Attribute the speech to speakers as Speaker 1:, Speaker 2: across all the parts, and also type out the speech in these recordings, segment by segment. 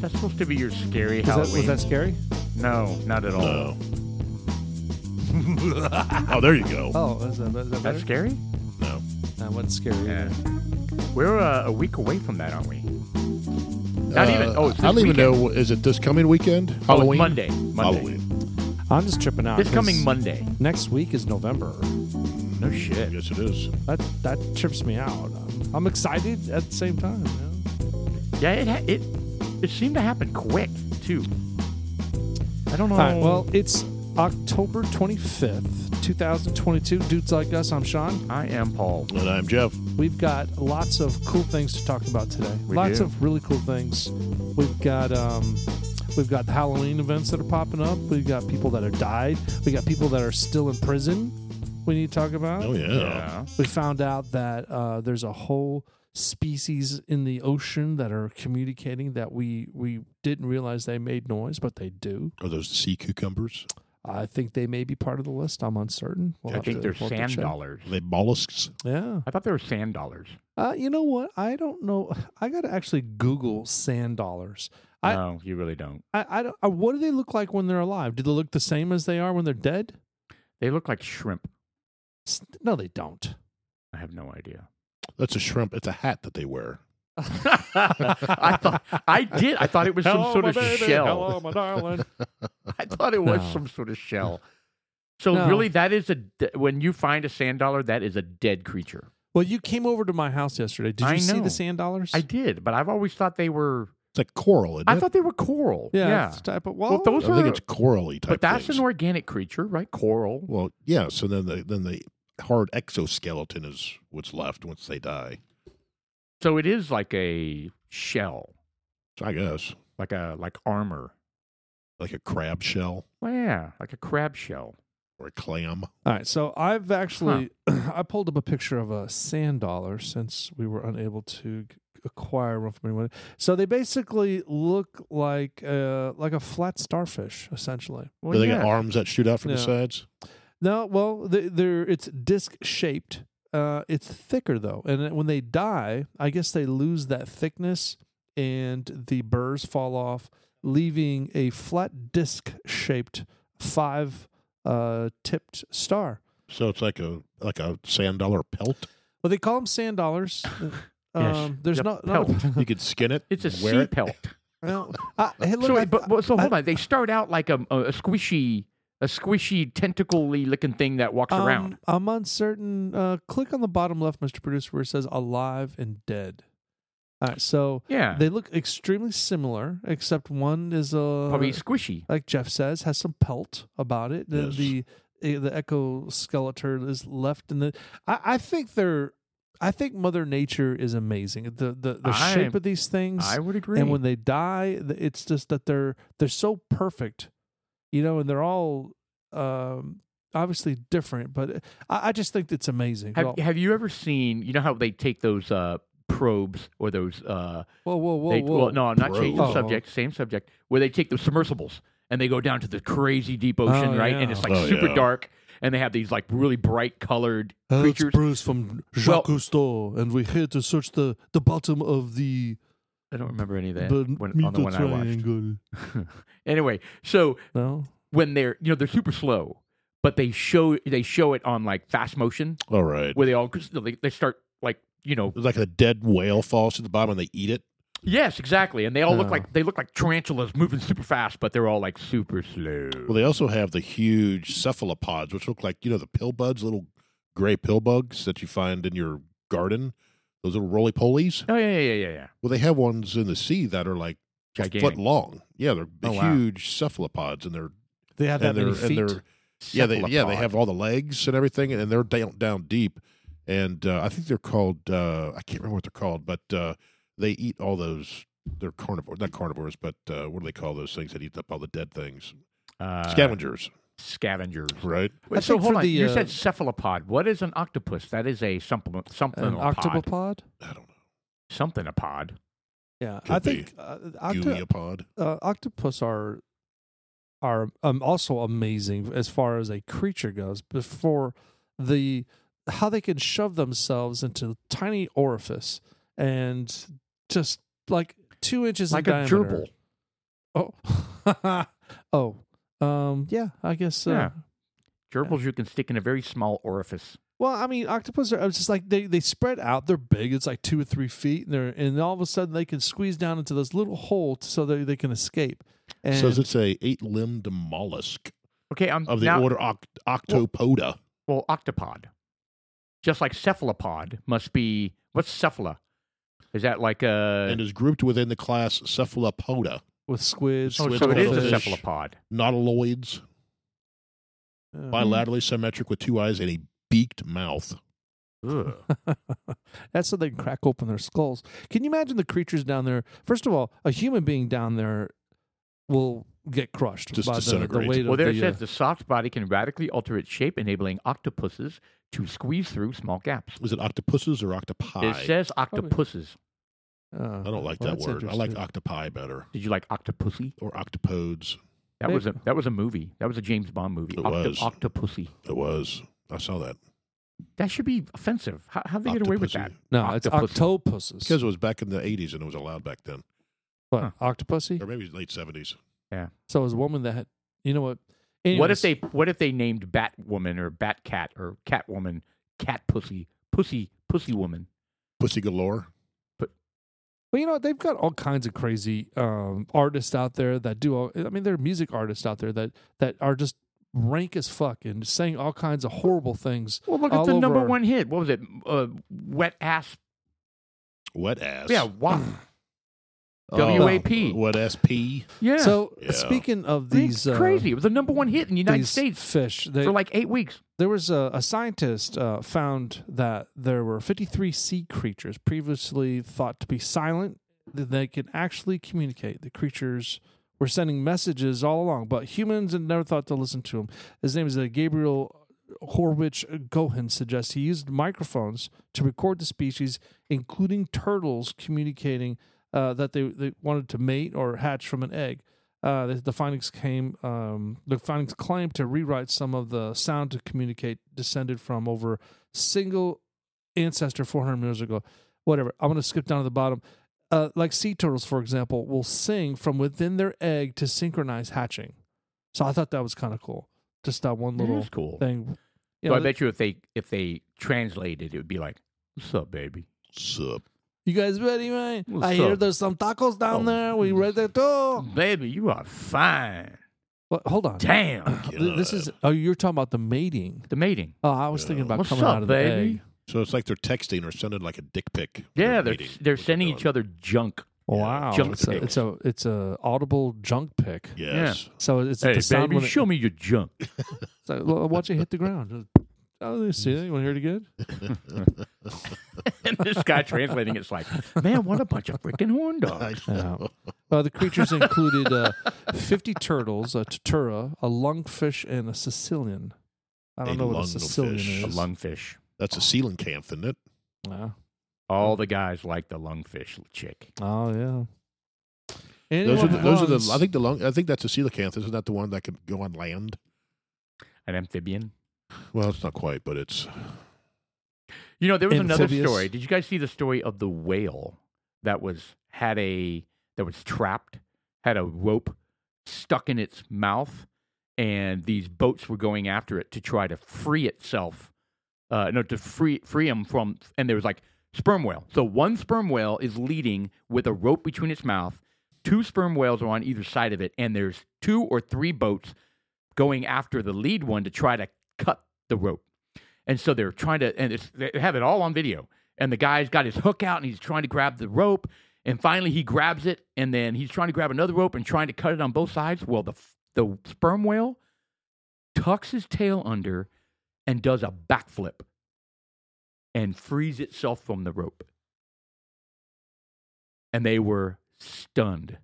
Speaker 1: That's supposed to be your scary
Speaker 2: Was that,
Speaker 1: Halloween.
Speaker 2: was that scary?
Speaker 1: No, not at all.
Speaker 3: Oh. oh, there you go.
Speaker 2: Oh, is that, is that better?
Speaker 1: That's scary?
Speaker 3: No.
Speaker 2: That wasn't scary. either.
Speaker 1: We're uh, a week away from that, aren't we? Not even.
Speaker 3: Uh,
Speaker 1: Oh, it's
Speaker 3: I don't
Speaker 1: this
Speaker 3: even
Speaker 1: weekend.
Speaker 3: know. Is it this coming weekend?
Speaker 1: Oh, it's
Speaker 3: Halloween.
Speaker 1: Monday. Monday.
Speaker 3: Halloween.
Speaker 2: I'm just tripping out.
Speaker 1: This
Speaker 2: 'cause
Speaker 1: coming Monday.
Speaker 2: Next week is November.
Speaker 1: No shit.
Speaker 3: Yes, it is.
Speaker 2: That that trips me out. I'm, I'm excited at the same time. You know?
Speaker 1: Yeah, it ha- it it seemed to happen quick too. I don't know.
Speaker 2: All right, well, it's October 25th, 2022. Dudes Like Us, I'm Sean.
Speaker 1: I am Paul.
Speaker 3: And I'm Jeff.
Speaker 2: We've got lots of cool things to talk about today.
Speaker 1: We
Speaker 2: lots
Speaker 1: do.
Speaker 2: of really cool things. We've got um, we've got the Halloween events that are popping up. We've got people that have died. We got people that are still in prison. We need to talk about.
Speaker 3: Oh yeah.
Speaker 1: Yeah.
Speaker 2: We found out that uh, there's a whole species in the ocean that are communicating that we we didn't realize they made noise, but they do.
Speaker 3: Are those sea cucumbers?
Speaker 2: I think they may be part of the list. I'm uncertain. We'll
Speaker 1: I
Speaker 2: have
Speaker 1: think
Speaker 2: to-
Speaker 1: they're
Speaker 2: we'll have to
Speaker 1: sand
Speaker 2: check.
Speaker 1: dollars.
Speaker 3: Are they mollusks?
Speaker 2: Yeah.
Speaker 1: I thought they were sand dollars.
Speaker 2: Uh, you know what? I don't know. I got to actually Google sand dollars. I-
Speaker 1: no, you really don't.
Speaker 2: I, I don't. Uh, what do they look like when they're alive? Do they look the same as they are when they're dead?
Speaker 1: They look like shrimp.
Speaker 2: S- No, they don't.
Speaker 1: I have no idea.
Speaker 3: That's a shrimp. It's a hat that they wear.
Speaker 1: I thought I did. I thought it was some
Speaker 2: Hello,
Speaker 1: sort
Speaker 2: my
Speaker 1: of
Speaker 2: baby.
Speaker 1: shell.
Speaker 2: Hello, my darling.
Speaker 1: I thought it was
Speaker 2: No.
Speaker 1: some sort of shell. So
Speaker 2: No.
Speaker 1: really, that is a de- when you find a sand dollar, that is a dead creature.
Speaker 2: well, you came over to my house yesterday. Did you
Speaker 1: I
Speaker 2: see
Speaker 1: know.
Speaker 2: the sand dollars?
Speaker 1: I did, but I've always thought they were.
Speaker 3: It's like coral. Isn't
Speaker 1: I
Speaker 3: it?
Speaker 1: thought they were coral.
Speaker 2: Yeah.
Speaker 1: yeah.
Speaker 2: it's Type of,
Speaker 1: Well,
Speaker 2: well,
Speaker 1: those
Speaker 3: I
Speaker 1: are.
Speaker 3: think it's corally type.
Speaker 1: but that's
Speaker 3: things.
Speaker 1: an organic creature, right? Coral.
Speaker 3: Well, yeah. So then the then the hard exoskeleton is what's left once they die.
Speaker 1: So it is like a shell,
Speaker 3: So I guess
Speaker 1: like a like armor.
Speaker 3: like a crab shell
Speaker 1: Well, yeah, like a crab shell.
Speaker 3: or a clam.
Speaker 2: All right, so I've actually I pulled up a picture of a sand dollar since we were unable to g- acquire one from anyone. So they basically look like uh like a flat starfish, essentially.
Speaker 1: Well,
Speaker 3: Do they
Speaker 1: yeah.
Speaker 3: got arms that shoot out from the
Speaker 2: Yeah.
Speaker 3: sides?
Speaker 2: No, well, they, they're it's disc shaped. Uh, it's thicker though, and it- when they die, I guess they lose that thickness, and the burrs fall off, leaving a flat disc shaped five uh tipped star.
Speaker 3: So it's like a like a sand dollar pelt.
Speaker 2: Well, they call them sand dollars. Uh,
Speaker 1: Yes,
Speaker 2: Um, there's
Speaker 1: the
Speaker 2: not. not a-
Speaker 3: You could skin it.
Speaker 1: It's a
Speaker 3: wear
Speaker 1: sea
Speaker 3: it.
Speaker 1: pelt.
Speaker 2: no. Uh, hey, look,
Speaker 1: so,
Speaker 2: I-
Speaker 1: but, but- so hold on. They start out like a, a squishy, a squishy tentacly looking thing that walks
Speaker 2: um,
Speaker 1: around.
Speaker 2: I'm uncertain. Uh, click on the bottom left, Mr. Producer, where it says alive and dead. All right, so
Speaker 1: Yeah,
Speaker 2: they look extremely similar, except one is a
Speaker 1: probably squishy.
Speaker 2: like Jeff says has some pelt about it. The
Speaker 3: Yes.
Speaker 2: the, eh, the exoskeleton is left in the. I, I think they're. I think Mother Nature is amazing. The the, the
Speaker 1: I-
Speaker 2: shape of these things.
Speaker 1: I would agree.
Speaker 2: And when they die, th- it's just that they're they're so perfect, you know, and they're all um, obviously different. But uh, I, I just think it's amazing.
Speaker 1: have,
Speaker 2: well,
Speaker 1: have you ever seen? You know how they take those uh, probes or those. Uh,
Speaker 2: whoa, whoa, whoa,
Speaker 1: they,
Speaker 2: whoa!
Speaker 1: Well, no, I'm not changing the
Speaker 2: Probes. Oh.
Speaker 1: subject. Same subject. Where they take the submersibles and they go down to the crazy deep ocean,
Speaker 2: Oh,
Speaker 1: right?
Speaker 2: yeah.
Speaker 1: And it's like
Speaker 3: Oh,
Speaker 1: super
Speaker 3: yeah.
Speaker 1: dark, and they have these like really bright colored creatures.
Speaker 2: Bruce from
Speaker 1: Well-
Speaker 2: Cousteau, and we're here to search the, the bottom of the
Speaker 1: I don't remember any of that when, on the one I watched. anyway, so
Speaker 2: No,
Speaker 1: when they're you know they're super slow, but they show they show it on like fast motion
Speaker 3: All right.
Speaker 1: where they all they, they start like you know
Speaker 3: It's like a dead whale falls to the bottom and they eat it.
Speaker 1: yes exactly, and they all look
Speaker 2: Oh.
Speaker 1: like they look like tarantulas moving super fast, but they're all like super slow.
Speaker 3: Well, they also have the huge cephalopods, which look like you know the pill buds, little gray pill bugs that you find in your garden. Those little roly polies.
Speaker 1: Oh yeah yeah yeah yeah yeah.
Speaker 3: Well, they have ones in the sea that are like a foot
Speaker 1: Gigantic.
Speaker 3: long. Yeah, they're
Speaker 1: Oh, wow.
Speaker 3: huge cephalopods, and they're
Speaker 2: they have that
Speaker 3: and they're
Speaker 2: many
Speaker 3: and
Speaker 2: feet.
Speaker 3: they're yeah they yeah they
Speaker 1: Cephalopod.
Speaker 3: have all the legs and everything, and they're down down deep. And uh, I think they're called uh, I can't remember what they're called, but uh, they eat all those. They're carnivores, not carnivores, but uh, what do they call those things that eat up all the dead things?
Speaker 1: uh,
Speaker 3: Scavengers,
Speaker 1: scavengers.
Speaker 3: right?
Speaker 1: Wait,
Speaker 2: I
Speaker 1: so
Speaker 2: think
Speaker 1: hold
Speaker 2: for
Speaker 1: on,
Speaker 2: the,
Speaker 1: you
Speaker 2: uh,
Speaker 1: said cephalopod. What is an octopus? That is a something something
Speaker 2: an
Speaker 1: a pod.
Speaker 2: octopod.
Speaker 3: I don't know.
Speaker 1: something a pod.
Speaker 2: Yeah,
Speaker 3: Could
Speaker 2: I
Speaker 3: be.
Speaker 2: think uh, octo-
Speaker 3: Guineapod.
Speaker 2: uh, octopus are are um, also amazing as far as a creature goes. Before the how they can shove themselves into tiny orifice and just like two inches
Speaker 1: Like
Speaker 2: in
Speaker 1: a
Speaker 2: diameter.
Speaker 1: gerbil.
Speaker 2: Oh, oh, um, yeah. I guess. Uh,
Speaker 1: Yeah. Gerbils you can stick in a very small orifice.
Speaker 2: Well, I mean, octopus are. I was just like they they spread out. They're big. It's like two or three feet, and they're and all of a sudden they can squeeze down into this little hole t- so that they can escape. And
Speaker 3: says it's a eight-limbed mollusk
Speaker 1: Okay, I'm
Speaker 3: of the
Speaker 1: now,
Speaker 3: order oct- Octopoda.
Speaker 1: Well, octopod, just like cephalopod, must be what's cephala? Is that like a?
Speaker 3: and is grouped within the class Cephalopoda,
Speaker 2: with squids.
Speaker 1: oh,
Speaker 3: Swiss
Speaker 1: so it is a
Speaker 3: crawfish.
Speaker 1: cephalopod.
Speaker 3: nautiloids,
Speaker 1: Uh-huh. Mm-hmm.
Speaker 2: Yeah.
Speaker 3: bilaterally symmetric with two eyes and a beaked mouth.
Speaker 1: Ugh.
Speaker 2: That's so they can crack open their skulls. Can you imagine the creatures down there? First of all, a human being down there will get crushed
Speaker 3: Just
Speaker 2: by the, the
Speaker 3: disintegrate.
Speaker 2: weight
Speaker 1: Well,
Speaker 2: of
Speaker 1: there
Speaker 2: the.
Speaker 1: it
Speaker 2: uh,
Speaker 1: says the soft body can radically alter its shape, enabling octopuses to squeeze through small gaps.
Speaker 3: Is it octopuses or octopi?
Speaker 1: It says octopuses.
Speaker 2: uh,
Speaker 3: I don't like
Speaker 2: well,
Speaker 3: that
Speaker 2: that's
Speaker 3: word. I like
Speaker 2: interesting.
Speaker 3: octopi better
Speaker 1: Did you like Octopussy?
Speaker 3: or octopodes.
Speaker 1: That
Speaker 2: They-
Speaker 1: was a that was a movie. That was a James Bond movie.
Speaker 3: It
Speaker 1: Octo-
Speaker 3: was.
Speaker 1: Octopussy.
Speaker 3: It was. I saw that
Speaker 1: That should be offensive. How how they get away with
Speaker 3: Octopussy.
Speaker 1: that?
Speaker 2: No, it's octopuses.
Speaker 3: because it was back in the 80s and it was allowed back then,
Speaker 2: What,
Speaker 1: Huh.
Speaker 2: octopussy?
Speaker 3: or maybe late 70s.
Speaker 2: So it was a woman that had, you know
Speaker 1: What
Speaker 2: what?
Speaker 1: if
Speaker 2: Anyways,
Speaker 1: they what if they named Batwoman or Batcat or Catwoman Cat Pussy Pussy Pussy Woman?
Speaker 3: Pussy galore.
Speaker 2: Well, you know what? They've got all kinds of crazy um, artists out there that do all. I mean, there are music artists out there that that are just rank as fuck and saying all kinds of horrible things.
Speaker 1: Well, look
Speaker 2: All
Speaker 1: at the number
Speaker 2: over.
Speaker 1: one hit. What was it? Uh, wet ass.
Speaker 3: Wet ass.
Speaker 1: Yeah, WAP.
Speaker 3: Oh,
Speaker 1: W.A.P..
Speaker 3: Wet ass P.
Speaker 1: yeah.
Speaker 2: So
Speaker 3: Yeah.
Speaker 2: speaking of
Speaker 1: I mean, it's
Speaker 2: these, uh,
Speaker 1: crazy. It was the number one hit in the United
Speaker 2: these
Speaker 1: States
Speaker 2: fish, they,
Speaker 1: for like eight weeks.
Speaker 2: there was a, a scientist uh, found that there were 53 sea creatures previously thought to be silent that they could actually communicate. The creatures were sending messages all along, but humans had never thought to listen to them. His name is uh, Gabriel Horwich Gohan. Suggests he used microphones to record the species, including turtles communicating uh, that they, they wanted to mate or hatch from an egg. Uh, the, the findings came. Um, the findings claimed to rewrite some of the sound to communicate descended from over single ancestor 400 years ago. Whatever. I'm gonna skip down to the bottom. Uh, like sea turtles, for example, will sing from within their egg to synchronize hatching. So I thought that was kind of cool. Just that one
Speaker 1: It
Speaker 2: little
Speaker 1: was cool.
Speaker 2: thing. You,
Speaker 1: so I
Speaker 2: know,
Speaker 1: bet you if they if they translated, it would be like, "What's up, baby?"
Speaker 3: Sup.
Speaker 2: you guys ready, man?
Speaker 1: What's
Speaker 2: I hear
Speaker 1: up?
Speaker 2: there's some tacos down
Speaker 3: Oh.
Speaker 2: there. We
Speaker 1: mm.
Speaker 2: ready to go?
Speaker 1: Baby, you are fine.
Speaker 2: Well, hold on.
Speaker 1: Damn.
Speaker 2: Th- This is. Oh, you're talking about the mating.
Speaker 1: the mating.
Speaker 2: Oh, I was thinking
Speaker 3: Yeah.
Speaker 2: about
Speaker 1: What's
Speaker 2: coming
Speaker 1: up,
Speaker 2: out of the egg.
Speaker 1: baby?
Speaker 3: So it's like they're texting or sending like a dick pic.
Speaker 1: Yeah, they're
Speaker 3: meeting,
Speaker 1: they're
Speaker 3: what
Speaker 1: sending
Speaker 3: doing.
Speaker 1: each other junk.
Speaker 2: Wow,
Speaker 1: Junk
Speaker 2: it's, a,
Speaker 1: pic.
Speaker 2: it's a it's a audible junk pick.
Speaker 3: Yes.
Speaker 2: So it's
Speaker 1: Hey,
Speaker 2: the sound
Speaker 1: baby,
Speaker 2: when it,
Speaker 1: show me your junk.
Speaker 2: it's like, "Well, watch it hit the ground. Oh, you see that? You want to hear it again?
Speaker 1: and this guy translating it's like, man, what a bunch of freaking horn dogs.
Speaker 2: Yeah. Uh, the creatures included uh, fifty turtles, a tatura, a lungfish, and a Sicilian. I don't
Speaker 3: A
Speaker 2: know what a
Speaker 3: lungfish.
Speaker 2: Sicilian
Speaker 1: A
Speaker 2: is.
Speaker 1: lungfish.
Speaker 3: That's a coelacanth, isn't it?
Speaker 2: Yeah.
Speaker 1: All the guys like the lungfish chick.
Speaker 2: Oh yeah.
Speaker 3: Those are,
Speaker 2: Anyone
Speaker 3: the, those are
Speaker 2: wants-
Speaker 3: the. I think the lung. I think that's a coelacanth. Isn't that the one that can go on land?
Speaker 1: An amphibian.
Speaker 3: Well, it's not quite, but it's.
Speaker 1: You know, there was another
Speaker 2: Amphibious.
Speaker 1: story. Did you guys see the story of the whale that was had a that was trapped, had a rope stuck in its mouth, and these boats were going after it to try to free itself. Uh, no, to free free him from, and there was like sperm whale. So one sperm whale is leading with a rope between its mouth. Two sperm whales are on either side of it, and there's two or three boats going after the lead one to try to cut the rope. And so they're trying to, and it's, they have it all on video. And the guy's got his hook out and he's trying to grab the rope. And finally he grabs it. And then he's trying to grab another rope and trying to cut it on both sides. Well, the, f- the sperm whale tucks his tail under and does a backflip and frees itself from the rope. And they were stunned.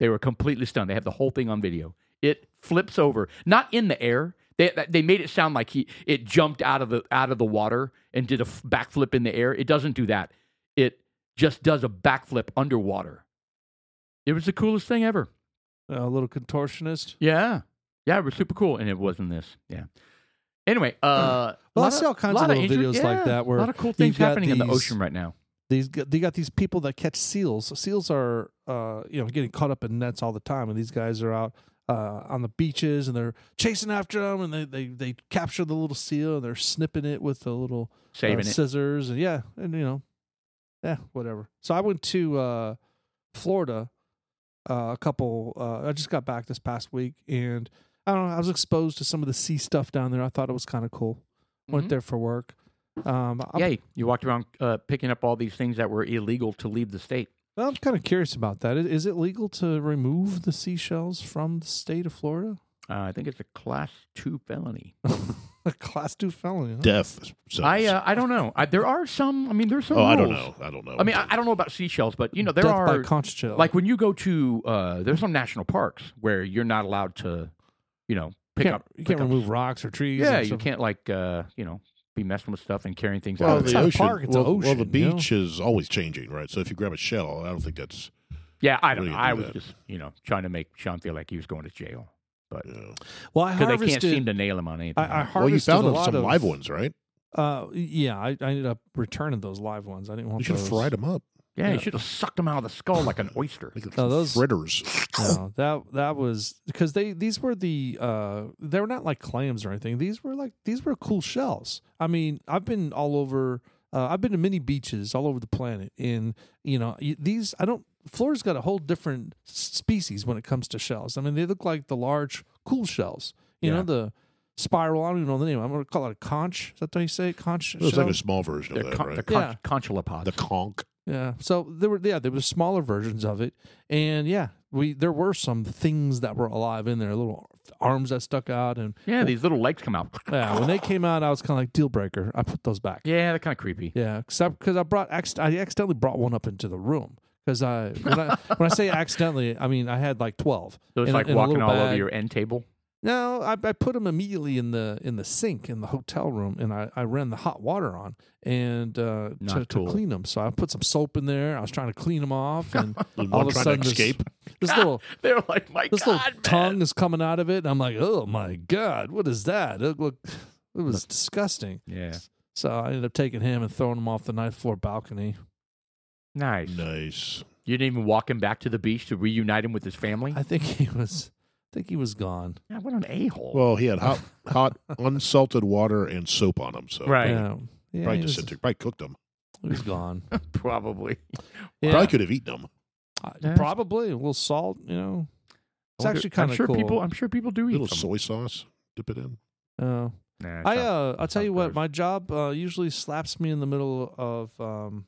Speaker 1: They were completely stunned. They have the whole thing on video. It flips over, not in the air. They, they made it sound like he it jumped out of the out of the water and did a f- backflip in the air. It doesn't do that. It just does a backflip underwater. It was the coolest thing ever.
Speaker 2: a little contortionist.
Speaker 1: Yeah, yeah, it was super cool, and it wasn't this. Yeah. Anyway, uh,
Speaker 2: Well, I
Speaker 1: lot
Speaker 2: see all kinds of
Speaker 1: lot
Speaker 2: little
Speaker 1: inter-
Speaker 2: videos like
Speaker 1: yeah,
Speaker 2: that where
Speaker 1: a lot of cool
Speaker 2: you've
Speaker 1: things
Speaker 2: got
Speaker 1: happening in the
Speaker 2: these-
Speaker 1: ocean right now.
Speaker 2: These g- they got these people that catch seals. Seals are uh, you know getting caught up in nets all the time, and these guys are out uh, on the beaches and they're chasing after them, and they they they capture the little seal and they're snipping it with the little uh,
Speaker 1: saving it.
Speaker 2: scissors and yeah, and you know, yeah, whatever. So I went to uh, Florida uh, a couple. Uh, I just got back this past week, and I don't know. I was exposed to some of the sea stuff down there. I thought it was kind of cool. Went
Speaker 1: Mhm.
Speaker 2: there for work. Um, I'm,
Speaker 1: Yay! You walked around uh, picking up all these things that were illegal to leave the state.
Speaker 2: I'm kind of curious about that. Is, is it legal to remove the seashells from the state of Florida?
Speaker 1: Uh, I think it's a class two felony.
Speaker 2: A class two felony. huh?
Speaker 3: Death. So,
Speaker 1: I uh, I don't know. I, there are some. I mean, there's some.
Speaker 3: oh, I don't
Speaker 1: rules.
Speaker 3: know. I don't know.
Speaker 1: I mean, I, I don't know about seashells, but you know, there
Speaker 2: Death
Speaker 1: are
Speaker 2: by conch shell.
Speaker 1: like when you go to uh, there's some national parks where you're not allowed to, you know,
Speaker 2: you
Speaker 1: pick
Speaker 2: can't,
Speaker 1: up.
Speaker 2: you
Speaker 1: pick
Speaker 2: can't
Speaker 1: up-
Speaker 2: remove rocks or trees.
Speaker 1: Yeah,
Speaker 2: and
Speaker 1: you
Speaker 2: stuff.
Speaker 1: can't like uh, you know be messing with stuff and carrying things
Speaker 3: well,
Speaker 1: out.
Speaker 2: it's
Speaker 3: the
Speaker 2: not a
Speaker 3: ocean,
Speaker 2: park, it's an
Speaker 3: well, well, the
Speaker 2: ocean, you know?
Speaker 3: beach is always changing, right? So if you grab a shell, I don't think that's.
Speaker 1: Yeah, I don't. know.
Speaker 3: Really do
Speaker 1: I was
Speaker 3: that.
Speaker 1: just you know trying to make Sean feel like he was going to jail
Speaker 3: You know.
Speaker 2: Well, I
Speaker 1: because they can't
Speaker 2: harvested.
Speaker 1: seem to nail him on anything.
Speaker 2: I, I harvested
Speaker 3: Well, you found
Speaker 2: a
Speaker 3: them
Speaker 2: lot
Speaker 3: some
Speaker 2: of,
Speaker 3: live ones, right?
Speaker 2: Uh, yeah, I, I ended up returning those live ones. I didn't want
Speaker 3: You should
Speaker 2: those.
Speaker 3: have fried them up.
Speaker 1: yeah, you
Speaker 2: yeah.
Speaker 1: should have sucked him out of the skull like an oyster.
Speaker 3: Like
Speaker 2: No, those-
Speaker 3: fritters.
Speaker 2: No, that that was because they these were the uh they were not like clams or anything. These were like these were cool shells. I mean, I've been all over. Uh, I've been to many beaches all over the planet, and you know y- these. I don't. Florida's got a whole different s- species when it comes to shells. I mean, they look like the large cool shells. You
Speaker 1: Yeah.
Speaker 2: know the spiral. I don't even know the name. I'm gonna call it a conch. Is that how you say it? conch?
Speaker 3: It was
Speaker 2: shell?
Speaker 3: like a small version
Speaker 1: They're
Speaker 3: of that,
Speaker 1: con-
Speaker 3: right?
Speaker 1: the con-
Speaker 2: Yeah.
Speaker 1: conchulopods.
Speaker 3: The conch.
Speaker 2: Yeah. So there were yeah, there were smaller versions of it. And yeah, we there were some things that were alive in there, little arms that stuck out and
Speaker 1: yeah, these little legs come out.
Speaker 2: yeah, when they came out I was kind of like deal breaker. I put those back.
Speaker 1: Yeah, they're kind of creepy.
Speaker 2: Yeah, except cuz I brought acc- I accidentally brought one up into the room cuz I when I when I say accidentally, I mean I had like 12.
Speaker 1: So it's
Speaker 2: in a-
Speaker 1: like
Speaker 2: in a
Speaker 1: walking
Speaker 2: little
Speaker 1: all over
Speaker 2: bag.
Speaker 1: your end table.
Speaker 2: No, I, I put them immediately in the in the sink in the hotel room, and I, I ran the hot water on and uh,
Speaker 1: Not
Speaker 2: to,
Speaker 1: cool.
Speaker 2: to clean them. So I put some soap in there. I was trying to clean them off, and
Speaker 3: And
Speaker 2: all of
Speaker 3: one
Speaker 2: a
Speaker 3: trying
Speaker 2: sudden
Speaker 3: to
Speaker 2: this-
Speaker 3: escape.
Speaker 2: This, little
Speaker 1: They're like my
Speaker 2: this
Speaker 1: God,
Speaker 2: little
Speaker 1: man.
Speaker 2: tongue is coming out of it. And I'm like, oh my god, what is that? It looked it was disgusting.
Speaker 1: Yeah,
Speaker 2: So I ended up taking him and throwing him off the ninth floor balcony.
Speaker 1: nice.
Speaker 3: Nice.
Speaker 1: You didn't even walk him back to the beach to reunite him with his family.
Speaker 2: I think he was I think he was gone.
Speaker 1: yeah, what an a hole.
Speaker 3: Well, he had hot, hot, unsalted water and soap on him, so
Speaker 1: Right.
Speaker 2: Yeah, yeah
Speaker 3: probably
Speaker 2: he, was,
Speaker 3: disintegrated. Probably cooked them.
Speaker 2: he was gone.
Speaker 1: Probably.
Speaker 2: Yeah.
Speaker 3: Probably could have eaten them.
Speaker 2: I-
Speaker 1: Yeah.
Speaker 2: Uh, Probably a little salt, you know. It's
Speaker 1: I wonder-
Speaker 2: actually kind
Speaker 1: I'm
Speaker 2: of
Speaker 1: sure
Speaker 2: cool.
Speaker 1: people. I'm sure people do eat
Speaker 3: little
Speaker 1: them.
Speaker 3: soy sauce. Dip it in.
Speaker 2: Uh,
Speaker 1: Nah, it's
Speaker 2: I
Speaker 1: not-
Speaker 2: uh, I'll tell
Speaker 1: sounds
Speaker 2: you what,
Speaker 1: gross.
Speaker 2: my job uh, usually slaps me in the middle of um,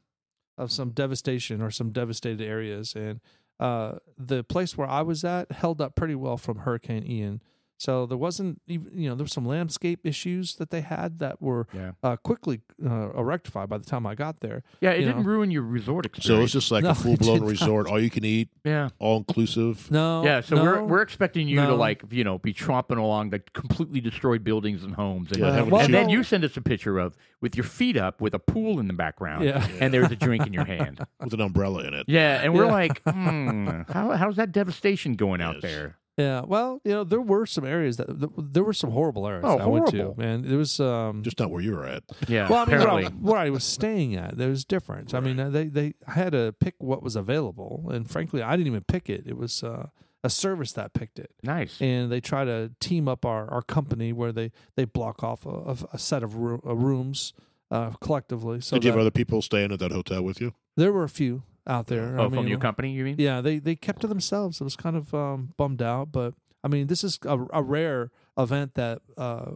Speaker 2: of some devastation or some devastated areas, and uh, the place where I was at held up pretty well from Hurricane Ian. So there wasn't, even, you know, there were some landscape issues that they had that were
Speaker 1: Yeah.
Speaker 2: uh, quickly uh, rectified by the time I got there.
Speaker 1: yeah, it
Speaker 2: you
Speaker 1: didn't
Speaker 2: know.
Speaker 1: ruin your resort
Speaker 3: So it's
Speaker 1: experience.
Speaker 3: just like
Speaker 2: No,
Speaker 3: a
Speaker 2: it
Speaker 3: full blown
Speaker 2: did not.
Speaker 3: resort, all you can eat,
Speaker 1: yeah,
Speaker 3: all inclusive.
Speaker 2: No,
Speaker 1: yeah. So we're
Speaker 2: no.
Speaker 1: we're expecting you to
Speaker 2: no.
Speaker 1: like you know be tromping along the completely destroyed buildings and homes, and,
Speaker 3: Yeah,
Speaker 2: Uh,
Speaker 3: having
Speaker 2: well,
Speaker 3: a
Speaker 1: and
Speaker 3: shoot.
Speaker 1: then
Speaker 2: no.
Speaker 1: you send us a picture of with your feet up with a pool in the background,
Speaker 2: yeah.
Speaker 1: and there's a drink in your hand.
Speaker 3: with an umbrella in it.
Speaker 1: Yeah, and we're
Speaker 2: Yeah.
Speaker 1: like, hmm, how, how's that devastation going out
Speaker 3: Yes.
Speaker 1: there?
Speaker 2: Yeah, well, you know, there were some areas that th- there were some horrible areas
Speaker 1: Oh,
Speaker 2: I went to,
Speaker 1: horrible.
Speaker 2: man. There was um,
Speaker 3: Just not where you were at.
Speaker 1: Yeah,
Speaker 2: well, I mean, where I,
Speaker 1: apparently.
Speaker 2: where I was staying at, there was different. I mean, uh, they they I had to pick what was available, and frankly, I didn't even pick it. It was uh, a service that picked it,
Speaker 1: nice.
Speaker 2: and they try to team up our, our company where they they block off a, of a set of roo- uh, rooms uh, collectively. So
Speaker 3: Did you have
Speaker 2: that-
Speaker 3: other people staying at that hotel with you?
Speaker 2: there were a few out there.
Speaker 1: oh,
Speaker 2: I mean,
Speaker 1: from your company, you mean?
Speaker 2: yeah, they they kept to themselves. It was kind of um, bummed out, but I mean, this is a, a rare event that uh,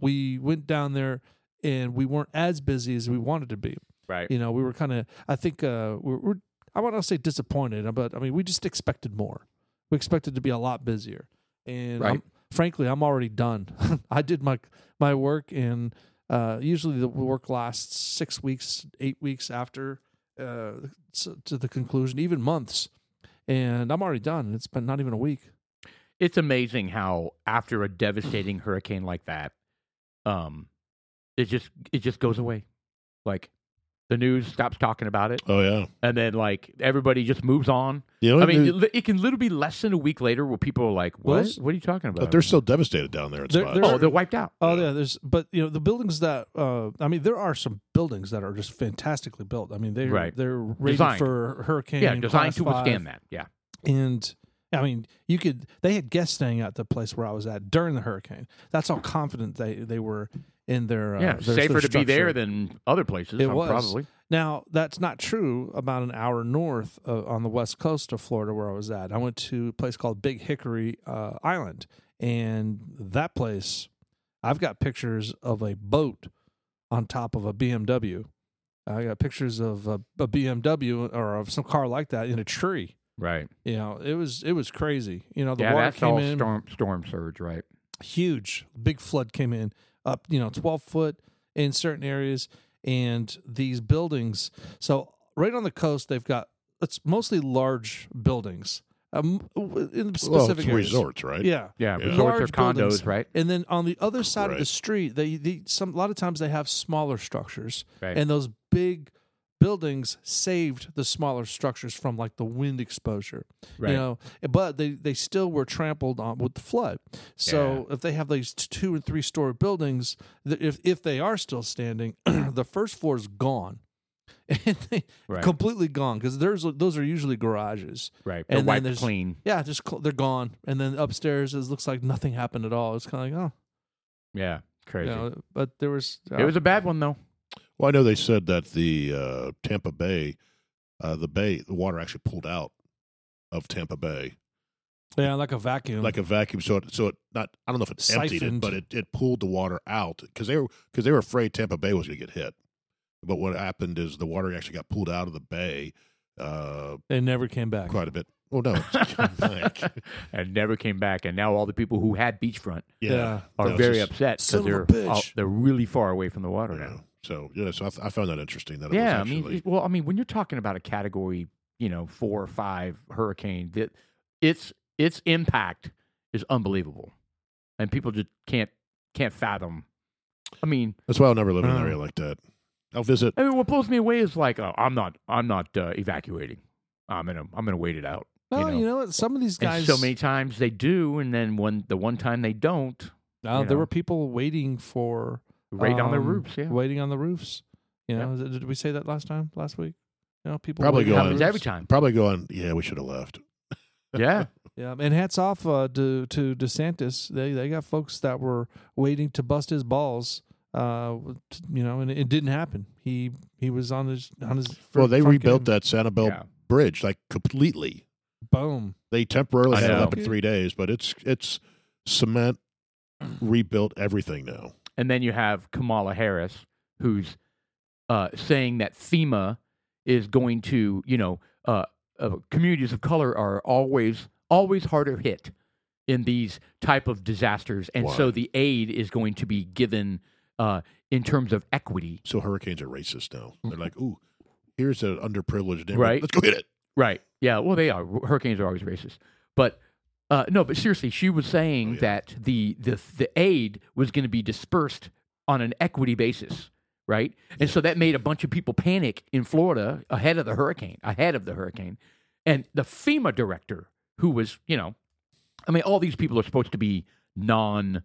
Speaker 2: we went down there and we weren't as busy as we wanted to be.
Speaker 1: Right.
Speaker 2: You know, we were kind of. I think uh, we're, we're. I want to say disappointed, but I mean, we just expected more. We expected to be a lot busier, and
Speaker 1: Right.
Speaker 2: I'm- frankly, I'm already done. I did my my work, and uh, usually the work lasts six weeks, eight weeks after uh, s- to the conclusion, even months. And I'm already done. It's been not even a week.
Speaker 1: it's amazing how after a devastating hurricane like that, um, it just it just goes away. Like The news stops talking about it,
Speaker 3: Oh yeah.
Speaker 1: and then like everybody just moves on.
Speaker 3: The only
Speaker 1: I mean,
Speaker 3: news-
Speaker 1: it, it can literally be less than a week later where people are like,
Speaker 2: Well,
Speaker 1: "What?
Speaker 2: it's-
Speaker 1: what are you talking about?"
Speaker 3: but they're so devastated down there. in
Speaker 2: They're-
Speaker 3: spots.
Speaker 2: they're-
Speaker 1: oh, they're wiped out.
Speaker 2: Oh yeah, there's but you know the buildings that uh, I mean there are some buildings that are just fantastically built. I mean they
Speaker 1: Right.
Speaker 2: they're rated
Speaker 1: Designed.
Speaker 2: for hurricane.
Speaker 1: yeah, designed
Speaker 2: class
Speaker 1: to
Speaker 2: five.
Speaker 1: withstand that. Yeah,
Speaker 2: And I mean you could they had guests staying at the place where I was at during the hurricane. That's how confident they they were in their uh,
Speaker 1: yeah,
Speaker 2: their- their
Speaker 1: safer to be there
Speaker 2: structure.
Speaker 1: than other places.
Speaker 2: It
Speaker 1: um,
Speaker 2: was.
Speaker 1: probably.
Speaker 2: Now, that's not true about an hour north uh, on the west coast of Florida where I was at. I went to a place called Big Hickory uh, Island. And that place, I've got pictures of a boat on top of a BMW. I got pictures of a, a BMW or of some car like that in a tree.
Speaker 1: Right.
Speaker 2: You know, it was it was crazy. You know, the
Speaker 1: yeah,
Speaker 2: water
Speaker 1: that's
Speaker 2: came
Speaker 1: all
Speaker 2: in
Speaker 1: storm storm surge, right?
Speaker 2: huge big flood came in up you know 12 foot in certain areas and these buildings so right on the coast they've got it's mostly large buildings um, w- in specific
Speaker 3: well, it's
Speaker 2: areas.
Speaker 3: resorts, right?
Speaker 2: yeah
Speaker 1: Yeah,
Speaker 3: Yeah.
Speaker 1: resorts or condos,
Speaker 2: Large buildings.
Speaker 1: right?
Speaker 2: and then on the other side of the
Speaker 3: Right.
Speaker 2: street they, they some a lot of times they have smaller structures
Speaker 1: Right.
Speaker 2: and those big buildings saved the smaller structures from like the wind exposure
Speaker 1: right.
Speaker 2: you know but they they still were trampled on with the flood so if they have these t- two and three story buildings th- if if they are still standing the first floor is gone and they,
Speaker 1: right.
Speaker 2: completely gone because there's those are usually garages
Speaker 1: right.
Speaker 2: and
Speaker 1: They're
Speaker 2: then
Speaker 1: wiped
Speaker 2: there's-
Speaker 1: clean.
Speaker 2: yeah just cl- they're gone and then upstairs it looks like nothing happened at all it's kind of like
Speaker 1: Yeah.
Speaker 2: oh you
Speaker 1: Crazy.
Speaker 2: know, but there was uh,
Speaker 1: It was a bad one though.
Speaker 3: Well, I know they said that the uh, Tampa Bay, uh, the bay, the water actually pulled out of Tampa Bay
Speaker 2: yeah like a vacuum
Speaker 3: like a vacuum. So it, so it not. I don't know if it emptied
Speaker 2: Siphoned.
Speaker 3: it, but it, it pulled the water out because they were because they were afraid Tampa Bay was going to get hit. But what happened is the water actually got pulled out of the bay uh,
Speaker 2: it never came back
Speaker 3: quite a bit. Oh no, it's come back.
Speaker 1: and never came back. And now all the people who had beachfront
Speaker 2: Yeah.
Speaker 1: are
Speaker 3: That was
Speaker 1: very
Speaker 3: just-
Speaker 1: upset
Speaker 2: Son
Speaker 1: because
Speaker 2: of a
Speaker 1: they're
Speaker 2: bitch.
Speaker 1: out- they're really far away from the water
Speaker 3: yeah.
Speaker 1: now.
Speaker 3: So yeah, so I, th- I found that interesting. That it
Speaker 1: Yeah,
Speaker 3: was
Speaker 1: I mean,
Speaker 3: actually,
Speaker 1: it- well, I mean, when you're talking about a category, you know, four or five hurricane, that its its impact is unbelievable, and people just can't can't fathom. I mean,
Speaker 3: that's why I'll never live in an
Speaker 1: Uh.
Speaker 2: Oh.
Speaker 3: area like that. I'll visit.
Speaker 1: I mean, what blows me away is like, oh, I'm not, I'm not uh, evacuating. I'm gonna, I'm gonna wait it out.
Speaker 2: well
Speaker 1: you know.
Speaker 2: Oh, you know what some of these
Speaker 1: And
Speaker 2: guys
Speaker 1: so many times they do, and then when the one time they don't,
Speaker 2: Uh,
Speaker 1: you
Speaker 2: there
Speaker 1: know.
Speaker 2: were people waiting for
Speaker 1: right on their
Speaker 2: um,
Speaker 1: roofs. Yeah,
Speaker 2: waiting on the roofs. You
Speaker 1: Yeah.
Speaker 2: know, did did we say that last time, last week? You know, people
Speaker 3: Probably
Speaker 2: waiting
Speaker 1: it
Speaker 3: go
Speaker 2: on
Speaker 3: on.
Speaker 1: happens
Speaker 2: the
Speaker 1: every
Speaker 2: roofs.
Speaker 1: time.
Speaker 3: Probably going. Yeah, we should have left.
Speaker 1: Yeah,
Speaker 2: Yeah, and hats off uh, to to DeSantis. They they got folks that were waiting to bust his balls. Uh, t- you know, and it didn't happen. He he was on his on his.
Speaker 3: Well, they
Speaker 2: front
Speaker 3: rebuilt
Speaker 2: game.
Speaker 3: that Sanibel
Speaker 1: yeah.
Speaker 3: Bridge like completely.
Speaker 2: Boom.
Speaker 3: They temporarily
Speaker 1: I
Speaker 3: had it
Speaker 1: know.
Speaker 3: up in three days, but it's it's cement rebuilt everything now.
Speaker 1: And then you have Kamala Harris, who's uh, saying that FEMA is going to, you know, uh, uh, communities of color are always always harder hit in these type of disasters, and so
Speaker 3: Why?
Speaker 1: the aid is going to be given uh, in terms of equity.
Speaker 3: So hurricanes are racist now. They're like, ooh, here's an underprivileged neighborhood.
Speaker 1: Right.
Speaker 3: Let's go hit it.
Speaker 1: Right. Yeah. Well, they are. Hurricanes are always racist. But uh, no. But seriously, she was saying
Speaker 3: Oh, yeah.
Speaker 1: that the the the aid was going to be dispersed on an equity basis, right? And so that made a bunch of people panic in Florida ahead of the hurricane. Ahead of the hurricane, and the FEMA director, who was, you know, I mean, all these people are supposed to be non,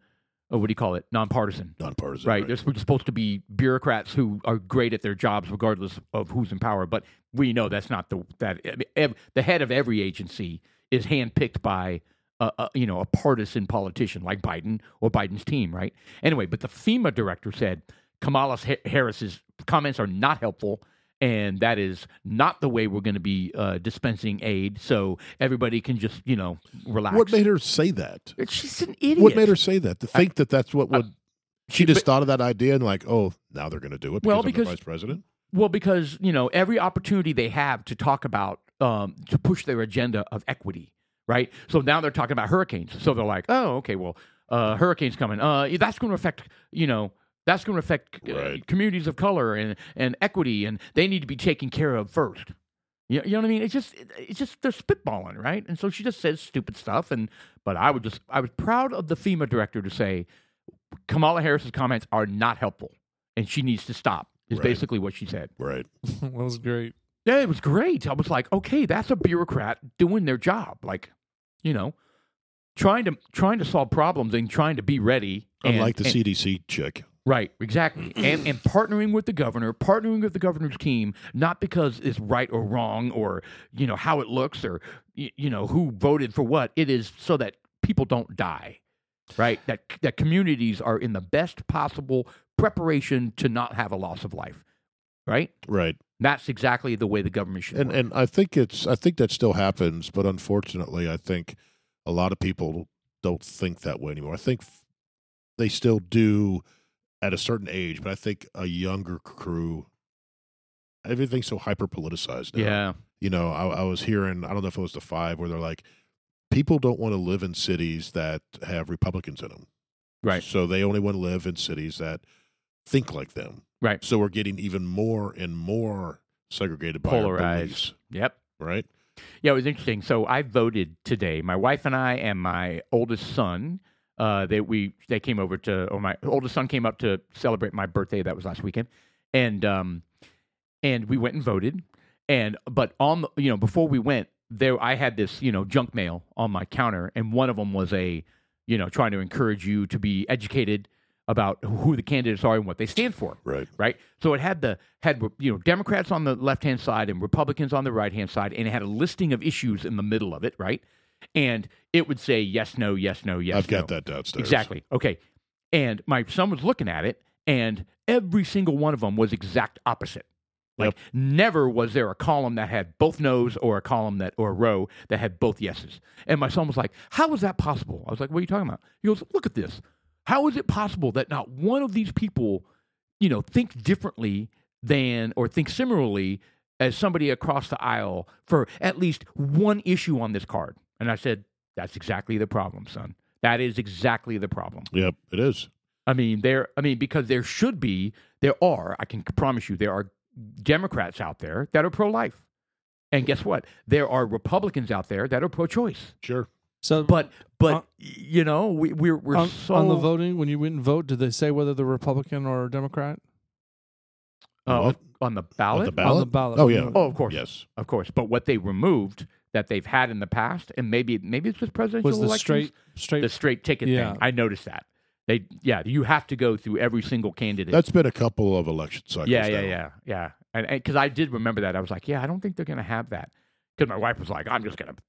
Speaker 1: uh, what do you call it, nonpartisan.
Speaker 3: Nonpartisan.
Speaker 1: Right. They're sp- supposed to be bureaucrats who are great at their jobs, regardless of who's in power. But we know that's not the that I mean, ev- the head of every agency is handpicked by a, a you know a partisan politician like Biden or Biden's team, right? Anyway, but the FEMA director said Kamala Ha- Harris's comments are not helpful. And that is not the way we're going to be uh, dispensing aid. So everybody can just, you know, relax.
Speaker 3: What made her say that?
Speaker 1: She's an idiot.
Speaker 3: What made her say that? To think that that's what would. she
Speaker 1: but-
Speaker 3: just thought of that idea and like, oh, now they're going to do it. Because
Speaker 1: Well,
Speaker 3: I'm the
Speaker 1: because-
Speaker 3: vice president.
Speaker 1: Well, because you know every opportunity they have to talk about um, to push their agenda of equity, right? So now they're talking about hurricanes. So they're like, oh, okay, well, uh, hurricanes coming. Uh, that's going to affect you know that's going to affect uh,
Speaker 3: Right.
Speaker 1: communities of color and and equity, and they need to be taken care of first. You, you know what I mean? It's just it- it's just they're spitballing, right? And so she just says stupid stuff. And but I would just I was proud of the FEMA director to say Kamala Harris's comments are not helpful, and she needs to stop. Is
Speaker 3: Right.
Speaker 1: basically what she said.
Speaker 3: Right.
Speaker 2: that was great.
Speaker 1: Yeah, it was great. I was like, okay, that's a bureaucrat doing their job, like, you know, trying to trying to solve problems and trying to be ready. and-
Speaker 3: Unlike the
Speaker 1: and-
Speaker 3: CDC chick.
Speaker 1: Right, exactly. and and partnering with the governor, partnering with the governor's team, not because it's right or wrong or, you know, how it looks or y- you know, who voted for what. It is so that people don't die. Right? That that communities are in the best possible preparation to not have a loss of life. Right?
Speaker 3: Right.
Speaker 1: That's exactly the way the government should
Speaker 3: And
Speaker 1: work.
Speaker 3: and I think it's I think that still happens, but unfortunately, I think a lot of people don't think that way anymore. I think f- they still do at a certain age, but I think a younger crew. Everything's so hyper politicized now.
Speaker 1: yeah.
Speaker 3: you know, I, I was hearing, I don't know if it was the five, where they're like, people don't want to live in cities that have Republicans in them.
Speaker 1: Right.
Speaker 3: So they only want to live in cities that think like them.
Speaker 1: Right.
Speaker 3: So we're getting even more and more segregated by our
Speaker 1: Polarized.
Speaker 3: beliefs,
Speaker 1: Yep.
Speaker 3: right?
Speaker 1: Yeah, it was interesting. So I voted today. My wife and I and my oldest son. Uh, they we they came over to, or my oldest son came up to celebrate my birthday. That was last weekend, and um, and we went and voted. And but on the, you know before we went there, I had this you know junk mail on my counter, and one of them was a you know trying to encourage you to be educated about who the candidates are and what they stand for
Speaker 3: Right.
Speaker 1: right? So it had the had you know Democrats on the left hand side and Republicans on the right hand side, and it had a listing of issues in the middle of it, right? And it would say yes, no, yes, no, yes.
Speaker 3: I've got
Speaker 1: no.
Speaker 3: that downstairs.
Speaker 1: exactly. Okay, and my son was looking at it, and every single one of them was exact opposite. Like never was there a column that had both no's or a column that or a row that had both yeses. And my son was like, "How is that possible?" I was like, "What are you talking about?" He goes, "Look at this. How is it possible that not one of these people, you know, think differently than or think similarly as somebody across the aisle for at least one issue on this card?" And I said, "That's exactly the problem, son. That is exactly the problem."
Speaker 3: Yep, it is.
Speaker 1: I mean, there. I mean, because there should be, there are. I can promise you, there are Democrats out there that are pro-life, and guess what? There are Republicans out there that are pro-choice.
Speaker 3: Sure.
Speaker 2: So,
Speaker 1: But, but
Speaker 2: Uh,
Speaker 1: you know, we, we're we're
Speaker 2: on,
Speaker 1: so
Speaker 2: on the voting, when you went and vote, did they say whether they're Republican or Democrat
Speaker 1: uh,
Speaker 3: What?
Speaker 1: on the ballot.
Speaker 3: the ballot?
Speaker 2: on the ballot? Mm-hmm.
Speaker 3: Oh, yeah.
Speaker 1: Oh, of course,
Speaker 3: Yes.
Speaker 1: of course. But what they removed that they've had in the past, and maybe maybe it's just presidential
Speaker 2: was the
Speaker 1: elections,
Speaker 2: straight straight
Speaker 1: the straight ticket
Speaker 2: Yeah.
Speaker 1: thing. I noticed that they, yeah, you have to go through every single candidate.
Speaker 3: That's been a couple of election cycles.
Speaker 1: yeah, yeah,
Speaker 3: now.
Speaker 1: yeah, yeah. And because I did remember that, I was like, yeah, I don't think they're going to have that. Because my wife was like, I'm just going to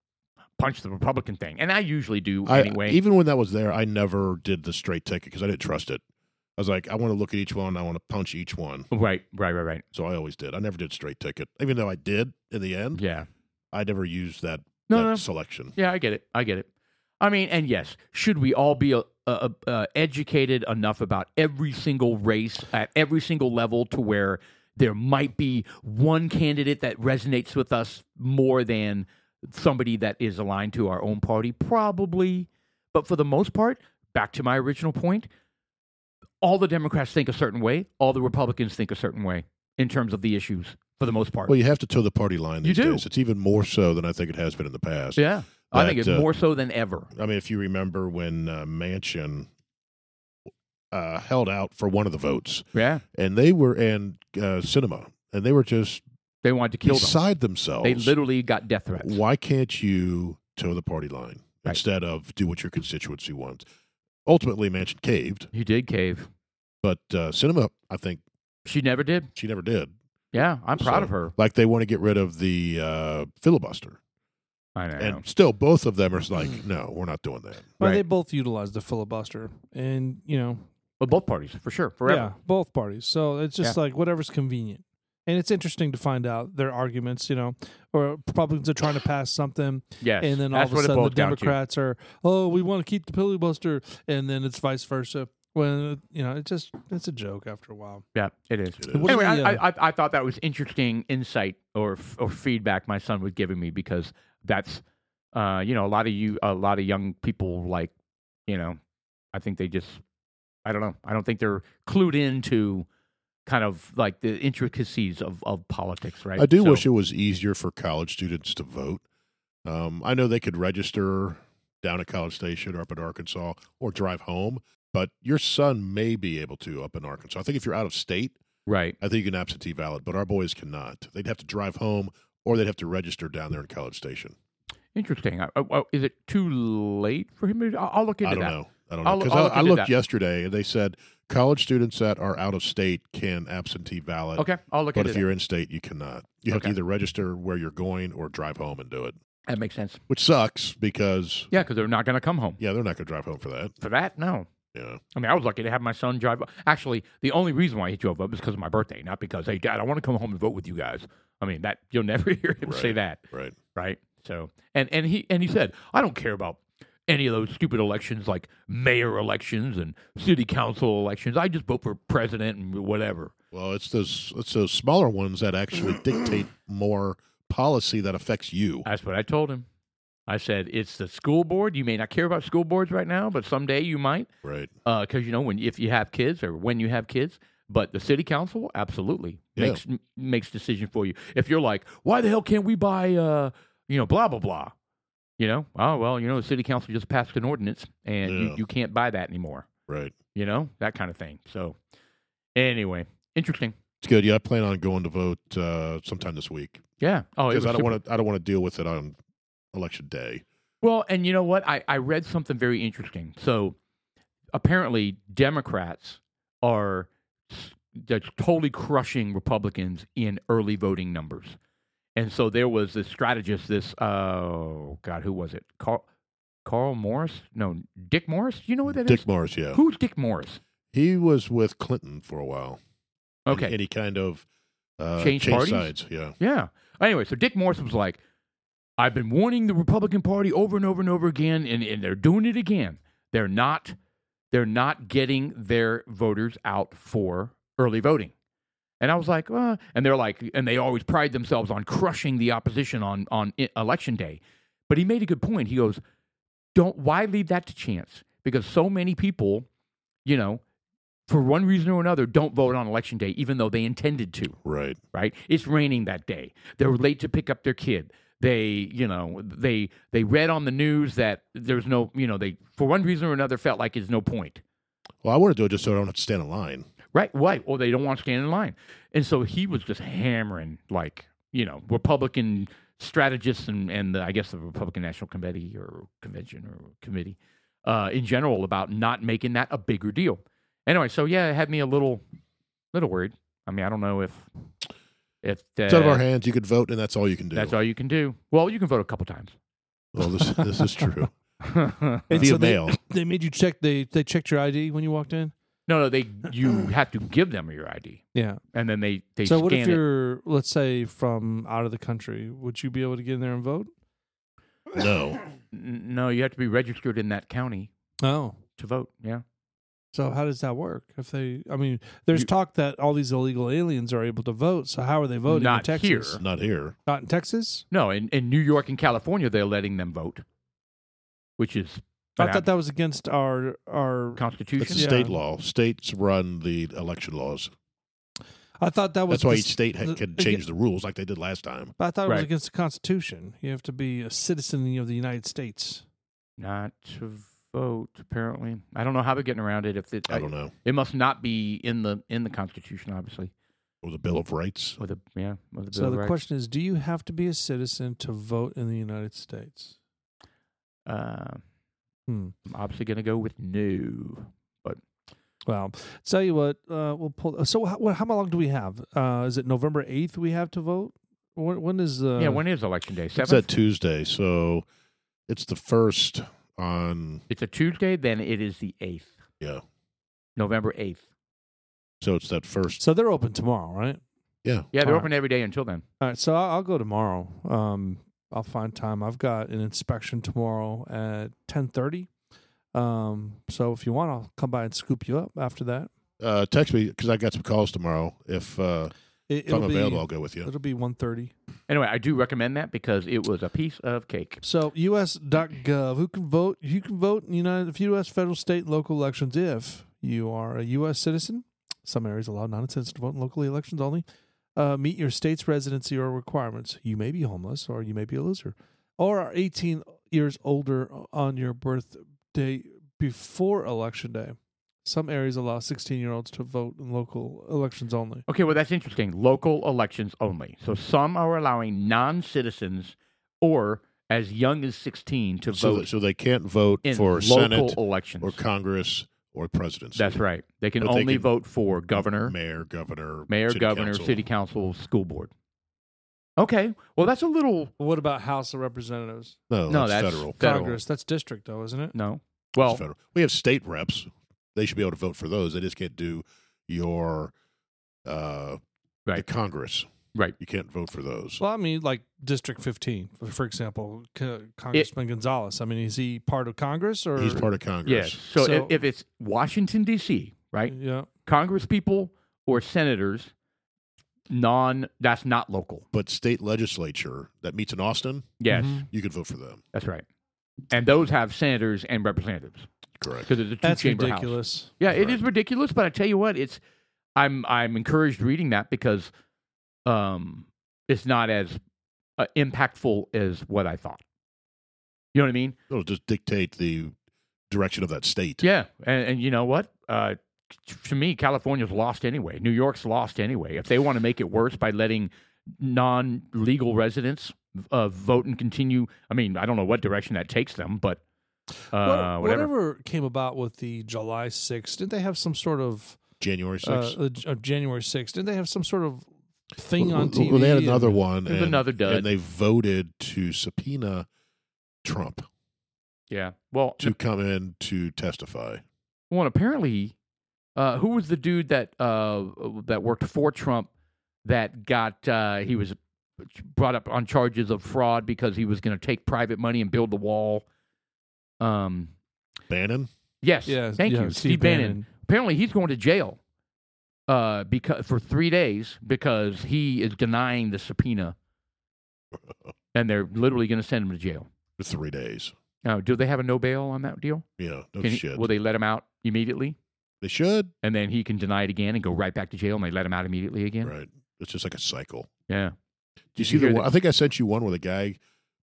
Speaker 1: punch the Republican thing, and I usually do
Speaker 3: I,
Speaker 1: anyway.
Speaker 3: Even when that was there, I never did the straight ticket because I didn't trust it. I was like, I want to look at each one. I want to punch each one.
Speaker 1: right, right, right, right.
Speaker 3: So I always did. I never did straight ticket, even though I did in the end.
Speaker 1: Yeah.
Speaker 3: I never used that,
Speaker 1: No,
Speaker 3: that
Speaker 1: no.
Speaker 3: selection.
Speaker 1: Yeah, I get it. I get it. I mean, and yes, should we all be uh, uh, uh, educated enough about every single race at every single level to where there might be one candidate that resonates with us more than somebody that is aligned to our own party? Probably. But for the most part, back to my original point, all the Democrats think a certain way, all the Republicans think a certain way in terms of the issues for the most part.
Speaker 3: Well, you have to toe the party line
Speaker 1: You
Speaker 3: these
Speaker 1: do.
Speaker 3: days. It's even more so than I think it has been in the past.
Speaker 1: yeah. I think
Speaker 3: That,
Speaker 1: it's
Speaker 3: uh,
Speaker 1: more so than ever.
Speaker 3: I mean, if you remember when uh, Manchin uh, held out for one of the votes,
Speaker 1: Yeah.
Speaker 3: and they were and uh, Cinema, and they were just
Speaker 1: They wanted to kill them.
Speaker 3: beside themselves.
Speaker 1: They literally got death threats.
Speaker 3: Why can't you toe the party line
Speaker 1: Right.
Speaker 3: instead of do what your constituency wants? Ultimately, Manchin caved,
Speaker 1: He did cave.
Speaker 3: but uh, Cinema, I think
Speaker 1: She never did.
Speaker 3: she never did.
Speaker 1: Yeah, I'm proud
Speaker 3: So-
Speaker 1: of her.
Speaker 3: Like they want to get rid of the uh, filibuster,
Speaker 1: I know.
Speaker 3: and still both of them are like, no, we're not doing that.
Speaker 2: Well,
Speaker 1: Right.
Speaker 2: they both utilized the filibuster, and you know,
Speaker 1: but both parties, for sure, forever.
Speaker 2: yeah, both parties. So it's just like whatever's convenient, and it's interesting to find out their arguments. You know, or Republicans are trying to pass something,
Speaker 1: Yes.
Speaker 2: and then all
Speaker 1: That's
Speaker 2: of a
Speaker 1: what it
Speaker 2: sudden the
Speaker 1: boils down to.
Speaker 2: Democrats are, oh, we want to keep the filibuster, and then it's vice versa. When you know, it just it's a joke after a while.
Speaker 1: Yeah, it is.
Speaker 3: It is.
Speaker 2: What uh,
Speaker 1: Anyway,
Speaker 2: are the,
Speaker 1: I, I, I thought that was interesting insight or f- or feedback my son was giving me because that's, uh, you know, a lot of you, a lot of young people like, you know, I think they just, I don't know, I don't think they're clued into kind of like the intricacies of, of politics, right?
Speaker 3: I do
Speaker 1: So-
Speaker 3: wish it was easier for college students to vote. Um, I know they could register down at College Station or up in Arkansas or drive home, but your son may be able to up in Arkansas. I think if you're out of state,
Speaker 1: Right.
Speaker 3: I think you can absentee ballot, but our boys cannot. They'd have to drive home or they'd have to register down there in College Station.
Speaker 1: Interesting. I, I- I- is it too late for him? To, I'll, I'll look into
Speaker 3: I don't
Speaker 1: that.
Speaker 3: know. I don't
Speaker 1: I'll-
Speaker 3: know. Because
Speaker 1: I'll
Speaker 3: I,
Speaker 1: look
Speaker 3: I
Speaker 1: into
Speaker 3: looked
Speaker 1: that.
Speaker 3: yesterday and they said college students that are out of state can absentee ballot.
Speaker 1: Okay, I'll look
Speaker 3: But
Speaker 1: into
Speaker 3: if
Speaker 1: that.
Speaker 3: you're in state, you cannot. You have
Speaker 1: Okay.
Speaker 3: to either register where you're going or drive home and do it,
Speaker 1: That makes sense.
Speaker 3: which sucks because,
Speaker 1: Yeah, because they're not going to come home
Speaker 3: yeah, they're not going to drive home for that.
Speaker 1: for that. No.
Speaker 3: Yeah.
Speaker 1: I mean, I was lucky to have my son drive. up. Actually, the only reason why he drove up is because of my birthday, not because, hey, Dad, I want to come home and vote with you guys. I mean, that you'll never hear him say
Speaker 3: Right.
Speaker 1: that.
Speaker 3: Right.
Speaker 1: right? So and and he and he said, I don't care about any of those stupid elections like mayor elections and city council elections. I just vote for president and whatever.
Speaker 3: Well, it's those it's those smaller ones that actually dictate more policy that affects you.
Speaker 1: That's what I told him. I said, it's the school board. You may not care about school boards right now, but someday you might,
Speaker 3: Right.
Speaker 1: because you know when if you have kids or when you have kids. But the city council absolutely
Speaker 3: Yeah.
Speaker 1: makes m- makes decision for you. If you're like, why the hell can't we buy, uh, you know, blah blah blah, you know, oh well, you know, the city council just passed an ordinance and
Speaker 3: Yeah.
Speaker 1: you, you can't buy that anymore.
Speaker 3: Right.
Speaker 1: you know that kind of thing so anyway interesting
Speaker 3: It's good. Yeah, I plan on going to vote uh, sometime this week
Speaker 1: yeah oh it
Speaker 3: because
Speaker 1: was
Speaker 3: I don't
Speaker 1: super-
Speaker 3: want to. I don't want to deal with it on election day.
Speaker 1: well and you know what I, I read something very interesting so apparently democrats are s- that's totally crushing republicans in early voting numbers and so there was this strategist this oh god who was it carl carl morris no dick morris you know what that is?
Speaker 3: Dick Morris. Yeah,
Speaker 1: who's dick morris
Speaker 3: he was with Clinton for a while. And-
Speaker 1: okay
Speaker 3: And, he kind of uh,
Speaker 1: Changed parties?
Speaker 3: sides. Yeah.
Speaker 1: Yeah. Anyway, so Dick Morris was like, I've been warning the Republican Party over and over and over again, and, and they're doing it again. They're not they're not getting their voters out for early voting. And I was like, uh, and they're like, and they always pride themselves on crushing the opposition on on i- election day. But he made a good point. He goes, don't why leave that to chance? Because so many people, you know, for one reason or another, don't vote on election day, even though they intended to
Speaker 3: Right.
Speaker 1: right? It's raining that day. They're late to pick up their kid. They, you know, they they read on the news that there's no, you know, they for one reason or another felt like it's no point.
Speaker 3: Well, I want to do it just so I don't have to stand in line.
Speaker 1: Right, right. Or they don't want to stand in line. And so he was just hammering like, you know, Republican strategists and, and the, I guess the Republican National Committee or convention or committee uh, in general about not making that a bigger deal. Anyway, so yeah, it had me a little little worried. I mean, I don't know if if uh,
Speaker 3: It's out of our hands. You could vote, and that's all you can do.
Speaker 1: That's all you can do. Well, you can vote a couple times.
Speaker 3: well, this this is true.
Speaker 1: no,
Speaker 2: And
Speaker 3: Via
Speaker 2: so they,
Speaker 3: mail.
Speaker 2: they made you check. They they checked your ID when you walked in.
Speaker 1: no, they you have to give them your ID,
Speaker 2: Yeah.
Speaker 1: and then they they
Speaker 2: so
Speaker 1: scan
Speaker 2: what if
Speaker 1: it.
Speaker 2: you're, let's say, from out of the country? Would you be able to get in there and vote?
Speaker 3: No.
Speaker 1: N- No, you have to be registered in that county
Speaker 2: Oh.
Speaker 1: to vote. Yeah,
Speaker 2: So how does that work? If they, I mean, there's
Speaker 1: You-
Speaker 2: talk that all these illegal aliens are able to vote. So how are they voting
Speaker 1: Not
Speaker 2: in Texas?
Speaker 1: here.
Speaker 3: Not here.
Speaker 2: Not in Texas.
Speaker 1: no, in, in New York and California, they're letting them vote, which is
Speaker 2: I thought that was against our our.
Speaker 3: It's
Speaker 1: constitution.
Speaker 3: a
Speaker 2: Yeah.
Speaker 3: state law. States run the election laws.
Speaker 2: I thought that was.
Speaker 3: That's why
Speaker 2: the-
Speaker 3: each state ha-
Speaker 2: the-
Speaker 3: can change the rules like they did last time.
Speaker 2: I thought it was
Speaker 1: Right.
Speaker 2: against the Constitution. You have to be a citizen of the United States.
Speaker 1: Not to vote, apparently. I don't know how they're getting around it. If it,
Speaker 3: I don't know.
Speaker 1: it must not be in the in the Constitution, obviously,
Speaker 3: Or the Bill of Rights.
Speaker 1: or the yeah, or the Bill
Speaker 2: So
Speaker 1: of
Speaker 2: the
Speaker 1: Rights.
Speaker 2: question is, do you have to be a citizen to vote in the United States?
Speaker 1: Uh,
Speaker 2: Hmm.
Speaker 1: I'm obviously going to go with no.
Speaker 2: Well, tell you what, uh, we'll pull. So how, what, how long do we have? Uh, is it November eighth? We have to vote. When, when is uh, the?
Speaker 1: yeah, when is election day?
Speaker 3: It's
Speaker 1: Seventh.
Speaker 3: that Tuesday, so it's the first on
Speaker 1: It's a Tuesday, then it is the 8th,
Speaker 3: yeah.
Speaker 1: November 8th.
Speaker 3: So it's that first.
Speaker 2: So they're open tomorrow, right?
Speaker 3: Yeah,
Speaker 1: Yeah, they're
Speaker 2: All right.
Speaker 1: open every day until then.
Speaker 2: All right, so I'll, I'll go tomorrow. Um, I'll find time. I've got an inspection tomorrow at ten thirty. Um, so if you want, I'll come by and scoop you up after that.
Speaker 3: uh, text me because I got some calls tomorrow. If, uh,
Speaker 2: It,
Speaker 3: if I'm
Speaker 2: it'll be
Speaker 3: available, I'll go with you.
Speaker 2: it'll be one thirty.
Speaker 1: Anyway, I do recommend that because it was a piece of cake.
Speaker 2: So U.S.gov, who can vote? You can vote in United U.S. federal, state, and local elections if you are a U.S. citizen. Some areas allow non-citizens to vote in local elections only. Uh, meet your state's residency or requirements. You may be homeless, or you may be a loser, or are 18 years older on your birthday before election day. Some areas allow 16 year olds to vote in local elections only.
Speaker 1: Okay, well, that's interesting. Local elections only. So some are allowing non citizens or as young as 16 to
Speaker 3: so,
Speaker 1: vote
Speaker 3: that- so they can't vote
Speaker 1: in
Speaker 3: for
Speaker 1: local
Speaker 3: Senate
Speaker 1: elections.
Speaker 3: or Congress or presidency.
Speaker 1: that's right. They can
Speaker 3: But they
Speaker 1: only
Speaker 3: can-
Speaker 1: vote for governor,
Speaker 3: Mayor, governor,
Speaker 1: mayor,
Speaker 3: city
Speaker 1: governor,
Speaker 3: council.
Speaker 1: city council, school board. Okay, well, that's a little.
Speaker 2: What about House of Representatives?
Speaker 3: No,
Speaker 1: No,
Speaker 3: Oh, that's,
Speaker 1: that's-
Speaker 3: federal.
Speaker 1: Federal.
Speaker 2: Congress. That's district, though, isn't it?
Speaker 1: No.
Speaker 3: That's
Speaker 1: Well,
Speaker 3: federal. We have state reps. They should be able to vote for those. They just can't do your uh, the
Speaker 1: Right.
Speaker 3: Congress.
Speaker 1: Right.
Speaker 3: You can't vote for those.
Speaker 2: Well, I mean, like District 15, for- for example, Co- Congressman Gonzalez. I mean, is he part of Congress or?
Speaker 3: He's part of
Speaker 1: yes.
Speaker 3: Congress.
Speaker 1: So,
Speaker 2: So- Mm-hmm.
Speaker 1: if, if it's Washington, D.C., right?
Speaker 2: Yeah.
Speaker 1: Congress people or senators, non, that's not local.
Speaker 3: But state legislature that meets in Austin,
Speaker 1: Yes,
Speaker 2: Mhm.
Speaker 3: you can vote for them.
Speaker 1: that's right. And those have senators and representatives
Speaker 3: Correct.
Speaker 1: because it's a two
Speaker 2: That's
Speaker 1: chamber house.
Speaker 2: ridiculous.
Speaker 1: Yeah, it
Speaker 3: Right.
Speaker 1: is ridiculous, but I tell you what, it's I'm I'm encouraged reading that because um it's not as uh, impactful as what I thought. You know what I mean?
Speaker 3: It'll just dictate the direction of that state.
Speaker 1: Yeah, and, and you know what? Uh, t- to me, California's lost anyway. New York's lost anyway. If they want to make it worse by letting non-legal residents uh, vote and continue, I mean, I don't know what direction that takes them, but uh,
Speaker 2: What-
Speaker 1: whatever.
Speaker 2: came about with the July 6th, didn't they have some sort of
Speaker 3: January
Speaker 2: uh,
Speaker 3: 6th.
Speaker 2: uh, J- uh, January 6th? Didn't they have some sort of thing on
Speaker 3: Well,
Speaker 2: TV?
Speaker 3: well, they had
Speaker 2: and-
Speaker 3: another one.
Speaker 1: There's
Speaker 3: and,
Speaker 1: another dud.
Speaker 3: And they voted to subpoena Trump
Speaker 1: Yeah. Well,
Speaker 3: to come in to testify.
Speaker 1: Well, and apparently, uh, who was the dude that uh, that worked for Trump that got uh, he was brought up on charges of fraud because he was going to take private money and build the wall. Um.
Speaker 3: Bannon?
Speaker 1: Yes.
Speaker 2: Yeah,
Speaker 1: Thank
Speaker 2: yeah,
Speaker 1: you, Steve, Bannon. Apparently, he's going to jail. Uh, because for three days because he is denying the subpoena, and they're literally going to send him to jail.
Speaker 3: For three days.
Speaker 1: Now, do they have a no bail on that deal?
Speaker 3: Yeah, no
Speaker 1: Can he-
Speaker 3: Oh, shit.
Speaker 1: will they let him out immediately?
Speaker 3: they should.
Speaker 1: and then he can deny it again and go right back to jail and they let him out immediately again
Speaker 3: Right. It's just like a cycle.
Speaker 1: yeah
Speaker 3: Do you
Speaker 1: Did
Speaker 3: see
Speaker 1: you
Speaker 3: the
Speaker 1: hear
Speaker 3: one?
Speaker 1: that-
Speaker 3: I think I sent you one where the guy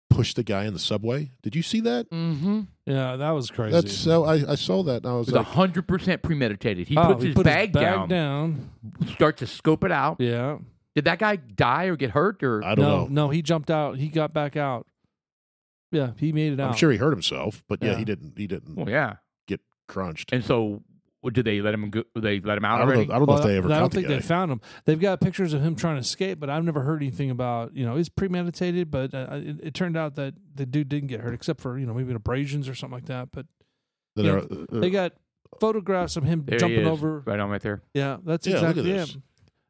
Speaker 3: pushed the guy in the subway. Did you see that?
Speaker 1: mm-hmm
Speaker 2: Yeah, that was crazy.
Speaker 3: That's so. I, I saw that and I was
Speaker 1: it was
Speaker 3: like,
Speaker 1: 100% premeditated he
Speaker 2: Oh,
Speaker 1: puts his,
Speaker 2: put
Speaker 1: bag down,
Speaker 2: down.
Speaker 1: starts to scope it out
Speaker 2: Yeah.
Speaker 1: did that guy die or get hurt or
Speaker 3: I don't
Speaker 2: no,
Speaker 3: know.
Speaker 2: no, he jumped out. He got back out. Yeah, he made it out.
Speaker 3: I'm sure he hurt himself, but yeah,
Speaker 2: Yeah.
Speaker 3: he didn't. He didn't
Speaker 1: well yeah
Speaker 3: get crunched.
Speaker 1: and so what, did they let him go they let him out
Speaker 3: I don't
Speaker 1: already
Speaker 3: know. I don't know
Speaker 2: Well,
Speaker 3: if they ever
Speaker 2: I don't
Speaker 3: caught the
Speaker 2: think
Speaker 3: guy.
Speaker 2: they found him. They've got pictures of him trying to escape, but I've never heard anything about you know it's premeditated. But uh, it, it turned out that the dude didn't get hurt, except for you know maybe an abrasions or something like that. But
Speaker 3: Then
Speaker 2: Yeah.
Speaker 3: they're-
Speaker 2: they got photographs of him
Speaker 1: There he
Speaker 2: jumping
Speaker 1: is,
Speaker 2: over.
Speaker 1: right on right there
Speaker 2: Yeah, that's
Speaker 3: Yeah, look at
Speaker 2: exactly
Speaker 3: this.
Speaker 2: him.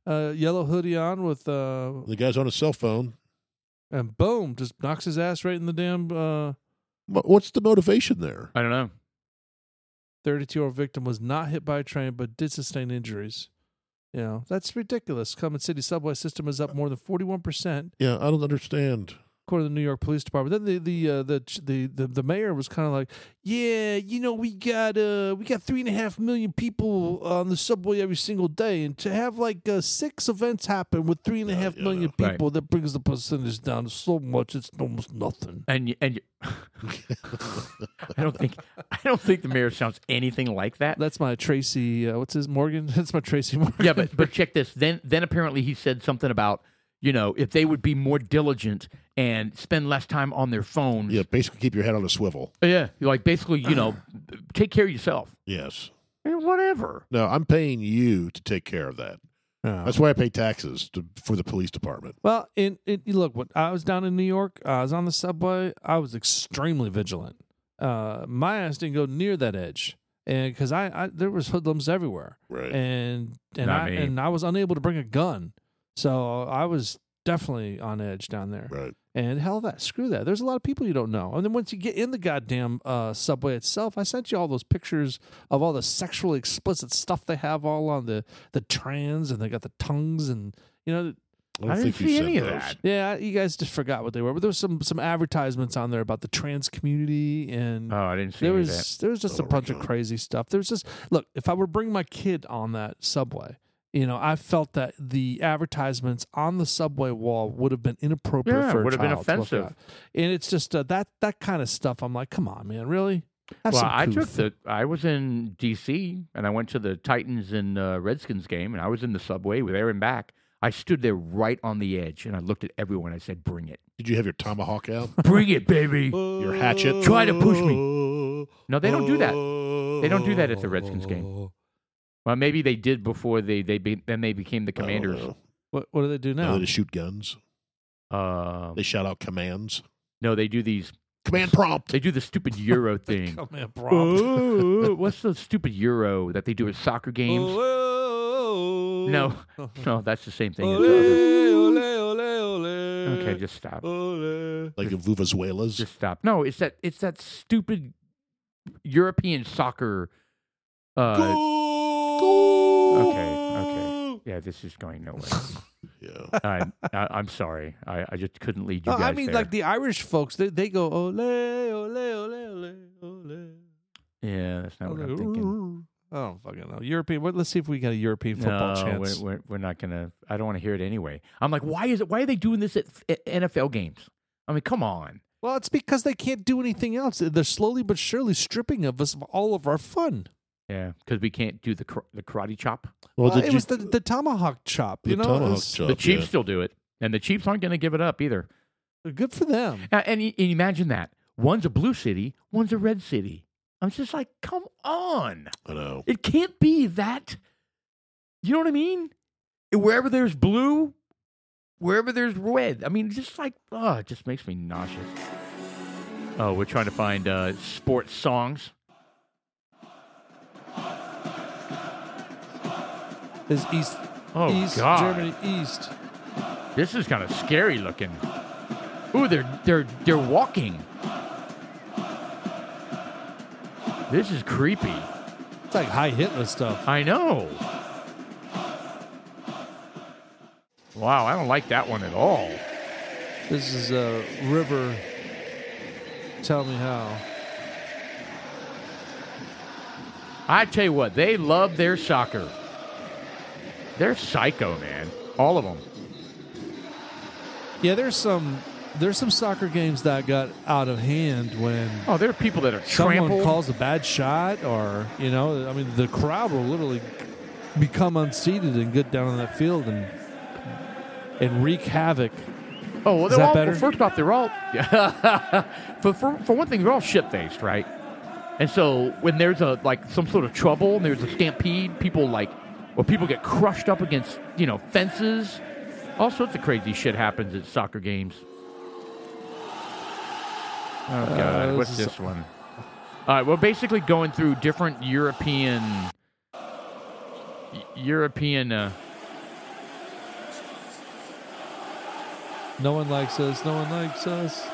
Speaker 2: Uh, yellow hoodie on with uh,
Speaker 3: the guy's on his cell phone.
Speaker 2: and boom, just knocks his ass right in the damn uh,
Speaker 3: Mo- What's the motivation there?
Speaker 1: i don't know
Speaker 2: 32-year-old victim was not hit by a train but did sustain injuries. You know, that's ridiculous. Common City subway system is up more than 41%,
Speaker 3: Yeah, I don't understand.
Speaker 2: according to the New York Police Department. Then the the uh, the, ch- the the the mayor was kind of like, "Yeah, you know, we got uh we got three and a half million people on the subway every single day, and to have like uh, six events happen with three and a
Speaker 3: Yeah,
Speaker 2: half
Speaker 3: yeah, I
Speaker 2: million
Speaker 1: know. Right.
Speaker 2: people, that brings the percentage down so much it's almost nothing."
Speaker 1: and y- and y- i don't think i don't think the mayor sounds anything like that
Speaker 2: That's my Tracy. Uh, what's his Morgan? That's my Tracy Morgan.
Speaker 1: yeah, but but check this. Then then apparently he said something about you know if they would be more diligent and spend less time on their phones.
Speaker 3: Yeah, basically keep your head on a swivel.
Speaker 1: Yeah, like basically you know take care of yourself.
Speaker 3: Yes.
Speaker 1: Eh, Whatever.
Speaker 3: No, I'm paying you to take care of that.
Speaker 2: Uh-huh.
Speaker 3: That's why I pay taxes to, for the police department.
Speaker 2: Well, in it, you look, when I was down in New York, uh, I was on the subway. I was extremely vigilant. Uh, my ass didn't go near that edge, and because I, I there was hoodlums everywhere,
Speaker 3: Right.
Speaker 2: and and
Speaker 1: Not
Speaker 2: I
Speaker 1: me.
Speaker 2: and I was unable to bring a gun, so I was definitely on edge down there.
Speaker 3: right.
Speaker 2: And hell, that screw that. There's a lot of people you don't know, and then once you get in the goddamn uh, subway itself, I sent you all those pictures of all the sexually explicit stuff they have all on the the trans, and they got the tongues, and you know
Speaker 3: I, don't
Speaker 1: I
Speaker 3: think
Speaker 1: didn't
Speaker 3: you
Speaker 1: see
Speaker 3: said
Speaker 1: any of
Speaker 3: those.
Speaker 1: that.
Speaker 2: yeah, you guys just forgot what they were, but there was some some advertisements on there about the trans community, and
Speaker 1: Oh, I didn't see
Speaker 2: there
Speaker 1: any
Speaker 2: was
Speaker 1: of that.
Speaker 2: there was just a
Speaker 3: Oh,
Speaker 2: bunch of
Speaker 3: God.
Speaker 2: crazy stuff. There was just look, if I were to bring my kid on that subway, you know, I felt that the advertisements on the subway wall would have been inappropriate
Speaker 1: Yeah,
Speaker 2: for a
Speaker 1: would have been
Speaker 2: child to look
Speaker 1: offensive.
Speaker 2: at. and it's just uh, that that kind of stuff. I'm like, come on, man, really? Have
Speaker 1: well,
Speaker 2: some
Speaker 1: I took
Speaker 2: couth.
Speaker 1: the. I was in D.C. and I went to the Titans and uh, Redskins game, and I was in the subway with Aaron back. I stood there right on the edge, and I looked at everyone. I said, "Bring it,
Speaker 3: Did you have your tomahawk out?
Speaker 1: bring it, baby."
Speaker 3: Your hatchet?
Speaker 1: Try to push No, they don't do that. They don't do that at the Redskins
Speaker 2: game.
Speaker 1: Well, maybe they did before they they be, then they became the Commanders.
Speaker 2: What, what do they do
Speaker 3: No,
Speaker 2: now?
Speaker 3: they just shoot guns.
Speaker 1: Uh,
Speaker 3: They shout out commands.
Speaker 1: no, they do these.
Speaker 3: Command prompt.
Speaker 1: They do the stupid Euro thing.
Speaker 2: Come here,
Speaker 1: Oh, what's the stupid Euro that they do at soccer
Speaker 2: Oh,
Speaker 1: games? No, no, that's the same
Speaker 2: Oh,
Speaker 1: thing. As other. Okay, just stop.
Speaker 3: Like in Vuvuzelas.
Speaker 1: Just stop. No, it's that it's that stupid European soccer. Uh, okay, yeah, this is going nowhere.
Speaker 3: Yeah.
Speaker 1: I, I, I'm sorry. I, I just couldn't lead you
Speaker 2: No,
Speaker 1: guys
Speaker 2: Uh, I mean,
Speaker 1: there.
Speaker 2: like the Irish folks, they, they go ole ole ole ole ole.
Speaker 1: yeah, that's not what I'm thinking.
Speaker 2: ole. I don't fucking know European. What, let's see if we got a European football
Speaker 1: no,
Speaker 2: chance.
Speaker 1: We're, we're, we're not gonna. I don't want to hear it anyway. I'm like, why is it? Why are they doing this at, at NFL games? I mean, come on.
Speaker 2: Well, it's because they can't do anything else. They're slowly but surely stripping of us of all of our fun.
Speaker 1: Yeah, because we can't do the kar- the karate chop.
Speaker 3: Well,
Speaker 2: Well,
Speaker 3: did
Speaker 2: Uh, it
Speaker 3: you-
Speaker 2: was the, the tomahawk chop.
Speaker 3: the
Speaker 2: you know,
Speaker 3: tomahawk
Speaker 2: It's
Speaker 3: chop,
Speaker 1: the Chiefs
Speaker 3: yeah.
Speaker 1: still do it, and the Chiefs aren't gonna give it up either.
Speaker 2: good for them.
Speaker 1: A- And, and imagine that one's a blue city, one's a red city. I'm just like, come on.
Speaker 3: I know.
Speaker 1: It can't be that. You know what I mean? Wherever there's blue, wherever there's red. I mean, just like, oh, it just makes me nauseous. Oh, we're trying to find uh, sports songs.
Speaker 2: Is East,
Speaker 1: Oh,
Speaker 2: East
Speaker 1: God.
Speaker 2: Germany East?
Speaker 1: This is kind of scary looking. Ooh, they're they're they're walking. This is creepy.
Speaker 2: It's like high Hitler stuff.
Speaker 1: I know. Wow, I don't like that one at all.
Speaker 2: This is a uh, river. Tell me how.
Speaker 1: I tell you what, they love their soccer. They're psycho, man. All of them.
Speaker 2: Yeah, there's some there's some soccer games that got out of hand when
Speaker 1: Oh, there are people that are
Speaker 2: someone
Speaker 1: trampled.
Speaker 2: calls a bad shot or you know, I mean the crowd will literally become unseated and get down on that field and and wreak havoc.
Speaker 1: oh, well,
Speaker 2: Is
Speaker 1: they're
Speaker 2: that
Speaker 1: all,
Speaker 2: better?
Speaker 1: well, first off, they're all. for, for for one thing, they're all shit faced, right? And so when there's a like some sort of trouble and there's a stampede, people like, or people get crushed up against you know fences. All sorts of crazy shit happens at soccer games. Oh god,
Speaker 2: Uh, this
Speaker 1: what's
Speaker 2: is-
Speaker 1: this one? All right, we're basically going through different European, European. Uh,
Speaker 2: No one likes us, no one likes us.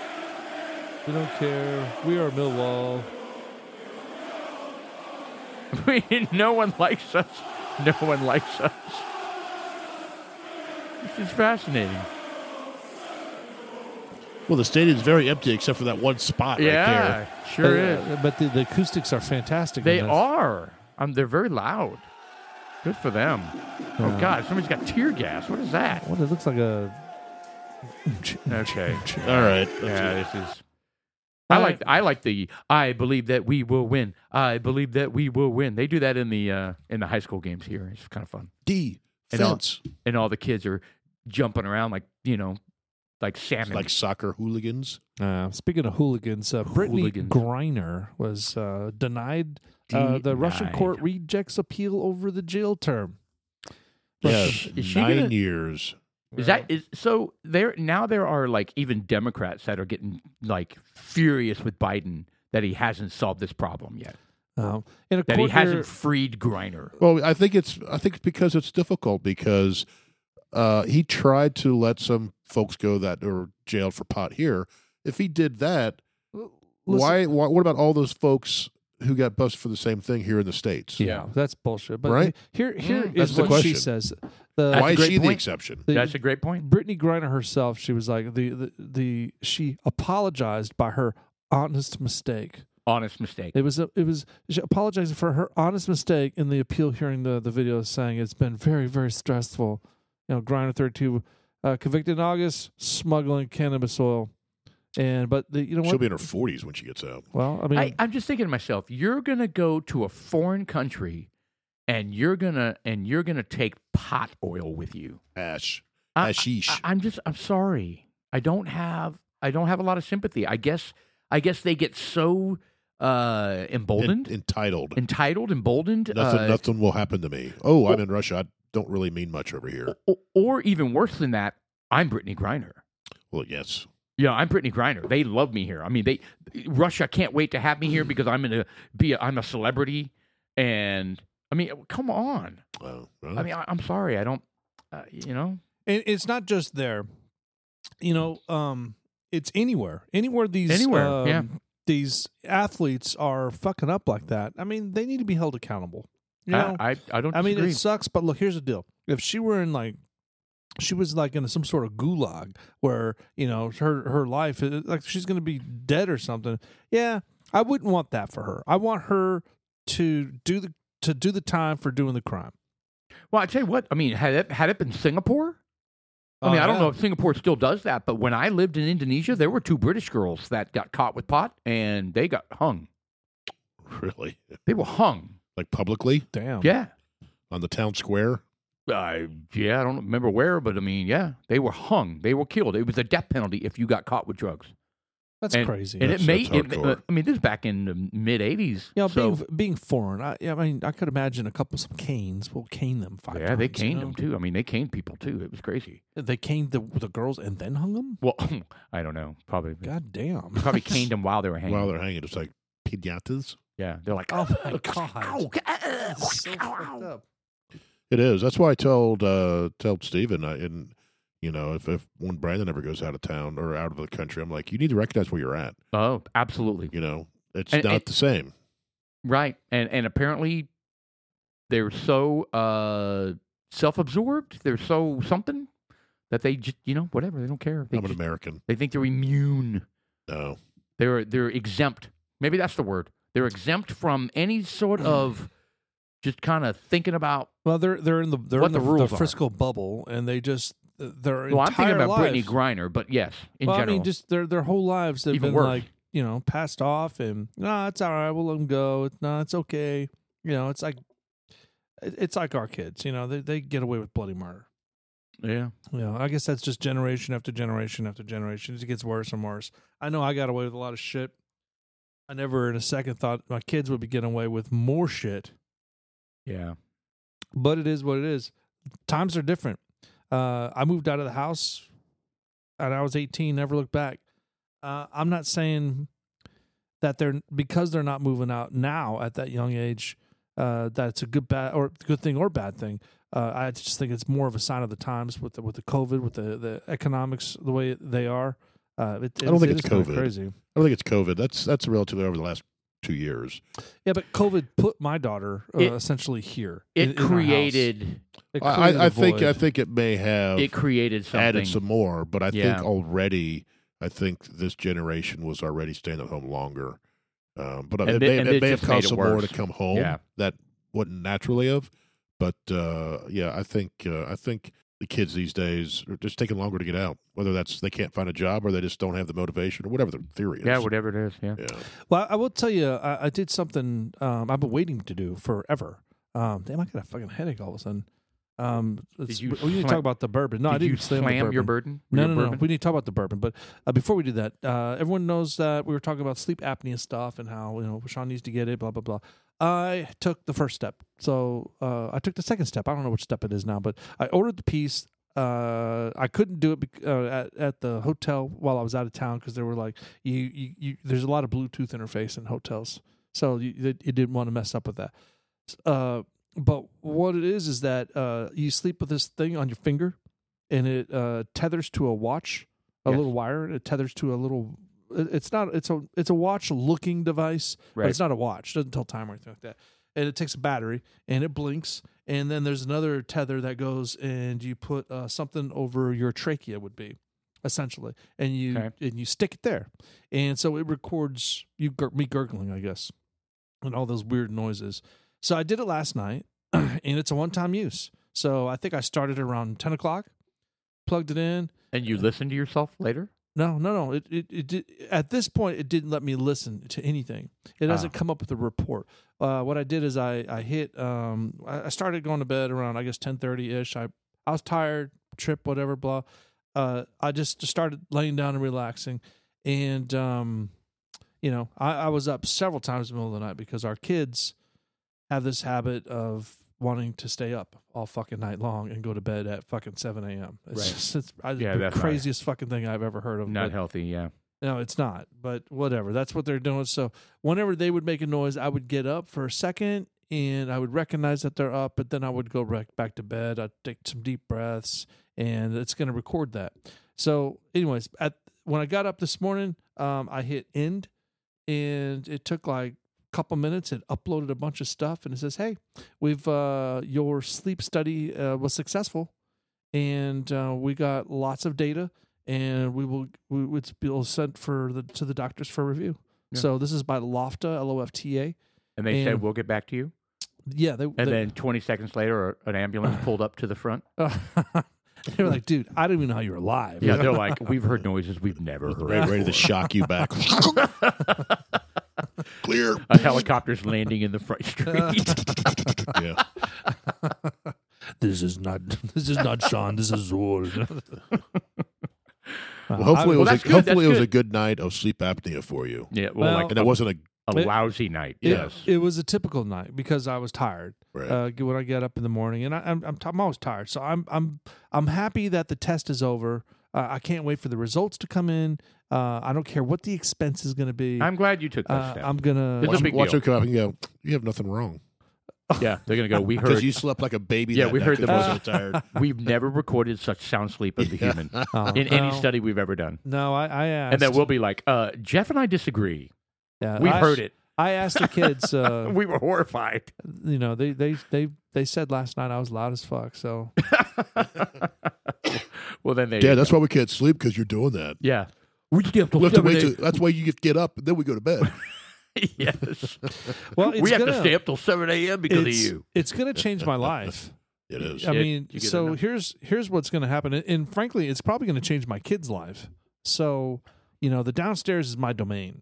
Speaker 2: We don't care. We are Millwall.
Speaker 1: no one likes us. No one likes us. This is fascinating.
Speaker 3: Well, the stadium's very empty except for that one spot right
Speaker 1: yeah,
Speaker 3: there.
Speaker 1: sure
Speaker 2: but,
Speaker 1: is.
Speaker 2: uh, but the, the acoustics are fantastic.
Speaker 1: They
Speaker 2: on this.
Speaker 1: are. Um, they're very loud. Good for them.
Speaker 2: Yeah.
Speaker 1: Oh God, somebody's got tear gas. What is that?
Speaker 2: What it looks like a
Speaker 1: Okay.
Speaker 3: All right.
Speaker 1: Yeah, this is. I like I like the I believe that we will win. I believe that we will win. They do that in the uh, in the high school games here. It's kind of fun.
Speaker 3: D.
Speaker 1: And all-
Speaker 3: Fence.
Speaker 1: And all the kids are jumping around like you know, like salmon.
Speaker 3: Like soccer hooligans.
Speaker 2: Uh, speaking of hooligans, uh, Brittany
Speaker 1: Hooligans.
Speaker 2: Griner was uh, denied, uh, the Russian
Speaker 1: Denied.
Speaker 2: court rejects appeal over the jail term.
Speaker 3: Yeah,
Speaker 1: Yes. Is she
Speaker 3: nine
Speaker 1: gonna-
Speaker 3: years.
Speaker 1: Is that is so? There now there are like even Democrats that are getting like furious with Biden that he hasn't solved this problem yet.
Speaker 2: Um, in a
Speaker 1: That
Speaker 2: court
Speaker 1: he hasn't
Speaker 2: here-
Speaker 1: freed Griner.
Speaker 3: Well, I think it's I think it's because it's difficult because uh, he tried to let some folks go that are jailed for pot here. If he did that,
Speaker 2: Listen-
Speaker 3: why, why? What about all those folks who got busted for the same thing here in the states?
Speaker 2: Yeah, that's bullshit. But
Speaker 3: Right?
Speaker 2: here, here
Speaker 1: Mm,
Speaker 2: is
Speaker 3: that's the
Speaker 2: what she
Speaker 3: question.
Speaker 2: says.
Speaker 1: That's
Speaker 3: why
Speaker 1: a
Speaker 3: is
Speaker 1: great
Speaker 3: she the
Speaker 1: point.
Speaker 3: exception?
Speaker 2: the-
Speaker 1: That's a great point.
Speaker 2: Brittany Griner herself, she was like the, the the she apologized by her honest mistake.
Speaker 1: Honest mistake.
Speaker 2: It was a, it was she apologized for her honest mistake in the appeal hearing. The the video is saying it's been very very stressful. You know, Grinder thirty two, uh, convicted in August, smuggling cannabis oil. And but the, you know
Speaker 3: She'll
Speaker 2: what?
Speaker 3: be in her 40s when she gets out.
Speaker 2: well, I mean,
Speaker 1: I, I'm just thinking to myself, you're gonna go to a foreign country, and you're gonna and you're gonna take pot oil with you.
Speaker 3: Ash.
Speaker 1: I-
Speaker 3: Ashish.
Speaker 1: I, I'm just I'm sorry. I don't have I don't have a lot of sympathy. I guess I guess they get so uh,
Speaker 3: En-
Speaker 1: emboldened,
Speaker 3: entitled.
Speaker 1: entitled, emboldened,
Speaker 3: nothing,
Speaker 1: uh,
Speaker 3: nothing will happen to me. Oh, I'm in Russia. I don't really mean much over here.
Speaker 1: o- or even worse than that, I'm Brittany Griner.
Speaker 3: Well, yes.
Speaker 1: Yeah, I'm Brittany Griner. They love me here. I mean, they Russia can't wait to have me here because I'm gonna be a, I'm a celebrity, and I mean, come on.
Speaker 3: Oh,
Speaker 1: I mean, I, I'm sorry, I don't. Uh, you know,
Speaker 2: and it's not just there. You know, um, it's anywhere, anywhere these
Speaker 1: Anywhere,
Speaker 2: um,
Speaker 1: yeah.
Speaker 2: these athletes are fucking up like that. I mean, they need to be held accountable. You know,
Speaker 1: I, I I don't.
Speaker 2: I mean,
Speaker 1: disagree.
Speaker 2: it sucks, but look, here's the deal. If she were in like, she was like in some sort of gulag where you know her her life is- like she's gonna be dead or something. Yeah, I wouldn't want that for her. I want her to do the to do the time for doing the crime.
Speaker 1: Well, I tell you what. I mean, had it had it been Singapore, I mean,
Speaker 2: Uh,
Speaker 1: I don't
Speaker 2: yeah.
Speaker 1: know if Singapore still does that, but when I lived in Indonesia, there were two British girls that got caught with pot and they got hung.
Speaker 3: really?
Speaker 1: They were hung.
Speaker 3: Like publicly
Speaker 2: Damn.
Speaker 1: Yeah.
Speaker 3: on the town square?
Speaker 1: I yeah, I don't remember where, but I mean, yeah, they were hung. They were killed. It was a death penalty if you got caught with drugs.
Speaker 2: that's crazy.
Speaker 1: And
Speaker 3: That's-
Speaker 1: it may,
Speaker 3: that's
Speaker 1: it-
Speaker 3: hardcore.
Speaker 1: uh, I mean, this is back in the mid 80s.
Speaker 2: Yeah,
Speaker 1: so,
Speaker 2: being being foreign. I, I mean, I could imagine a couple some canes. We'll cane them five.
Speaker 1: yeah, they
Speaker 2: times, you
Speaker 1: caned
Speaker 2: know?
Speaker 1: them too. I mean, they caned people too. It was crazy.
Speaker 2: They caned the the girls and then hung them.
Speaker 1: Well, I don't know. Probably
Speaker 2: God damn.
Speaker 1: probably caned them while they were hanging.
Speaker 3: While they're hanging, it's like piñatas.
Speaker 1: yeah, they're like,
Speaker 2: Oh my God.
Speaker 1: ow, ow,
Speaker 2: That's so
Speaker 1: ow,
Speaker 2: fucked
Speaker 1: ow."
Speaker 2: up.
Speaker 3: It is. That's why I told uh told Steven I and you know, if, if when Brandon ever goes out of town or out of the country, I'm like, you need to recognize where you're at.
Speaker 1: Oh, absolutely.
Speaker 3: You know, it's
Speaker 1: And-
Speaker 3: not
Speaker 1: and-
Speaker 3: the same.
Speaker 1: Right. And and apparently they're so uh self-absorbed, they're so something that they just, you know, whatever, they don't care. They,
Speaker 3: I'm an
Speaker 1: just-
Speaker 3: American.
Speaker 1: they think they're immune.
Speaker 3: No.
Speaker 1: They're they're exempt. Maybe that's the word. They're exempt from any sort of just kind of thinking about
Speaker 2: Well, they're they're in the they're
Speaker 1: What
Speaker 2: in
Speaker 1: the
Speaker 2: the,
Speaker 1: rules are.
Speaker 2: Frisco bubble, and they just their
Speaker 1: Well, I'm thinking
Speaker 2: entire
Speaker 1: about Brittany
Speaker 2: lives-
Speaker 1: Griner, but yes, in
Speaker 2: well,
Speaker 1: general.
Speaker 2: I mean, just their their whole lives have
Speaker 1: Even
Speaker 2: been
Speaker 1: worse.
Speaker 2: like you know passed off, and no, it's all right. We'll let them go. It's no, it's okay. You know, it's like it- it's like our kids. You know, they they get away with bloody murder.
Speaker 1: yeah.
Speaker 2: You know, I guess that's just generation after generation after generation. It gets worse and worse. I know I got away with a lot of shit. I never, in a second, thought my kids would be getting away with more shit
Speaker 1: Yeah.
Speaker 2: but it is what it is. Times are different. Uh, I moved out of the house and I was 18, never looked back. Uh, I'm not saying that they're because they're not moving out now at that young age, uh, that's a good bad or good thing or bad thing. Uh, I just think it's more of a sign of the times with the, with the COVID, with the, the economics the way they are. Uh, it,
Speaker 3: I don't think
Speaker 2: it
Speaker 3: it's
Speaker 2: is kinda
Speaker 3: COVID.
Speaker 2: Crazy.
Speaker 3: I don't think it's COVID. That's that's relatively over the last two years.
Speaker 2: Yeah, but COVID put my daughter uh,
Speaker 1: It-
Speaker 2: essentially here.
Speaker 1: It
Speaker 2: in- in our house.
Speaker 1: created
Speaker 2: It
Speaker 3: I,
Speaker 2: created
Speaker 3: I, I
Speaker 2: a
Speaker 3: think I
Speaker 2: void.
Speaker 3: think it may have
Speaker 1: it created something.
Speaker 3: added some more, but I
Speaker 1: Yeah.
Speaker 3: think already I think this generation was already staying at home longer. Um, but
Speaker 1: And
Speaker 3: it,
Speaker 1: thi-
Speaker 3: may,
Speaker 1: and
Speaker 3: it
Speaker 1: this
Speaker 3: may have
Speaker 1: just made
Speaker 3: caused
Speaker 1: it
Speaker 3: some more to
Speaker 1: worse.
Speaker 3: come home
Speaker 1: Yeah.
Speaker 3: that wouldn't naturally have. But uh, yeah, I think uh, I think the kids these days are just taking longer to get out. Whether that's they can't find a job or they just don't have the motivation or whatever the theory is.
Speaker 1: yeah, whatever it is. Yeah.
Speaker 3: Yeah.
Speaker 2: Well, I will tell you, I, I did something um, I've been waiting to do forever. Um, damn, I got a fucking headache all of a sudden. Um, it's-
Speaker 1: you
Speaker 2: we we need to
Speaker 1: slam-
Speaker 2: talk about the bourbon. No, I
Speaker 1: Did
Speaker 2: didn't
Speaker 1: you
Speaker 2: slam,
Speaker 1: slam,
Speaker 2: the
Speaker 1: your burden?
Speaker 2: No,
Speaker 1: your
Speaker 2: no, no.
Speaker 1: bourbon?
Speaker 2: We need to talk about the bourbon. But uh, before we do that, uh, everyone knows that we were talking about sleep apnea stuff and how you know Sean needs to get it. Blah blah blah. I took the first step, so uh, I took the second step. I don't know which step it is now, but I ordered the piece. Uh, I couldn't do it bec- uh, at at the hotel while I was out of town because there were like you, you you there's a lot of Bluetooth interface in hotels, so you you didn't want to mess up with that. Uh, but what it is is that uh, you sleep with this thing on your finger, and it uh, tethers to a watch, a
Speaker 1: Yes.
Speaker 2: little wire. and It tethers to a little. it- It's not. It's a. It's a watch looking device, but it's not a watch. It doesn't tell time or anything like that. And it takes a battery, and it blinks, and then there's another tether that goes, and you put uh, something over your trachea would be, essentially, and you
Speaker 1: Okay.
Speaker 2: and you stick it there, and so it records you gur- me gurgling, I guess, and all those weird noises. So I did it last night, and it's a one-time use. So I think I started around ten o'clock, plugged it in,
Speaker 1: And you listen to yourself later?
Speaker 2: No, no, no. It, it, it did, at this point it didn't let me listen to anything. It doesn't
Speaker 1: Ah.
Speaker 2: come up with a report. Uh, what I did is I I hit um I I started going to bed around I guess ten thirty ish. I I was tired, trip, whatever, blah. Uh, I just started laying down and relaxing, and um, you know I, I was up several times in the middle of the night because our kids have this habit of wanting to stay up all fucking night long and go to bed at fucking seven a.m. It's
Speaker 1: Right.
Speaker 2: just it's, I,
Speaker 1: Yeah,
Speaker 2: the
Speaker 1: that's not-
Speaker 2: craziest fucking thing I've ever heard of.
Speaker 1: Not
Speaker 2: but-
Speaker 1: healthy. Yeah.
Speaker 2: no, it's not. But whatever. That's what they're doing. So whenever they would make a noise, I would get up for a second and I would recognize that they're up, but then I would go back back to bed. I'd take some deep breaths and it's going to record that. So, anyways, at when I got up this morning, um, I hit end and it took like a couple minutes. It uploaded a bunch of stuff and it says, Hey, we've, uh, your sleep study uh, was successful and uh, we got lots of data and we will we, it's will sent for the to the doctors for review.
Speaker 1: Yeah.
Speaker 2: So this is by Lofta L O F T A.
Speaker 1: And they said
Speaker 2: And-
Speaker 1: we'll get back to you.
Speaker 2: Yeah, they
Speaker 1: And
Speaker 2: they,
Speaker 1: then 20 seconds later, an ambulance pulled up to the front.
Speaker 2: they were like, dude, I didn't even know how you were alive.
Speaker 1: Yeah, they're like, we've heard noises we've never heard.
Speaker 3: Right, ready to shock you back. Clear.
Speaker 1: A helicopter's landing in the front street.
Speaker 3: Yeah.
Speaker 2: this is not this is not Sean. This is Zor.
Speaker 3: Well, hopefully
Speaker 1: well,
Speaker 3: it was
Speaker 1: that's
Speaker 3: a,
Speaker 1: good,
Speaker 3: hopefully
Speaker 1: that's
Speaker 3: it was a
Speaker 1: good. Oh,
Speaker 3: good night of sleep apnea for you.
Speaker 1: yeah, well,
Speaker 2: Well-
Speaker 1: like
Speaker 3: And it wasn't a
Speaker 1: a
Speaker 2: It-
Speaker 1: lousy night.
Speaker 2: It-
Speaker 1: yes.
Speaker 2: It, was a typical night because I was tired
Speaker 3: right.
Speaker 2: uh, when I get up in the morning, and I, I'm I'm, t- I'm always tired. So I'm I'm I'm happy that the test is over. Uh, I can't wait for the results to come in. Uh, I don't care what the expense is going to be.
Speaker 1: I'm glad you took that
Speaker 2: uh,
Speaker 1: step.
Speaker 2: I'm gonna.
Speaker 1: It's a
Speaker 3: watch
Speaker 1: big
Speaker 3: watch
Speaker 1: deal.
Speaker 3: her come up and go. You have nothing wrong
Speaker 1: yeah, they're going to go, we heard,
Speaker 3: because you slept like a baby.
Speaker 1: Yeah,
Speaker 3: that
Speaker 1: we
Speaker 3: night
Speaker 1: heard
Speaker 3: 'cause
Speaker 1: the
Speaker 3: you
Speaker 1: most-
Speaker 3: were so tired.
Speaker 1: we've never recorded such sound sleep of the human
Speaker 2: Oh,
Speaker 1: in any
Speaker 2: no.
Speaker 1: study we've ever done.
Speaker 2: No, I, I asked.
Speaker 1: And then we'll be like, uh, Jeff and I disagree.
Speaker 2: yeah,
Speaker 1: We've
Speaker 2: I-
Speaker 1: heard it.
Speaker 2: I asked the kids. Uh,
Speaker 1: We were horrified.
Speaker 2: you know, they they they they said last night I was loud as fuck. So
Speaker 1: well, then they.
Speaker 3: Dad, that's why we can't sleep because you're doing that.
Speaker 1: Yeah. We stepped
Speaker 3: We have to wait. Till, that's why you get up and then we go to bed.
Speaker 1: yes.
Speaker 2: well, it's
Speaker 1: we have
Speaker 2: gonna,
Speaker 1: to stay up till 7 a.m. because of
Speaker 2: it's-
Speaker 1: you.
Speaker 2: It's going to change my life.
Speaker 3: It is.
Speaker 2: I
Speaker 1: Yeah,
Speaker 2: mean,
Speaker 1: you get
Speaker 2: so
Speaker 1: enough.
Speaker 2: here's here's what's going to happen, and, and frankly, it's probably going to change my kid's life. So, you know, the downstairs is my domain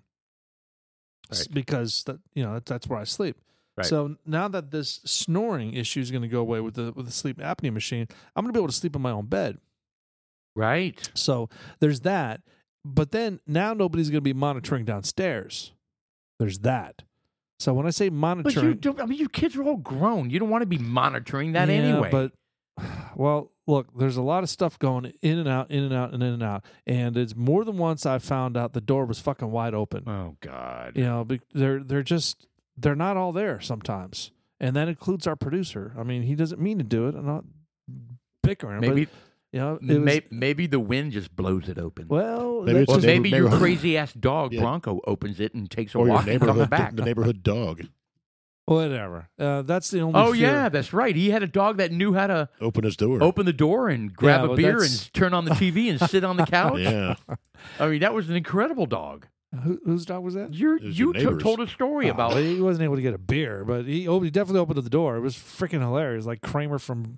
Speaker 2: S-
Speaker 1: Right.
Speaker 2: because that you know that, that's where I sleep.
Speaker 1: Right.
Speaker 2: So now that this snoring issue is going to go away with the with the sleep apnea machine, I'm going to be able to sleep in my own bed.
Speaker 1: Right.
Speaker 2: So there's that. But then now nobody's going to be monitoring downstairs. There's that. So when I say
Speaker 1: But you
Speaker 2: monitoring,
Speaker 1: don't, I mean, your kids are all grown. You don't want to be monitoring that
Speaker 2: Yeah,
Speaker 1: anyway.
Speaker 2: But well, look, there's a lot of stuff going in and out, in and out, and in and out, and it's more than once I found out the door was fucking wide open.
Speaker 1: oh, God.
Speaker 2: You know, be- they're they're just they're not all there sometimes, and that includes our producer. I mean, he doesn't mean to do it. I'm not bickering,
Speaker 1: Maybe,
Speaker 2: but you know, it was-
Speaker 1: may, maybe the wind just blows it open.
Speaker 2: well,
Speaker 3: Maybe
Speaker 2: that-
Speaker 1: or
Speaker 3: It's a neighbor-
Speaker 1: maybe your
Speaker 3: neighborhood-
Speaker 1: crazy ass dog
Speaker 3: Yeah.
Speaker 1: Bronco opens it and takes a
Speaker 3: or your
Speaker 1: walk and comes
Speaker 3: neighborhood,
Speaker 1: back.
Speaker 3: the neighborhood dog.
Speaker 2: whatever. Uh, that's the only.
Speaker 1: Oh
Speaker 2: fear.
Speaker 1: yeah, that's right. He had a dog that knew how to
Speaker 3: Open his door.
Speaker 1: open the door and grab
Speaker 2: Yeah,
Speaker 1: a
Speaker 2: well,
Speaker 1: beer
Speaker 2: that's-
Speaker 1: and turn on the TV and sit on the couch.
Speaker 3: Yeah,
Speaker 1: I mean, that was an incredible dog.
Speaker 2: Who, whose dog was that?
Speaker 1: You're,
Speaker 3: It was
Speaker 1: you
Speaker 3: your
Speaker 1: to-
Speaker 3: neighbor's.
Speaker 1: told a story about
Speaker 2: Oh, he wasn't able to get a beer, but he, op- he definitely opened up the door. It was freaking hilarious, like Kramer from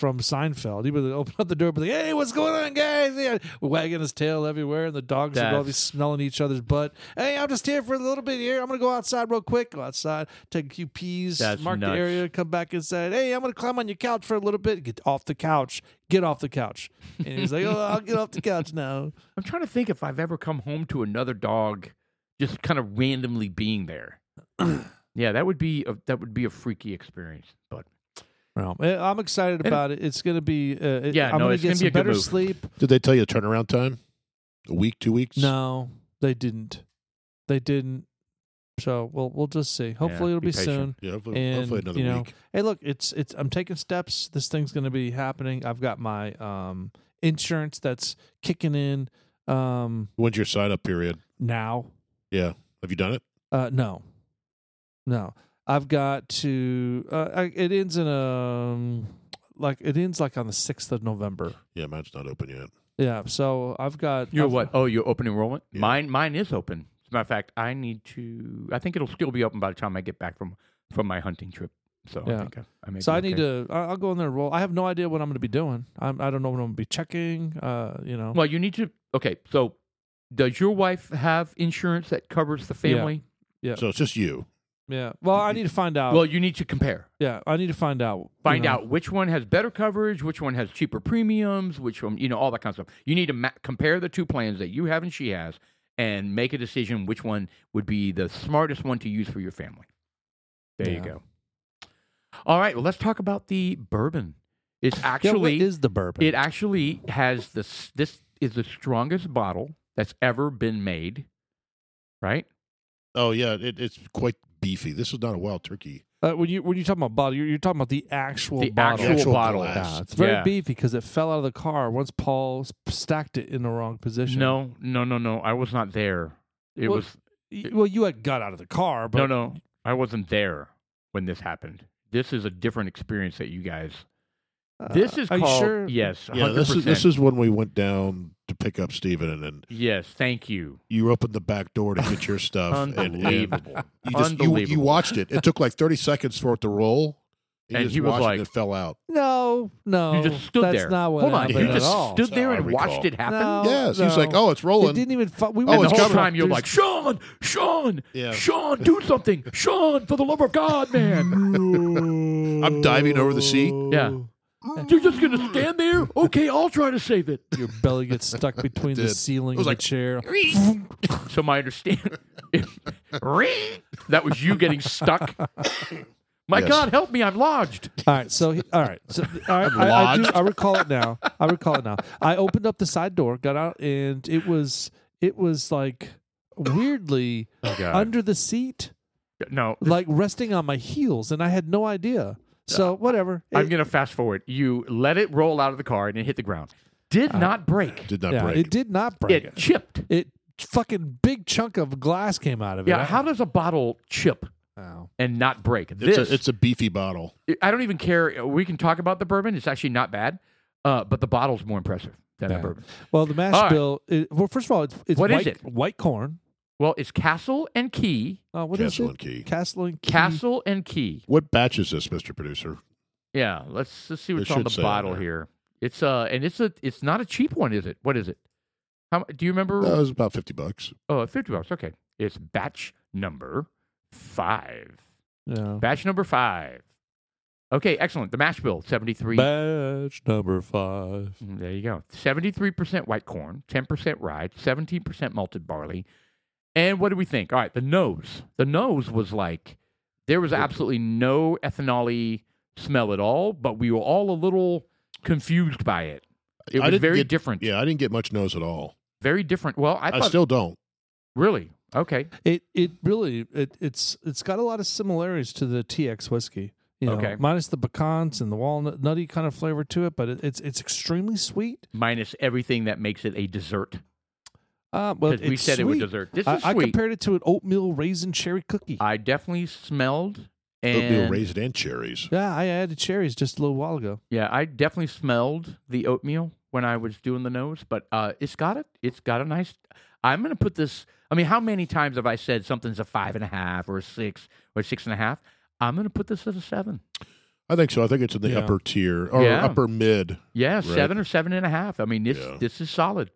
Speaker 2: from Seinfeld. He would open up the door, and be like, "Hey, what's going on, guys?" Yeah, wagging his tail everywhere, and the dogs would all be
Speaker 1: That's-
Speaker 2: smelling each other's butt. Hey, I'm just here for a little bit here. I'm gonna go outside real quick. Go outside, take a few peas,
Speaker 1: That's
Speaker 2: mark
Speaker 1: nuts.
Speaker 2: the area, come back inside. Hey, I'm gonna climb on your couch for a little bit. Get off the couch. Get off the couch. And he's like, "Oh, I'll get off the couch now."
Speaker 1: I'm trying to think if I've ever come home to another dog just kind of randomly being there. yeah, that would be a, that would be a freaky experience. But
Speaker 2: Well, Eh, I'm excited
Speaker 1: And-
Speaker 2: about it. It's gonna be uh, it-
Speaker 1: Yeah,
Speaker 2: I'm
Speaker 1: no,
Speaker 2: gonna
Speaker 1: it's
Speaker 2: get
Speaker 1: gonna be
Speaker 2: some
Speaker 1: a good
Speaker 2: better
Speaker 1: move.
Speaker 2: sleep.
Speaker 3: Did they tell you the turnaround time? A week, two weeks?
Speaker 2: No, they didn't. They didn't. So we'll we'll just see. Hopefully it'll
Speaker 1: be
Speaker 2: be, soon.
Speaker 1: patient.
Speaker 3: Yeah, hopefully,
Speaker 2: And
Speaker 3: hopefully another
Speaker 2: you know,
Speaker 3: week.
Speaker 2: hey, look, it's it's I'm taking steps. This thing's going to be happening. I've got my um insurance that's kicking in um
Speaker 3: When's your sign up period?
Speaker 2: now.
Speaker 3: Yeah. Have you done it?
Speaker 2: Uh no. No. I've got to uh, I, it ends in um like it ends like on the 6th of November.
Speaker 3: Yeah, mine's not open yet.
Speaker 2: Yeah, so I've got
Speaker 1: you're
Speaker 2: I've-
Speaker 1: what? Oh, you're open enrollment.
Speaker 3: Yeah.
Speaker 1: Mine mine is open. As a matter of fact, I need to. I think it'll still be open by the time I get back from from my hunting trip. So I
Speaker 2: Yeah.
Speaker 1: think I, I may
Speaker 2: So
Speaker 1: be
Speaker 2: I need
Speaker 1: okay.
Speaker 2: to. I- I'll go in there and roll. I have no idea what I'm going to be doing. I'm, I don't know what I'm going to be checking. Uh, you know.
Speaker 1: Well, you need to. Okay, so Does your wife have insurance that covers the
Speaker 2: Yeah.
Speaker 1: family?
Speaker 2: Yeah.
Speaker 3: So it's just you.
Speaker 2: Yeah. Well, I need to find out.
Speaker 1: Well, you need to compare.
Speaker 2: yeah, I need to find out. you
Speaker 1: Find
Speaker 2: know.
Speaker 1: out which one has better coverage, which one has cheaper premiums, which one, you know, all that kind of stuff. You need to ma- compare the two plans that you have and she has and make a decision which one would be the smartest one to use for your family. There you
Speaker 2: Yeah.
Speaker 1: go. All right, well, let's talk about the bourbon. It's
Speaker 2: Yeah, what
Speaker 1: actually
Speaker 2: is the bourbon?
Speaker 1: It actually has this. This is the strongest bottle that's ever been made, right?
Speaker 3: Oh yeah, it, it's quite beefy. This is not a wild turkey.
Speaker 2: Uh, when you when you talk about bottle, you're, you're talking about the actual
Speaker 1: The
Speaker 2: bottle.
Speaker 1: actual,
Speaker 3: Actual
Speaker 1: bottle.
Speaker 3: glass.
Speaker 2: Yeah, it's very
Speaker 1: Yeah.
Speaker 2: beefy because it fell out of the car once Paul s- stacked it in the wrong position.
Speaker 1: No, no, no, no. I was not there. It
Speaker 2: Well,
Speaker 1: was
Speaker 2: Y- Well, you had got out of the car, but
Speaker 1: no, no. I wasn't there when this happened. This is a different experience that you guys.
Speaker 2: Uh,
Speaker 1: This is
Speaker 2: are
Speaker 1: called
Speaker 2: you sure?
Speaker 1: yes,
Speaker 3: Yeah,
Speaker 1: 100%.
Speaker 3: this is this is when we went down to pick up Steven and then
Speaker 1: yes. Thank you.
Speaker 3: you opened the back door to get your stuff. and- and,
Speaker 1: Unbelievable.
Speaker 3: you just you, you
Speaker 1: Unbelievable.
Speaker 3: watched it. It took like thirty seconds for it to roll. You
Speaker 1: And
Speaker 3: just
Speaker 1: he was
Speaker 3: watched it
Speaker 1: like-
Speaker 3: and it fell out.
Speaker 2: No, no.
Speaker 1: you just stood
Speaker 2: that's
Speaker 1: there.
Speaker 2: not what
Speaker 1: Hold on.
Speaker 2: happened
Speaker 1: You
Speaker 2: at
Speaker 1: just
Speaker 2: all.
Speaker 1: stood
Speaker 3: That's
Speaker 1: there
Speaker 3: how I
Speaker 1: and watched
Speaker 3: recall.
Speaker 1: it happen.
Speaker 2: No,
Speaker 3: yes, he was like,
Speaker 2: no.
Speaker 3: "Oh, it's
Speaker 2: It
Speaker 3: rolling."
Speaker 2: didn't even. Fu- we
Speaker 3: Oh,
Speaker 2: went
Speaker 1: and the
Speaker 3: it's
Speaker 1: whole
Speaker 3: coming.
Speaker 1: time you're
Speaker 2: there's-
Speaker 1: like, Sean, Sean,
Speaker 3: Yeah.
Speaker 1: Sean, do something, Sean, for the love of God, man.
Speaker 3: I'm diving over the seat.
Speaker 1: Yeah. You're just gonna stand there? Okay, I'll try to save it.
Speaker 2: Your belly gets stuck between the
Speaker 3: did.
Speaker 2: ceiling
Speaker 3: It
Speaker 2: and
Speaker 3: was like-
Speaker 2: the chair.
Speaker 1: So my understanding, that was you getting stuck. My
Speaker 3: Yes.
Speaker 1: God, help me! I'm lodged.
Speaker 2: All right, so he- all right, so all right, I, I, do, I recall it now. I recall it now. I opened up the side door, got out, and it was it was like weirdly
Speaker 3: Oh,
Speaker 2: under the seat,
Speaker 1: no,
Speaker 2: like resting on my heels, and I had no idea. So whatever.
Speaker 1: I'm
Speaker 2: It-
Speaker 1: gonna fast forward. You let it roll out of the car and it hit the ground. Did not break.
Speaker 3: Uh, Did not
Speaker 2: yeah,
Speaker 3: break.
Speaker 2: it did not break.
Speaker 1: It
Speaker 2: It,
Speaker 1: chipped.
Speaker 2: it fucking big chunk of glass came out of it.
Speaker 1: Yeah. How does a bottle chip
Speaker 2: Wow.
Speaker 1: and not break?
Speaker 3: it's,
Speaker 1: This
Speaker 3: a, it's a beefy bottle.
Speaker 1: I don't even care. We can talk about the bourbon. It's actually not bad, uh, but the bottle's more impressive than
Speaker 2: Yeah.
Speaker 1: the bourbon.
Speaker 2: Well, the mash
Speaker 1: All right.
Speaker 2: bill. It, well, first of all, it's, it's
Speaker 1: What is
Speaker 2: white,
Speaker 1: it?
Speaker 2: White corn.
Speaker 1: Well, it's Castle and Key.
Speaker 2: Uh, what is
Speaker 3: Castle
Speaker 2: it?
Speaker 3: and Key.
Speaker 2: Castle and Key.
Speaker 1: Castle and Key.
Speaker 3: What batch is this, Mister Producer?
Speaker 1: Yeah, let's let's see what's
Speaker 3: It
Speaker 1: on
Speaker 3: should
Speaker 1: the
Speaker 3: say on
Speaker 1: bottle
Speaker 3: there.
Speaker 1: here. It's uh, and it's a it's not a cheap one, is it? What is it? How mu- do you remember?
Speaker 3: That Uh, was about fifty bucks.
Speaker 1: oh, fifty bucks. Okay, it's batch number five.
Speaker 2: Yeah.
Speaker 1: Batch number five. Okay, excellent. The mash bill seventy three.
Speaker 2: Batch number five.
Speaker 1: Mm, There you go. 73% white corn, 10% rye, 17% malted barley. And what do we think? All right, the nose. The nose was like there was absolutely no ethanol smell at all, but we were all a little confused by it. It
Speaker 3: I
Speaker 1: was
Speaker 3: didn't
Speaker 1: very
Speaker 3: get-
Speaker 1: different.
Speaker 3: Yeah, I didn't get much nose at all.
Speaker 1: Very different. Well, I
Speaker 3: I,
Speaker 1: thought
Speaker 3: still don't.
Speaker 1: really. Okay.
Speaker 2: It it really it it's it's got a lot of similarities to the TX whiskey. You know,
Speaker 1: Okay.
Speaker 2: Minus the pecans and the walnut nutty kind of flavor to it, but it, it's it's extremely sweet.
Speaker 1: Minus everything that makes it a dessert.
Speaker 2: Uh, well,
Speaker 1: Because we
Speaker 2: it's
Speaker 1: said it was
Speaker 2: sweet.
Speaker 1: dessert. This
Speaker 2: I,
Speaker 1: is
Speaker 2: I
Speaker 1: sweet. I,
Speaker 2: compared it to an oatmeal raisin cherry cookie.
Speaker 1: definitely smelled
Speaker 3: Oatmeal
Speaker 1: and
Speaker 3: raisin and cherries.
Speaker 2: yeah, I added cherries just a little while ago.
Speaker 1: Yeah, I definitely smelled the oatmeal when I was doing the nose, but uh, it's got it. It's got a nice. I'm gonna put this. I mean, how many times have I said something's a five and a half or a six or a six and a half? I'm gonna put this at a seven.
Speaker 3: I think so. I think it's in the
Speaker 2: Yeah.
Speaker 3: upper tier or
Speaker 1: Yeah.
Speaker 3: upper mid.
Speaker 1: Yeah,
Speaker 3: Right.
Speaker 1: seven or seven and a half. I mean, this
Speaker 3: Yeah.
Speaker 1: this is solid.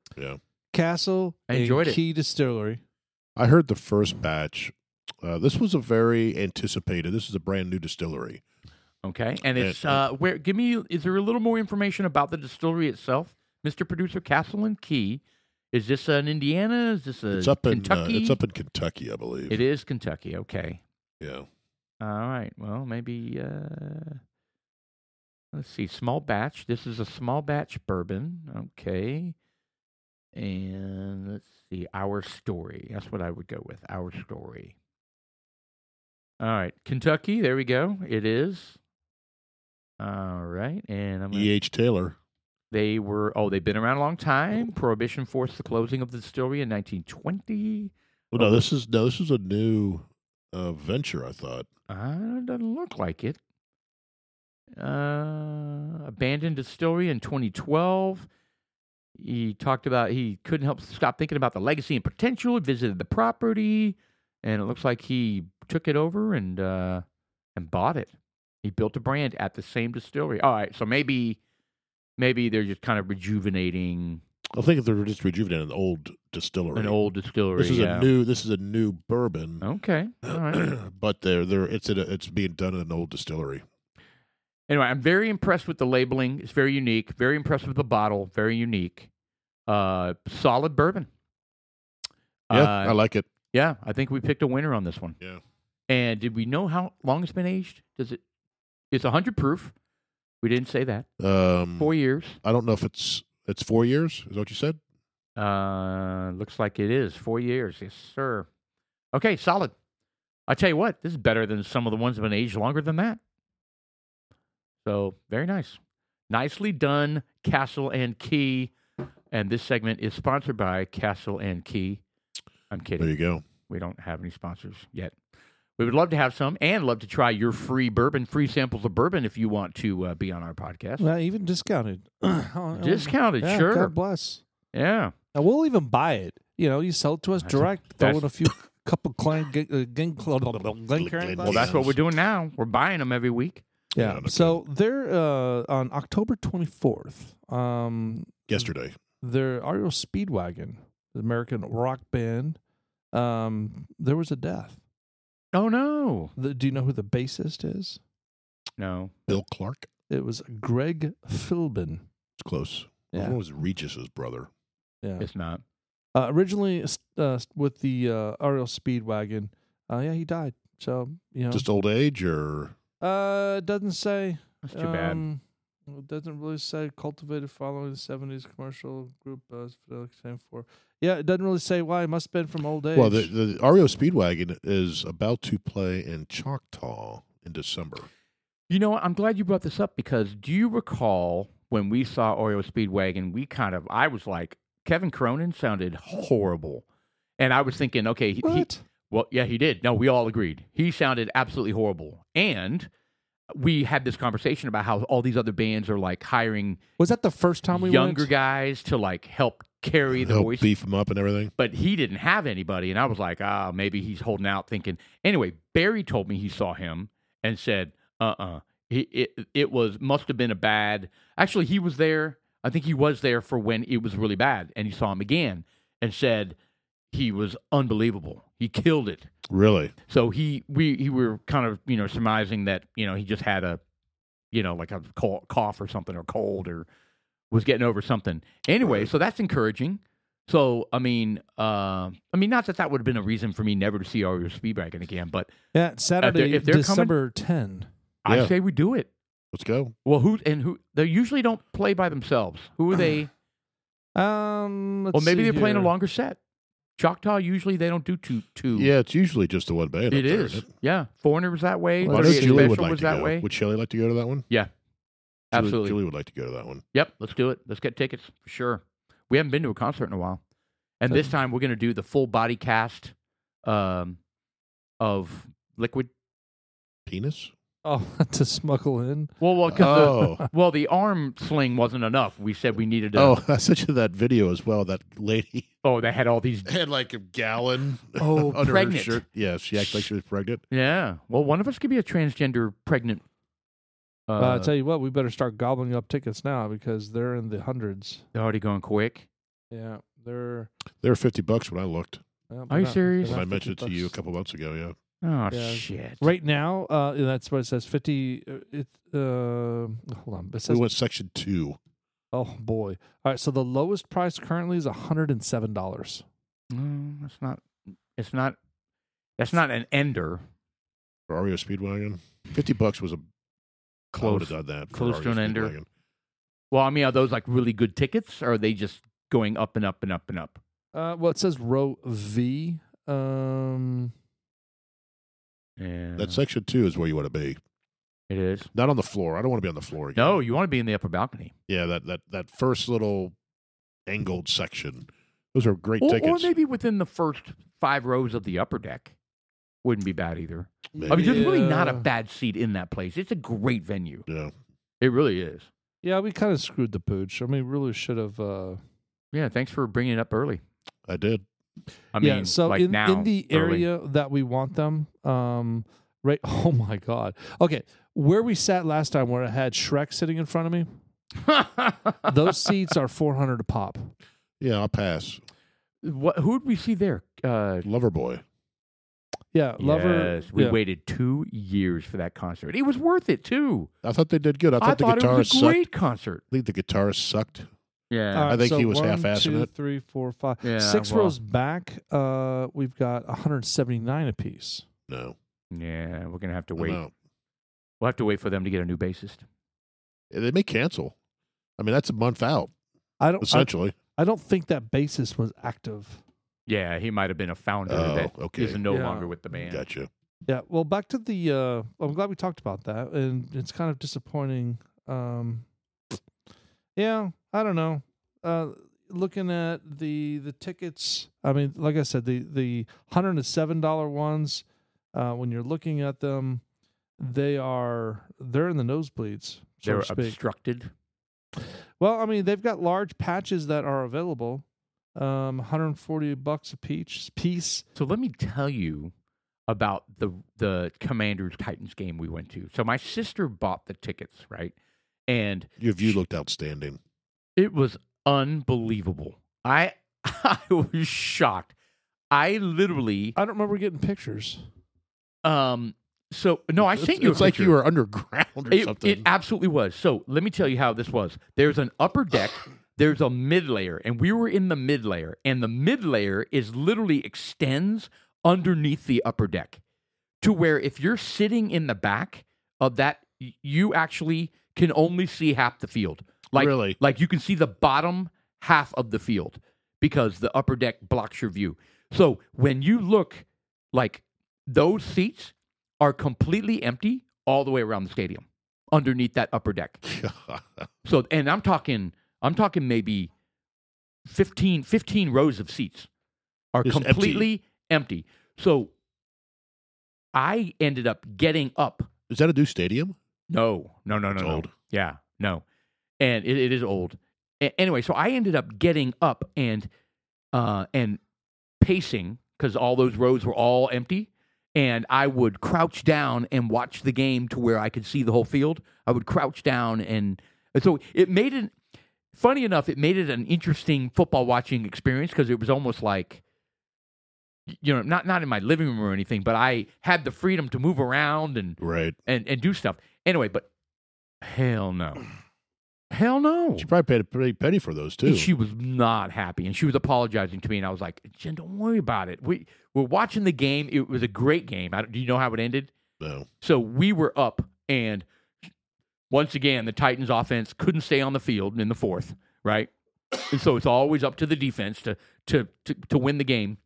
Speaker 2: Castle
Speaker 1: I enjoyed
Speaker 2: and
Speaker 1: it.
Speaker 2: Key Distillery.
Speaker 3: I heard the first batch. Uh, this was a very anticipated. This is a brand new distillery.
Speaker 1: Okay, and it's
Speaker 3: Uh,
Speaker 1: uh, where. Give me. Is there a little more information about the distillery itself, Mister Producer Castle and Key? Is this an Indiana? Is this a
Speaker 3: It's up in uh,
Speaker 1: Kentucky?
Speaker 3: it's up in Kentucky, I believe.
Speaker 1: It is Kentucky. Okay.
Speaker 3: Yeah.
Speaker 1: All right. Well, maybe uh, let's see. Small batch. This is a small batch bourbon. Okay. And let's see. Our story. That's what I would go with. Our story. All right. Kentucky. There we go. It is. All right. And I'm gonna,
Speaker 3: E. H. Taylor.
Speaker 1: they were oh, they've been around a long time. Prohibition forced the closing of the distillery in 1920.
Speaker 3: Well, Oh,
Speaker 1: Oh.
Speaker 3: no, this is no, this is a new uh, venture. I thought.
Speaker 1: Uh, doesn't look like it. Uh, abandoned distillery in 2012. He talked about he couldn't help stop thinking about the legacy and potential. Visited the property, and it looks like he took it over and uh, and bought it. He built a brand at the same distillery. All right, so maybe maybe they're just kind of rejuvenating.
Speaker 3: I think they're just rejuvenating an old distillery.
Speaker 1: An old distillery.
Speaker 3: this is
Speaker 1: yeah. Oh,
Speaker 3: a new. This is a new bourbon.
Speaker 1: Okay. All right.
Speaker 3: but they're they're it's at a, it's being done in an old distillery.
Speaker 1: anyway, I'm very impressed with the labeling. It's very unique. Very impressed with the bottle. Very unique. Uh, solid bourbon.
Speaker 3: Yeah,
Speaker 1: Uh,
Speaker 3: I like it.
Speaker 1: yeah. I think we picked a winner on this one.
Speaker 3: Yeah.
Speaker 1: And did we know how long it's been aged? Does it? It's 100 proof. We didn't say that.
Speaker 3: Um,
Speaker 1: Four years.
Speaker 3: I don't know if it's it's four years. Is that what you said?
Speaker 1: Uh, looks like it is four years. Yes, sir. Okay, solid. I tell you what, this is better than some of the ones that have been aged longer than that. So very nice, nicely done, Castle and Key. And this segment is sponsored by Castle and Key. I'm kidding.
Speaker 3: There you go.
Speaker 1: We don't have any sponsors yet. We would love to have some and love to try your free bourbon, free samples of bourbon if you want to uh, be on our podcast.
Speaker 2: Not even discounted. Oh,
Speaker 1: Discounted,
Speaker 2: um, Yeah,
Speaker 1: sure.
Speaker 2: God bless.
Speaker 1: Yeah.
Speaker 2: And we'll even buy it. You know, you sell it to us
Speaker 1: That's a-
Speaker 2: direct.
Speaker 1: that's-
Speaker 2: throw in a few couple Glen uh, Glen- Glencairn
Speaker 3: Glen-
Speaker 1: Well, that's what
Speaker 3: Yes.
Speaker 1: we're doing now. We're buying them every week.
Speaker 3: Yeah,
Speaker 2: Yeah.
Speaker 3: okay.
Speaker 2: So they're uh, on October 24th. Um,
Speaker 1: Mm-hmm.
Speaker 3: Yesterday.
Speaker 2: their Ariel Speedwagon, the American rock band, um, there was a death.
Speaker 1: Oh no,
Speaker 2: The, do you know who the bassist is?
Speaker 1: no.
Speaker 3: Bill Clark.
Speaker 2: It was Greg Philbin.
Speaker 3: It's close. Yeah.
Speaker 2: Yeah.
Speaker 3: One was Regis's brother.
Speaker 2: Yeah.
Speaker 1: It's not.
Speaker 2: Uh, originally uh, with the uh, Ariel Speedwagon, uh, yeah, he died. So
Speaker 1: Oh.
Speaker 2: you know,
Speaker 3: Just old age or
Speaker 2: uh, it doesn't say
Speaker 1: That's too bad.
Speaker 2: Um, well, it doesn't really say cultivated following the 70s commercial group uh, as Fidelity came for. Yeah, it doesn't really say why. It must have been from old age.
Speaker 3: well, the the REO Speedwagon is about to play in Choctaw in December.
Speaker 1: You know, what? I'm glad you brought this up because do you recall when we saw Oreo Speedwagon? We kind of, I was like, Kevin Cronin sounded horrible, and I was thinking, okay, he, he
Speaker 2: what?
Speaker 1: well, yeah, he did. No, we all agreed he sounded absolutely horrible, and we had this conversation about how all these other bands are like hiring
Speaker 2: Was that the first time we
Speaker 1: younger
Speaker 2: went?
Speaker 1: guys to like help carry the
Speaker 3: They'll
Speaker 1: voice
Speaker 3: beef them up and everything.
Speaker 1: but he didn't have anybody. And I was like, ah, maybe he's holding out thinking. Anyway, Barry told me he saw him and said, uh uh He, it, it was, must have been a bad. Actually, he was there. I think he was there for when it was really bad. And he saw him again and said, he was unbelievable. He killed it.
Speaker 3: Really?
Speaker 1: So he, we, he were kind of, you know, surmising that, you know, he just had a, you know, like a col- cough or something or cold or was getting over something. Anyway, so that's encouraging. So I mean, uh, I mean, not that that would have been a reason for me never to see Ario Speedwagon again, but
Speaker 2: Yeah, Saturday,
Speaker 1: if they're coming-
Speaker 2: December 10.
Speaker 1: I
Speaker 3: Yeah.
Speaker 1: say we do it.
Speaker 3: Let's go.
Speaker 1: Well, who and who? They usually don't play by themselves. Who are they?
Speaker 2: Um, let's
Speaker 1: well, maybe
Speaker 2: see
Speaker 1: they're playing a
Speaker 2: here.
Speaker 1: longer set. Choctaw usually they don't do two two.
Speaker 3: Yeah, it's usually just the one band. up
Speaker 1: it
Speaker 3: there,
Speaker 1: is.
Speaker 3: isn't it?
Speaker 1: Yeah, Foreigner was that way.
Speaker 2: Well,
Speaker 3: I
Speaker 2: Let's
Speaker 3: know
Speaker 1: 38
Speaker 2: see.
Speaker 3: Julie would
Speaker 1: Special
Speaker 3: like
Speaker 1: was
Speaker 3: to
Speaker 1: that
Speaker 3: go.
Speaker 1: way.
Speaker 3: Would Shelly like to go to that one? Julie-
Speaker 1: Absolutely.
Speaker 3: Julie would like to go to that one.
Speaker 1: Yep, let's do it. Let's get tickets for sure. We haven't been to a concert in a while, and
Speaker 2: So-
Speaker 1: this time we're going to do the full body cast um, of Liquid.
Speaker 3: Penis?
Speaker 2: Oh, to smuggle in.
Speaker 1: Well, well, 'cause the-
Speaker 3: Oh.
Speaker 1: Well, the arm sling wasn't enough. We said we needed a.
Speaker 3: Oh, I sent you that video as well. That lady
Speaker 1: oh, they had all these.
Speaker 3: had like a gallon
Speaker 1: Oh,
Speaker 3: under
Speaker 1: pregnant.
Speaker 3: her shirt. Yeah, she acted like she was pregnant.
Speaker 1: Yeah. Well, one of us could be a transgender pregnant. Uh,
Speaker 2: Uh, I tell you what, we better start gobbling up tickets now because they're in the hundreds.
Speaker 1: they're already going quick.
Speaker 2: Yeah, they're.
Speaker 3: They were fifty bucks when I looked.
Speaker 2: well,
Speaker 1: Are you
Speaker 2: they're
Speaker 1: serious?
Speaker 2: they're
Speaker 3: When I
Speaker 2: not
Speaker 3: mentioned it
Speaker 2: 50
Speaker 3: to you a
Speaker 2: bucks.
Speaker 3: couple months ago. Yeah,
Speaker 1: Oh
Speaker 2: Yeah.
Speaker 1: shit!
Speaker 2: Right now, uh, that's what it says. Fifty. uh, It. Uh, hold on. It says
Speaker 3: we went section two.
Speaker 2: Oh boy! All right, so the lowest price currently is hundred and seven dollars.
Speaker 1: Mm, that's not. It's not. That's not an ender.
Speaker 3: for REO Speedwagon. Fifty bucks was a
Speaker 1: Close.
Speaker 3: I would have done that. for
Speaker 1: Close to
Speaker 3: REO
Speaker 1: an ender.
Speaker 3: Speedwagon.
Speaker 1: Well, I mean, are those like really good tickets, or are they just going up and up and up and up?
Speaker 2: Uh, well, it says row V. Um,
Speaker 1: Yeah,
Speaker 3: That section two is where you want to be.
Speaker 1: it is.
Speaker 3: Not on the floor. I don't want to be on the floor. Again.
Speaker 1: No, you want to be in the upper balcony,
Speaker 3: Yeah, that that that first little angled section. Those are great
Speaker 1: or, or
Speaker 3: tickets.
Speaker 1: maybe within the first five rows of the upper deck. Wouldn't be bad either. I mean,
Speaker 3: Maybe.
Speaker 1: there's really not a
Speaker 2: Yeah.
Speaker 1: bad seat in that place. It's a great venue.
Speaker 3: yeah.
Speaker 1: It really is.
Speaker 2: yeah, we kind of screwed the pooch. I mean, really should have. Uh,
Speaker 1: Yeah, thanks for bringing it up early.
Speaker 3: I did.
Speaker 1: I
Speaker 2: yeah,
Speaker 1: mean,
Speaker 2: so
Speaker 1: like
Speaker 2: in,
Speaker 1: now,
Speaker 2: in the
Speaker 1: early.
Speaker 2: area that we want them. Um, right. Oh my God. Okay, where we sat last time, where I had Shrek sitting in front of me, those seats are four hundred a pop.
Speaker 3: Yeah, I'll pass.
Speaker 1: What? Who would we see there? Uh,
Speaker 3: Lover boy.
Speaker 2: Yeah, Lover.
Speaker 1: Yes, we
Speaker 2: yeah.
Speaker 1: waited two years for that concert. It was worth it too.
Speaker 3: I thought they did good. I
Speaker 1: I
Speaker 3: thought the
Speaker 1: thought it
Speaker 3: guitarist
Speaker 1: was a
Speaker 3: sucked.
Speaker 1: great concert.
Speaker 3: I think the guitarist sucked.
Speaker 1: Yeah.
Speaker 2: All right,
Speaker 3: think
Speaker 2: so
Speaker 3: he was
Speaker 2: one,
Speaker 3: half-assing
Speaker 2: two,
Speaker 3: it.
Speaker 2: three, four, five.
Speaker 1: Yeah,
Speaker 2: Six
Speaker 1: well.
Speaker 2: rows back, uh, we've got 179 apiece.
Speaker 3: No.
Speaker 1: yeah, we're gonna have to
Speaker 3: I'm
Speaker 1: wait.
Speaker 3: out.
Speaker 1: We'll have to wait for them to get a new bassist.
Speaker 3: They may cancel. I mean, that's a month out
Speaker 2: I
Speaker 1: Oh,
Speaker 2: don't. I,
Speaker 3: essentially.
Speaker 2: I don't think that bassist was active.
Speaker 1: Yeah, he might have been a founder
Speaker 3: Oh,
Speaker 1: that is
Speaker 3: okay.
Speaker 1: no
Speaker 2: Yeah.
Speaker 1: longer with the band.
Speaker 3: Gotcha.
Speaker 2: Yeah. Well, back to the. Uh, I'm glad we talked about that, and it's kind of disappointing. Um, yeah, I don't know. Uh, looking at the the tickets, I mean, like I said, the the hundred and seven dollar ones. Uh, when you're looking at them, they are they're in the nosebleeds. So
Speaker 1: They're
Speaker 2: to speak.
Speaker 1: obstructed.
Speaker 2: Well, I mean, they've got large patches that are available. Um, 140 bucks a peach piece.
Speaker 1: So let me tell you about the the Commanders Titans game we went to. So my sister bought the tickets, right? And
Speaker 3: Your view looked outstanding.
Speaker 1: It was unbelievable. I I was shocked. I literally
Speaker 2: I don't remember getting pictures.
Speaker 1: um so no, I
Speaker 3: It's-
Speaker 1: sent you. a
Speaker 3: It's like you
Speaker 1: picture.
Speaker 3: were underground or
Speaker 1: It,
Speaker 3: something.
Speaker 1: it absolutely was. So let me tell you how this was. There's an upper deck. There's a mid layer, and we were in the mid layer, and the mid layer is literally extends underneath the upper deck, to where if you're sitting in the back of that, y- you actually can only see half the field. Like
Speaker 3: really?
Speaker 1: like you can see the bottom half of the field because the upper deck blocks your view. So when you look, like those seats are completely empty all the way around the stadium underneath that upper deck. So and I'm talking I'm talking maybe 15 15 rows of seats are
Speaker 3: Just empty.
Speaker 1: completely empty. So I ended up getting up
Speaker 3: Is that a new stadium?
Speaker 1: no, no, no, no,
Speaker 3: It's
Speaker 1: no.
Speaker 3: old.
Speaker 1: Yeah, no, and it, it is old. A- anyway, so I ended up getting up and uh, and pacing because all those rows were all empty, and I would crouch down and watch the game to where I could see the whole field. I would crouch down, and, and so it made it. Funny enough, it made it an interesting football watching experience because it was almost like you know not not in my living room or anything, but I had the freedom to move around and
Speaker 3: Right.
Speaker 1: and and do stuff. Anyway, but hell no, hell no.
Speaker 3: She probably paid a pretty penny for those too.
Speaker 1: And she was not happy, and she was apologizing to me, and I was like, "Jen, don't worry about it. We we're watching the game. It was a great game. I, don't- do you know how it ended?
Speaker 3: no.
Speaker 1: So we were up, and once again, the Titans' offense couldn't stay on the field in the fourth, right? And so it's always up to the defense to to to, to win the game.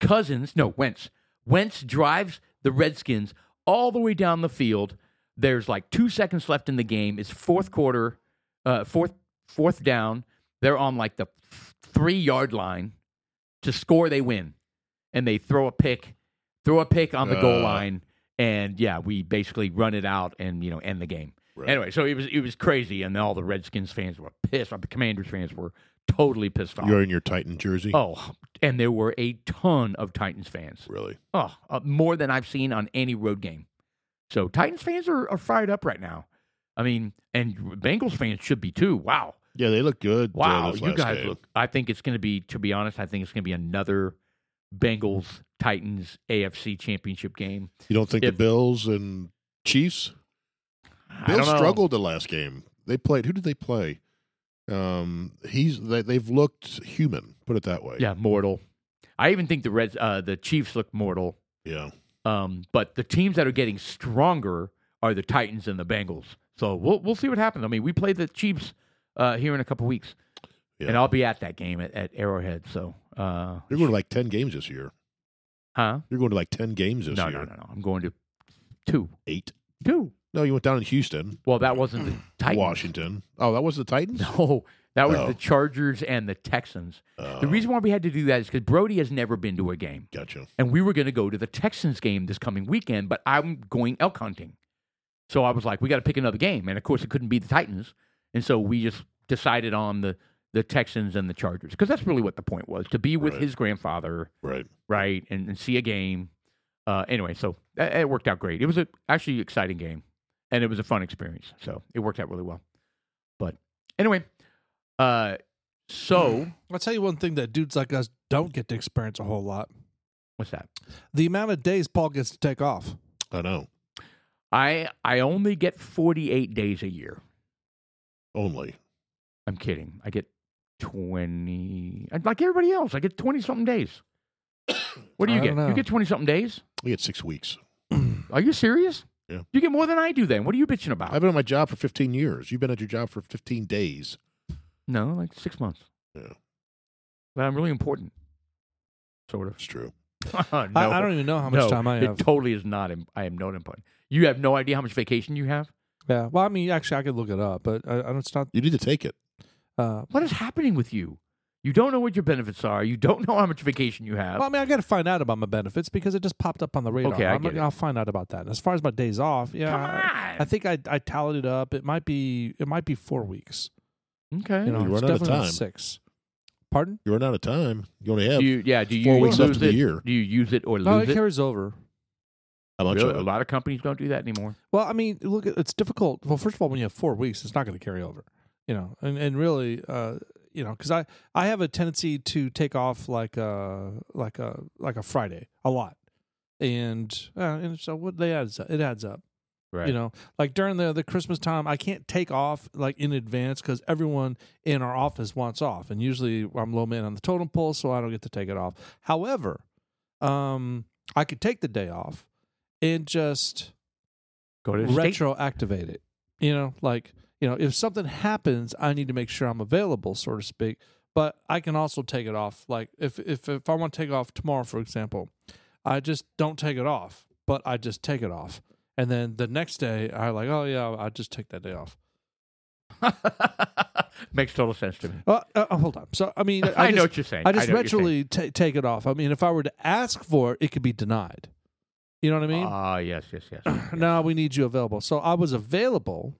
Speaker 1: Cousins, no Wentz. Wentz drives the Redskins all the way down the field. There's like two seconds left in the game. It's fourth quarter, uh, fourth fourth down. They're on like the three yard line to score. They win, and they throw a pick, throw a pick on the goal
Speaker 3: Uh.
Speaker 1: line, and yeah, we basically run it out and you know end the game.
Speaker 3: Right.
Speaker 1: Anyway, so it was it was crazy, and all the Redskins fans were pissed. off. The Commanders fans were totally pissed off.
Speaker 3: You're in your Titan jersey.
Speaker 1: Oh, and there were a ton of Titans fans.
Speaker 3: Really?
Speaker 1: Oh, uh, more than I've seen on any road game. So Titans fans are, are fired up right now. I mean, and Bengals fans should be too. Wow,
Speaker 3: Yeah, they look good. uh,
Speaker 1: wow,
Speaker 3: this
Speaker 1: you
Speaker 3: last
Speaker 1: guys
Speaker 3: game.
Speaker 1: look. I think it's going to be. To be honest, I think it's going to be another Bengals Titans AFC Championship game.
Speaker 3: You don't think
Speaker 1: if-
Speaker 3: the Bills and Chiefs?
Speaker 1: I
Speaker 3: Bills
Speaker 1: don't know.
Speaker 3: struggled the last game. They played. Who did they play? Um, he's they, they've looked human. Put it that way.
Speaker 1: Yeah, mortal. I even think the Reds, uh, the Chiefs look mortal.
Speaker 3: Yeah.
Speaker 1: Um, but the teams that are getting stronger are the Titans and the Bengals. So we'll we'll see what happens. I mean, we play the Chiefs uh, here in a couple weeks,
Speaker 3: Yeah.
Speaker 1: and I'll be at that game at, at Arrowhead. So, uh,
Speaker 3: You're going to like ten games this year.
Speaker 1: huh?
Speaker 3: You're going to like ten games this
Speaker 1: No,
Speaker 3: year.
Speaker 1: no, no, no. I'm going to two,
Speaker 3: Eight.
Speaker 1: two.
Speaker 3: No, you went down in Houston,
Speaker 1: Well, that wasn't the Titans.
Speaker 3: Washington. Oh, that was the Titans.
Speaker 1: No, that was
Speaker 3: Oh.
Speaker 1: the Chargers and the Texans.
Speaker 3: Uh,
Speaker 1: The reason why we had to do that is because Brody has never been to a game.
Speaker 3: Gotcha.
Speaker 1: and we were going to go to the Texans game this coming weekend, but I'm going elk hunting. So I was like, we got to pick another game. And of course, it couldn't be the Titans. And so we just decided on the, the Texans and the Chargers because that's really what the point was to be with
Speaker 3: Right.
Speaker 1: his grandfather,
Speaker 3: Right.
Speaker 1: right? And, and see a game. Uh, anyway, so that, it worked out great. It was a actually exciting game and it was a fun experience. So it worked out really well. But anyway, uh, So
Speaker 2: I'll tell you one thing that dudes like us don't get to experience a whole lot:
Speaker 1: what's that?
Speaker 2: the amount of days Paul gets to take off.
Speaker 3: I know.
Speaker 1: I I only get 48 days a year.
Speaker 3: Only.
Speaker 1: I'm kidding. I get 20. I- Like everybody else, I get 20 something days. What do you
Speaker 2: I
Speaker 1: get?
Speaker 2: don't know.
Speaker 1: You get 20 something days?
Speaker 3: We get six weeks.
Speaker 1: Are you serious?
Speaker 3: Yeah.
Speaker 1: You get more than I do then. What are you bitching about?
Speaker 3: I've been on my job for 15 years. You've been at your job for 15 days.
Speaker 1: no, like six months.
Speaker 3: Yeah.
Speaker 1: But I'm really important. Sort of.
Speaker 3: It's true.
Speaker 1: no,
Speaker 2: I, I don't even know how much
Speaker 1: no,
Speaker 2: time I have.
Speaker 1: It totally is not. im- I am not important. You have no idea how much vacation you have?
Speaker 2: yeah. Well, I mean, actually, I could look it up, but I, I don't. It's not.
Speaker 3: You need to take it.
Speaker 2: Uh,
Speaker 1: What is happening with you? You don't know what your benefits are. You don't know how much vacation you have.
Speaker 2: well, I mean, I got to find out about my benefits because it just popped up on the radar.
Speaker 1: Okay, I
Speaker 2: I'm,
Speaker 1: get it.
Speaker 2: I'll find out about that. And as far as my days off, yeah,
Speaker 1: Come
Speaker 2: I-
Speaker 1: on.
Speaker 2: I think I, I tallied it up. It might be it might be four weeks.
Speaker 1: okay.
Speaker 2: You know,
Speaker 3: you
Speaker 2: it's
Speaker 3: run out of
Speaker 2: definitely not
Speaker 3: time.
Speaker 2: six. Pardon?
Speaker 3: You run out of time. You only have
Speaker 1: do you, yeah. Do you
Speaker 3: four weeks
Speaker 1: lose
Speaker 3: left of the
Speaker 1: it?
Speaker 3: year.
Speaker 1: Do you use it or
Speaker 2: No,
Speaker 1: lose
Speaker 2: Oh, it
Speaker 1: it?
Speaker 2: carries over.
Speaker 3: how much
Speaker 1: Really?
Speaker 3: of
Speaker 1: A
Speaker 3: it.
Speaker 1: lot of companies don't do that anymore.
Speaker 2: Well, I mean, look, it's difficult. Well, first of all, when you have four weeks, it's not going to carry over. You know, and and really, uh, you know, because I I have a tendency to take off like a like a like a Friday a lot, and uh, and so what they adds up, it adds up.
Speaker 1: Right.
Speaker 2: You know, like during the the Christmas time, I can't take off like in advance because everyone in our office wants off, and usually I'm low man on the totem pole, so I don't get to take it off. However, um, I could take the day off and just
Speaker 1: Go to the state.
Speaker 2: retroactivate it. You know, like you know, if something happens, I need to make sure I'm available, so to speak. But I can also take it off. Like if if if I want to take off tomorrow, for example, I just don't take it off, but I just take it off, and then the next day I like, oh yeah, I just take that day off.
Speaker 1: Makes total sense to me.
Speaker 2: Uh, uh, uh, hold on. So I mean,
Speaker 1: I,
Speaker 2: I, just,
Speaker 1: know what you're saying.
Speaker 2: I just
Speaker 1: know what you're saying.
Speaker 2: retroly ta take it off. I mean, if I were to ask for it, it could be denied. You know what I mean?
Speaker 1: Ah, yes, yes, yes. yes.
Speaker 2: no, we need you available. So I was available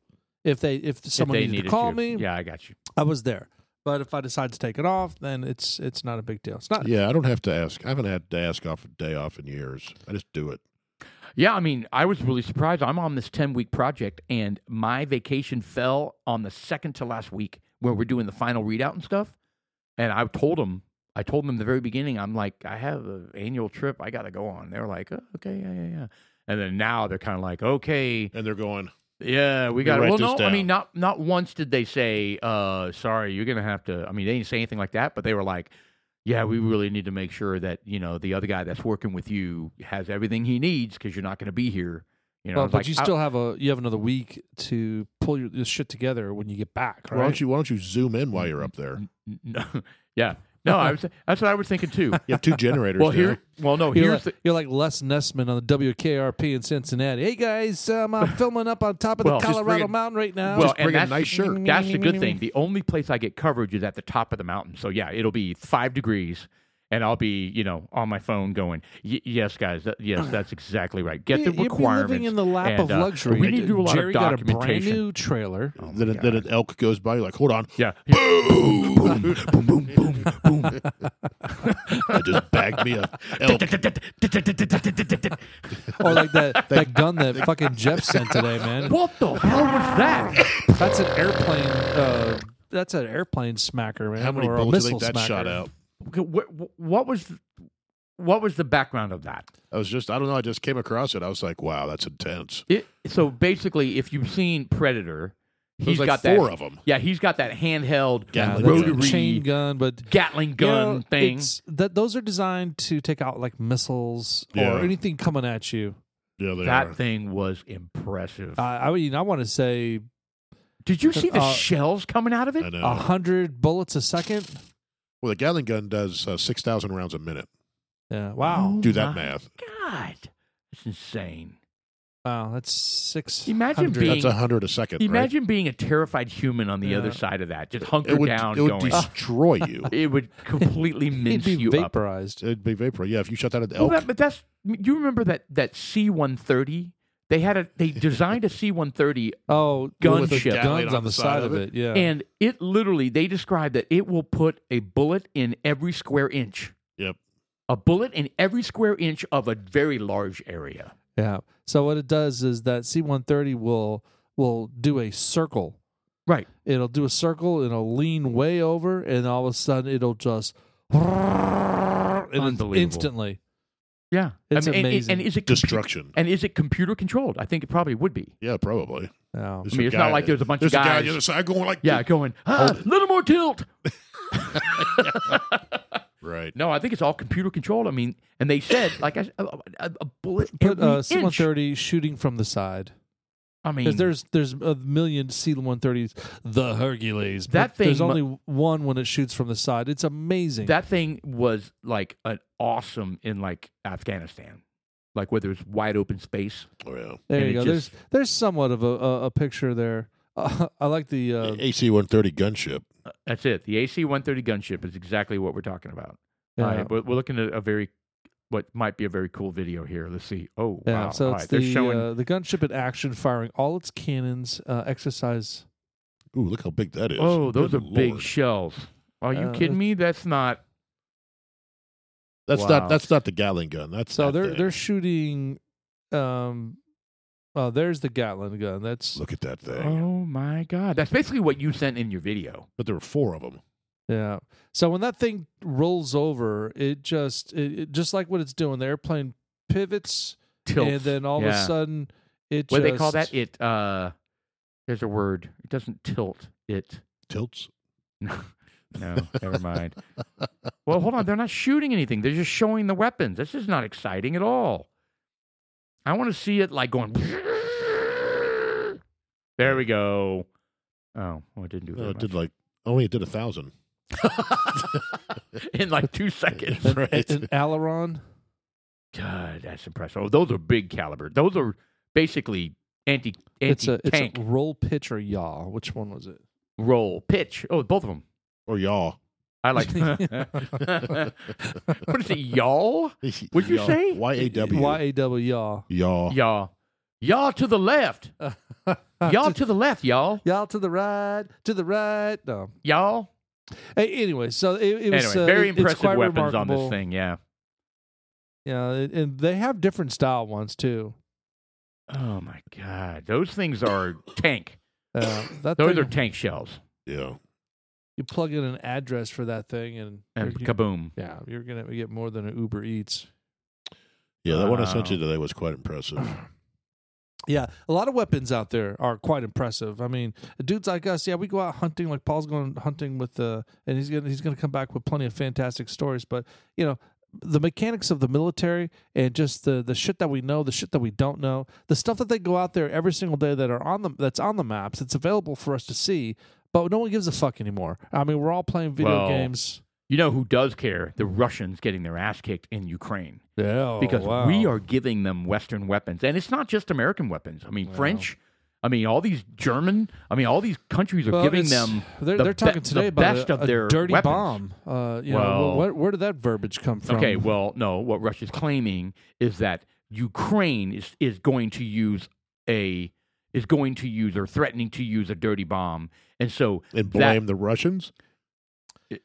Speaker 2: if they if
Speaker 1: If
Speaker 2: someone
Speaker 1: they
Speaker 2: needed,
Speaker 1: needed
Speaker 2: to call
Speaker 1: you.
Speaker 2: me.
Speaker 1: Yeah, I got you.
Speaker 2: I was there. But if I decide to take it off, then it's it's not a big deal. It's not.
Speaker 3: Yeah, I don't have to ask. I haven't had to ask off a day off in years. I just do it.
Speaker 1: Yeah, I mean, I was really surprised. I'm on this 10 week project, and my vacation fell on the second to last week when we're doing the final readout and stuff. And I told them, I told them in the very beginning, I'm like, I have an annual trip I got to go on. They're like, oh, okay, yeah, yeah, yeah. And then now they're kind of like, okay,
Speaker 3: And they're going,
Speaker 1: yeah, we
Speaker 3: me
Speaker 1: got.
Speaker 3: write
Speaker 1: Well,
Speaker 3: this
Speaker 1: no, I
Speaker 3: down.
Speaker 1: mean, not not once did they say, uh, "Sorry, you're gonna have to." I mean, they didn't say anything like that, but they were like, "Yeah, we really need to make sure that you know the other guy that's working with you has everything he needs because you're not gonna be here." You know, I
Speaker 2: well,
Speaker 1: was
Speaker 2: but
Speaker 1: like,
Speaker 2: you
Speaker 1: "I-
Speaker 2: still have a you have another week to pull your this shit together when you get back, right?
Speaker 3: why don't you why don't you zoom in while you're up there?
Speaker 1: n- no, yeah, no, I was that's what I was thinking too.
Speaker 3: You have two generators
Speaker 1: well,
Speaker 3: there.
Speaker 1: here, well, no,
Speaker 2: You're
Speaker 1: here's
Speaker 2: like,
Speaker 1: the,
Speaker 2: you're like Les Nessman on the WKRP in Cincinnati. Hey guys, um, I'm filming up on top of
Speaker 1: Well,
Speaker 2: the
Speaker 1: just
Speaker 2: Colorado
Speaker 3: bring it-
Speaker 2: Mountain right now.
Speaker 1: well,
Speaker 3: Just
Speaker 1: and
Speaker 3: bring a
Speaker 1: that's-
Speaker 3: nice shirt.
Speaker 1: That's the good thing. The only place I get coverage is at the top of the mountain. So yeah, it'll be five degrees, and I'll be you know on my phone going, y- "Yes, guys, that, yes, that's exactly right. Get the
Speaker 2: You- you'd be
Speaker 1: requirements."
Speaker 2: living in the lap
Speaker 1: and,
Speaker 2: of
Speaker 1: uh,
Speaker 2: luxury.
Speaker 1: we need to do a lot
Speaker 2: Jerry
Speaker 1: of
Speaker 2: got a brand
Speaker 1: documentation.
Speaker 2: new trailer.
Speaker 3: then, then an elk goes by, you're like, hold on.
Speaker 1: yeah,
Speaker 3: Boom! boom, boom, boom, boom, boom. I just bagged me a elk.
Speaker 2: or Oh, like that, that gun that fucking Jeff sent today, man.
Speaker 1: what the hell was that?
Speaker 2: That's an airplane. Uh, that's an airplane smacker, man.
Speaker 3: How many
Speaker 2: or a
Speaker 3: bullets do you
Speaker 2: missile
Speaker 3: think that
Speaker 2: smacker.
Speaker 3: shot out?
Speaker 1: Okay, wh- wh- What was what was the background of that?
Speaker 3: I was just, I don't know. I just came across it. I was like, wow, that's intense.
Speaker 1: It, so basically, if you've seen Predator, he's
Speaker 3: There's
Speaker 1: got
Speaker 3: like four
Speaker 1: that.
Speaker 3: of them.
Speaker 1: Yeah, he's got that handheld
Speaker 2: Yeah,
Speaker 3: Gatling
Speaker 2: that's a
Speaker 1: rotary
Speaker 2: chain gun, but
Speaker 1: Gatling
Speaker 2: you
Speaker 1: gun
Speaker 2: know,
Speaker 1: thing.
Speaker 2: it's- That those are designed to take out like missiles
Speaker 3: Yeah.
Speaker 2: or anything coming at you.
Speaker 3: Yeah, they
Speaker 1: That
Speaker 3: are.
Speaker 1: thing was impressive.
Speaker 2: Uh, I mean, I want to say
Speaker 1: Did you see the
Speaker 2: uh,
Speaker 1: shells coming out of
Speaker 3: I
Speaker 1: it?
Speaker 3: know.
Speaker 2: a hundred bullets a second.
Speaker 3: well, the Gatling gun does uh, 6,000 rounds a minute.
Speaker 2: Yeah. Wow.
Speaker 1: Oh
Speaker 3: Do
Speaker 1: my
Speaker 3: that math.
Speaker 1: God, that's insane.
Speaker 2: Wow. That's six.
Speaker 1: Imagine
Speaker 2: hundred.
Speaker 1: being-
Speaker 3: That's 100 a second. right?
Speaker 1: Imagine being a terrified human on the
Speaker 2: Yeah.
Speaker 1: other side of that, just hunkered
Speaker 3: it would,
Speaker 1: down,
Speaker 3: it would
Speaker 1: going.
Speaker 3: destroy you.
Speaker 1: it would completely
Speaker 2: He'd
Speaker 1: mince
Speaker 2: be
Speaker 1: you up.
Speaker 2: vaporized.
Speaker 3: It'd be vapor. Yeah, if you shot that at the
Speaker 1: Well,
Speaker 3: elk,
Speaker 1: that, but that's you remember that that C one thirty. They had a they designed a C one thirty
Speaker 2: Oh,
Speaker 1: Gun
Speaker 2: with the
Speaker 1: ship.
Speaker 2: guns on the side of it. Yeah.
Speaker 1: and it literally they described that it will put a bullet in every square inch.
Speaker 3: Yep.
Speaker 1: A bullet in every square inch of a very large area.
Speaker 2: Yeah. So what it does is that C-130 will will do a circle
Speaker 1: Right.
Speaker 2: It'll do a circle, it'll lean way over, and all of a sudden it'll just and it's
Speaker 1: Unbelievable.
Speaker 2: instantly.
Speaker 1: Yeah.
Speaker 2: It's
Speaker 1: I mean, and-
Speaker 2: amazing.
Speaker 1: And, and is it compu-
Speaker 3: Destruction.
Speaker 1: and is it computer controlled? I think it probably would be.
Speaker 3: Yeah, probably.
Speaker 2: Yeah.
Speaker 1: I mean,
Speaker 3: a
Speaker 1: it's not
Speaker 3: guy-
Speaker 1: like there's a bunch
Speaker 3: There's
Speaker 1: of
Speaker 3: a guy on
Speaker 1: guys-
Speaker 3: the other side going like,
Speaker 1: Yeah,
Speaker 3: this.
Speaker 1: going ah,
Speaker 3: Hold
Speaker 1: a little more tilt.
Speaker 3: right.
Speaker 1: No, I think it's all computer controlled. I mean, and they said like I- a, a, a bullet
Speaker 2: Put
Speaker 1: every
Speaker 2: uh,
Speaker 1: inch.
Speaker 2: C-130 shooting from the side
Speaker 1: I mean,
Speaker 2: because there's there's a million C-130s. The Hercules. but
Speaker 1: That thing
Speaker 2: There's
Speaker 1: mu-
Speaker 2: only one when it shoots from the side. It's amazing.
Speaker 1: that thing was like an awesome in like Afghanistan, like where there's wide open space.
Speaker 3: Oh, yeah.
Speaker 2: there
Speaker 1: and
Speaker 2: you
Speaker 1: it
Speaker 2: go.
Speaker 1: just-
Speaker 2: There's there's somewhat of a a, a picture there. I like the uh,
Speaker 1: Um,
Speaker 3: AC 130 gunship.
Speaker 1: Uh, That's it. The AC-130 gunship is exactly what we're talking about.
Speaker 2: yeah.
Speaker 1: All right, we're, we're looking at a very what might be a very cool video here. Let's see. Oh,
Speaker 2: Yeah,
Speaker 1: wow.
Speaker 2: so
Speaker 1: All
Speaker 2: it's
Speaker 1: right,
Speaker 2: the
Speaker 1: they're showing
Speaker 2: uh, the gunship in action, firing all its cannons. Uh, exercise.
Speaker 3: Ooh, look how big that is.
Speaker 1: Oh, those
Speaker 3: Good
Speaker 1: are big
Speaker 3: Lord.
Speaker 1: shells. Are you
Speaker 2: Uh,
Speaker 1: kidding me? That's not
Speaker 3: that's
Speaker 1: Wow.
Speaker 3: not that's not the Gatling gun. That's
Speaker 2: So
Speaker 3: that
Speaker 2: they're
Speaker 3: thing.
Speaker 2: they're shooting. Um, oh, there's the Gatlin gun. That's
Speaker 3: Look at that thing.
Speaker 1: Oh my god. That's basically what you sent in your video.
Speaker 3: But there were four of them.
Speaker 2: yeah. So when that thing rolls over, it just it, it- just like what it's doing. The airplane pivots,
Speaker 1: Tilt.
Speaker 2: and then all of
Speaker 1: Yeah.
Speaker 2: a sudden it.
Speaker 1: what do
Speaker 2: just,
Speaker 1: they call that? It uh there's a word. It doesn't tilt. It
Speaker 3: Tilts.
Speaker 1: no. No, never mind. Well, hold on. They're not shooting anything. They're just showing the weapons. This is not exciting at all. I want to see it like going. There we go. Oh, well, it didn't do
Speaker 3: No,
Speaker 1: very
Speaker 3: it Uh, did
Speaker 1: much.
Speaker 3: like only it did a thousand.
Speaker 1: in like two seconds.
Speaker 3: right.
Speaker 2: An aileron.
Speaker 1: God, that's impressive. Oh, those are big caliber. Those are basically anti
Speaker 2: It's a
Speaker 1: anti
Speaker 2: it's a
Speaker 1: tank
Speaker 2: roll pitch or yaw. Which one was it?
Speaker 1: roll pitch. Oh, both of them.
Speaker 3: or y'all.
Speaker 1: I like. what is it, y'all? What'd you
Speaker 3: Yaw.
Speaker 1: say?
Speaker 3: Y-A-W.
Speaker 2: Y A W yaw.
Speaker 3: Y'all.
Speaker 1: Y'all, y'all to the left.
Speaker 2: Uh,
Speaker 1: Y'all to the left. Y'all,
Speaker 2: Y'all to the right, to the right. No.
Speaker 1: y'all.
Speaker 2: Hey, anyway, so it, it was
Speaker 1: Anyway,
Speaker 2: uh,
Speaker 1: very
Speaker 2: it- it's
Speaker 1: impressive
Speaker 2: quite
Speaker 1: weapons on
Speaker 2: remarkable.
Speaker 1: this thing. Yeah.
Speaker 2: Yeah, and- and they have different style ones too.
Speaker 1: Oh my God, those things are tank.
Speaker 2: Uh, that
Speaker 1: Those
Speaker 2: thing-
Speaker 1: are tank shells.
Speaker 3: Yeah.
Speaker 2: you plug in an address for that thing, and,
Speaker 1: And
Speaker 2: you're-
Speaker 1: kaboom.
Speaker 2: yeah, you're gonna get more than an Uber Eats.
Speaker 3: Yeah, that one I sent you
Speaker 1: Wow.
Speaker 3: today was quite impressive.
Speaker 2: Yeah, a lot of weapons out there are quite impressive. I mean, dudes like us, yeah, we go out hunting. Like Paul's going hunting with the, and he's gonna he's gonna come back with plenty of fantastic stories. But you know, the mechanics of the military and just the the shit that we know, the shit that we don't know, the stuff that they go out there every single day that are on the that's on the maps, it's available for us to see. But no one gives a fuck anymore. I mean, we're all playing video
Speaker 1: Well,
Speaker 2: games.
Speaker 1: You know who does care? The Russians getting their ass kicked in Ukraine.
Speaker 2: Yeah, oh,
Speaker 1: because we are giving them Western weapons, and it's not just American weapons. I mean,
Speaker 2: Wow.
Speaker 1: French. I mean, all these German. I mean, all these countries are
Speaker 2: Well,
Speaker 1: giving
Speaker 2: it's-
Speaker 1: them.
Speaker 2: They're,
Speaker 1: the
Speaker 2: they're talking
Speaker 1: be-
Speaker 2: today
Speaker 1: the
Speaker 2: about
Speaker 1: best
Speaker 2: a,
Speaker 1: of
Speaker 2: a
Speaker 1: their
Speaker 2: dirty
Speaker 1: weapons.
Speaker 2: bomb. Uh, you know,
Speaker 1: Well-
Speaker 2: wh- where, where did that verbiage come from?
Speaker 1: Okay, well, no. What Russia's claiming is that Ukraine is is going to use a is going to use or threatening to use a dirty bomb, and so
Speaker 3: And
Speaker 1: That-
Speaker 3: blame the Russians?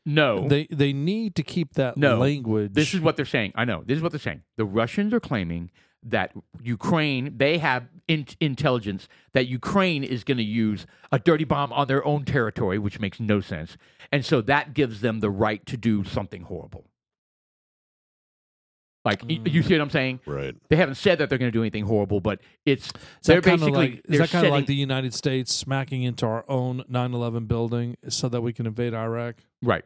Speaker 1: no,
Speaker 2: They they need to keep that
Speaker 1: No.
Speaker 2: language.
Speaker 1: This is what they're saying. I know. This is what they're saying. The Russians are claiming that Ukraine, they have in- intelligence that Ukraine is going to use a dirty bomb on their own territory, which makes no sense. And so that gives them the right to do something horrible. Like, y-
Speaker 2: Mm.
Speaker 1: you see what I'm saying?
Speaker 3: Right.
Speaker 1: They haven't said that they're going to do anything horrible, but it's
Speaker 2: Is that
Speaker 1: they're
Speaker 2: kinda
Speaker 1: basically-
Speaker 2: like, is
Speaker 1: they're
Speaker 2: that kind of
Speaker 1: setting-
Speaker 2: like the United States smacking into our own 9/11 building so that we can invade Iraq?
Speaker 1: right.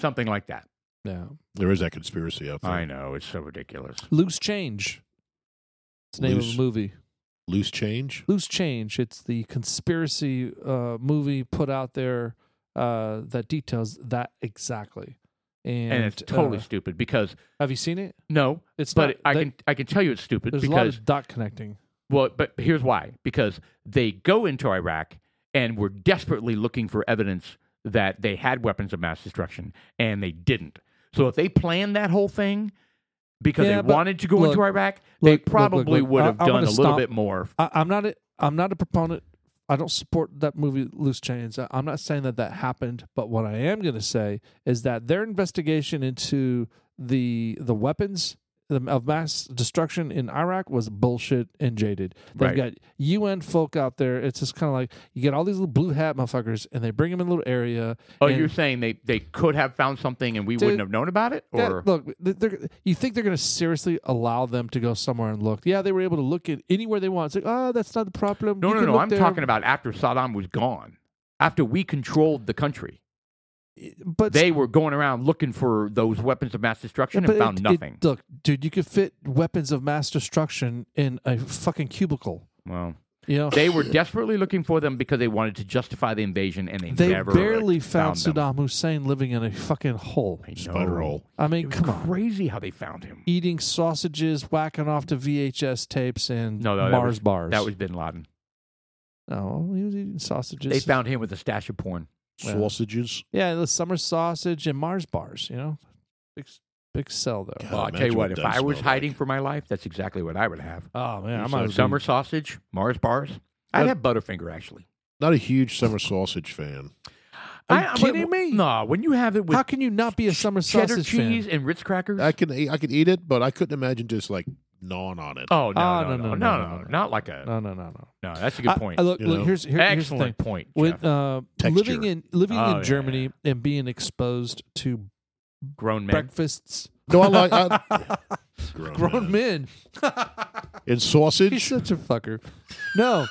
Speaker 1: Something like that.
Speaker 2: Yeah,
Speaker 3: There is that conspiracy out there.
Speaker 1: I know. It's so ridiculous.
Speaker 2: loose change. It's the name of
Speaker 3: Loose.
Speaker 2: the movie.
Speaker 3: Loose change?
Speaker 2: Loose Change. It's the conspiracy uh, movie put out there uh, that details that exactly. And,
Speaker 1: And, it's totally
Speaker 2: uh,
Speaker 1: stupid because,
Speaker 2: have you seen it?
Speaker 1: no,
Speaker 2: It's
Speaker 1: but
Speaker 2: not,
Speaker 1: I,
Speaker 2: they-
Speaker 1: can, I can tell you it's stupid
Speaker 2: There's
Speaker 1: because.
Speaker 2: a lot of dot connecting.
Speaker 1: Well, but here's why because they go into Iraq and were desperately looking for evidence that they had weapons of mass destruction and they didn't. So if they planned that whole thing because
Speaker 2: Yeah,
Speaker 1: they
Speaker 2: but
Speaker 1: wanted to go into
Speaker 2: look,
Speaker 1: Iraq,
Speaker 2: look,
Speaker 1: they
Speaker 2: look, look,
Speaker 1: probably
Speaker 2: look.
Speaker 1: would
Speaker 2: I-
Speaker 1: have
Speaker 2: I'm
Speaker 1: done
Speaker 2: gonna
Speaker 1: a little
Speaker 2: stop.
Speaker 1: bit more.
Speaker 2: I, I'm not a, I'm not a proponent. I don't support that movie Loose Chains. I- I'm not saying that that happened, but what I am going to say is that their investigation into the the weapons of mass destruction in Iraq was bullshit and jaded. They've
Speaker 1: Right.
Speaker 2: got UN folk out there. It's just kind of like you get all these little blue hat motherfuckers, and they bring them in a little area.
Speaker 1: Oh,
Speaker 2: and-
Speaker 1: you're saying they, they could have found something and we
Speaker 2: Dude,
Speaker 1: wouldn't have known about it?
Speaker 2: Yeah,
Speaker 1: Or
Speaker 2: look, th- they're, you think they're going to seriously allow them to go somewhere and look? Yeah, they were able to look at anywhere they want. It's like, oh, that's not the problem.
Speaker 1: no,
Speaker 2: You
Speaker 1: no,
Speaker 2: can
Speaker 1: no.
Speaker 2: look
Speaker 1: I'm
Speaker 2: there."
Speaker 1: talking about after Saddam was gone, after we controlled the country.
Speaker 2: But
Speaker 1: They were going around looking for those weapons of mass destruction
Speaker 2: but
Speaker 1: and found
Speaker 2: it- it-
Speaker 1: nothing.
Speaker 2: look, dude, you could fit weapons of mass destruction in a fucking cubicle.
Speaker 1: well,
Speaker 2: You know,
Speaker 1: they were desperately looking for them because they wanted to justify the invasion, and they,
Speaker 2: they
Speaker 1: never
Speaker 2: barely found,
Speaker 1: them.
Speaker 2: Saddam Hussein living in a fucking hole.
Speaker 1: I know.
Speaker 3: Spider hole.
Speaker 2: I mean,
Speaker 1: It was
Speaker 2: come on.
Speaker 1: crazy how they found him.
Speaker 2: Eating sausages, whacking off to VHS tapes and
Speaker 1: No, no, that
Speaker 2: Mars
Speaker 1: was-
Speaker 2: bars.
Speaker 1: That was Bin Laden.
Speaker 2: no, he was eating sausages.
Speaker 1: They found him with a stash of porn.
Speaker 2: Yeah.
Speaker 3: Sausages.
Speaker 2: yeah, the summer sausage and Mars bars. You know, big, big sell though.
Speaker 3: God,
Speaker 1: Well, I'll tell
Speaker 3: imagine
Speaker 1: you what,
Speaker 3: it
Speaker 1: if
Speaker 3: does
Speaker 1: I was
Speaker 3: smell
Speaker 1: hiding for my life, that's exactly what I would have.
Speaker 2: Oh man, I'm
Speaker 3: So
Speaker 2: out
Speaker 3: Would
Speaker 2: of
Speaker 3: be-
Speaker 1: Summer sausage, Mars bars. I'd
Speaker 3: That-
Speaker 1: have Butterfinger, actually.
Speaker 3: Not a huge summer sausage fan.
Speaker 2: Are you
Speaker 1: I-
Speaker 2: kidding
Speaker 1: when-
Speaker 2: me?
Speaker 1: No, when you have it with
Speaker 2: How can you not be a summer
Speaker 1: cheddar
Speaker 2: sausage
Speaker 1: cheese
Speaker 2: fan?
Speaker 1: and Ritz crackers,
Speaker 3: I can eat, I could eat it, but I couldn't imagine just like gnawing on it.
Speaker 1: oh, no,
Speaker 2: Ah,
Speaker 1: no, no, no, no,
Speaker 2: no, no.
Speaker 1: Not like a.
Speaker 2: No, no, no, no.
Speaker 1: No, that's a good
Speaker 2: I-
Speaker 1: point.
Speaker 2: I look,
Speaker 3: You
Speaker 2: look,
Speaker 3: know?
Speaker 2: here's, here- here's the thing.
Speaker 1: Excellent point.
Speaker 2: When
Speaker 1: Jeff.
Speaker 2: uh, living
Speaker 3: Texture.
Speaker 2: in living
Speaker 1: Oh,
Speaker 2: in
Speaker 1: yeah,
Speaker 2: Germany and being exposed to uh,
Speaker 1: Grown men.
Speaker 2: breakfasts,
Speaker 3: No, I like I, grown,
Speaker 2: grown men.
Speaker 3: and
Speaker 2: He's
Speaker 3: sausage.
Speaker 2: such a fucker. No.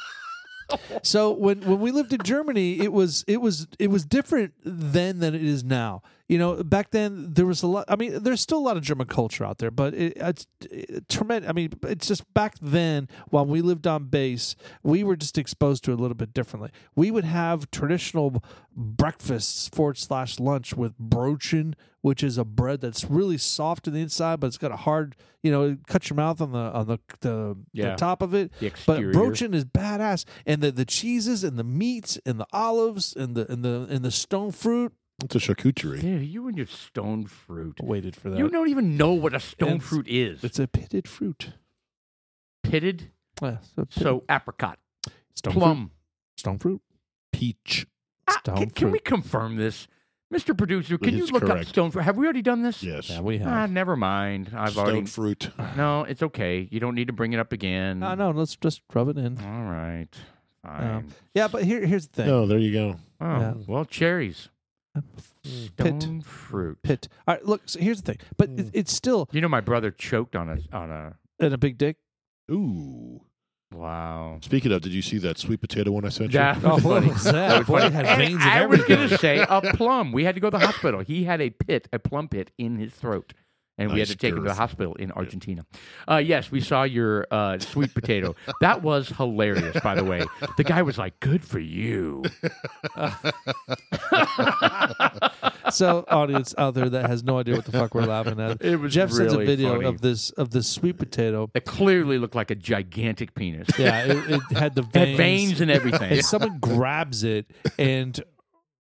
Speaker 2: So when, when we lived in Germany, it was it was it was different then than it is now. You know, back then there was a lot. I mean, there's still a lot of German culture out there, but it, it's it, tremendous. I mean, it's just back then while we lived on base, we were just exposed to it a little bit differently. We would have traditional breakfasts forward slash lunch with brochen, which is a bread that's really soft on the inside, but it's got a hard. You know, it cuts your mouth on the on the the, the
Speaker 1: Yeah.
Speaker 2: top of it.
Speaker 1: The
Speaker 2: But
Speaker 1: exterior.
Speaker 2: brochen is badass, and the, the cheeses and the meats and the olives and the and the and the stone fruit.
Speaker 3: It's a charcuterie.
Speaker 1: Dude, you and your stone fruit.
Speaker 2: Waited for that.
Speaker 1: You don't even know what a stone
Speaker 2: It's-
Speaker 1: fruit is. It's
Speaker 2: it's a pitted fruit.
Speaker 1: pitted.
Speaker 2: Yeah, it's a pitted-
Speaker 1: So apricot,
Speaker 2: stone fruit.
Speaker 1: plum.
Speaker 2: stone fruit.
Speaker 3: Peach.
Speaker 1: Ah,
Speaker 2: Stone
Speaker 1: can, can we
Speaker 2: fruit.
Speaker 1: confirm this, Mr. Producer? Can you
Speaker 3: It's
Speaker 1: look up
Speaker 3: correct.
Speaker 1: stone fruit? Have we already done this?
Speaker 3: Yes.
Speaker 2: Yeah, we
Speaker 1: Ah,
Speaker 2: have.
Speaker 1: never mind. I've
Speaker 3: Stone
Speaker 1: already.
Speaker 3: fruit.
Speaker 1: No, it's okay. You don't need to bring it up again.
Speaker 2: No, no, let's just rub it in.
Speaker 1: All right. Fine.
Speaker 2: Yeah, but here here's the thing.
Speaker 3: No, there you go.
Speaker 1: oh,
Speaker 2: yeah.
Speaker 1: well, cherries.
Speaker 2: Pit.
Speaker 1: Stone fruit.
Speaker 2: Pit. All right, look. So here's the thing. But it,
Speaker 3: Mm.
Speaker 2: it's still
Speaker 1: You know, my brother choked on a on a.
Speaker 2: in a big dick.
Speaker 3: Ooh.
Speaker 1: Wow.
Speaker 3: Speaking of, did you see that sweet potato one I sent you?
Speaker 1: That
Speaker 2: Oh,
Speaker 1: was
Speaker 2: what
Speaker 1: funny.
Speaker 2: was
Speaker 1: That
Speaker 2: that?
Speaker 1: was
Speaker 2: Boy,
Speaker 1: funny.
Speaker 2: it had
Speaker 1: And
Speaker 2: veins and
Speaker 1: I was
Speaker 2: everything.
Speaker 1: going to say a plum. We had to go to the hospital. He had a pit, a plum pit in his throat. And we had to
Speaker 3: Nice
Speaker 1: take him to the
Speaker 3: girth.
Speaker 1: hospital in Argentina. Uh, yes, we saw your uh, sweet potato. That was hilarious, by the way. The guy was like, good for you.
Speaker 2: so audience out there that has no idea what the fuck we're laughing at.
Speaker 1: It was
Speaker 2: Jeff sends a
Speaker 1: really
Speaker 2: video
Speaker 1: funny.
Speaker 2: of this of this sweet potato.
Speaker 1: It clearly looked like a gigantic penis.
Speaker 2: Yeah, it, it had the
Speaker 1: It
Speaker 2: veins.
Speaker 1: had veins and everything.
Speaker 2: and someone grabs it and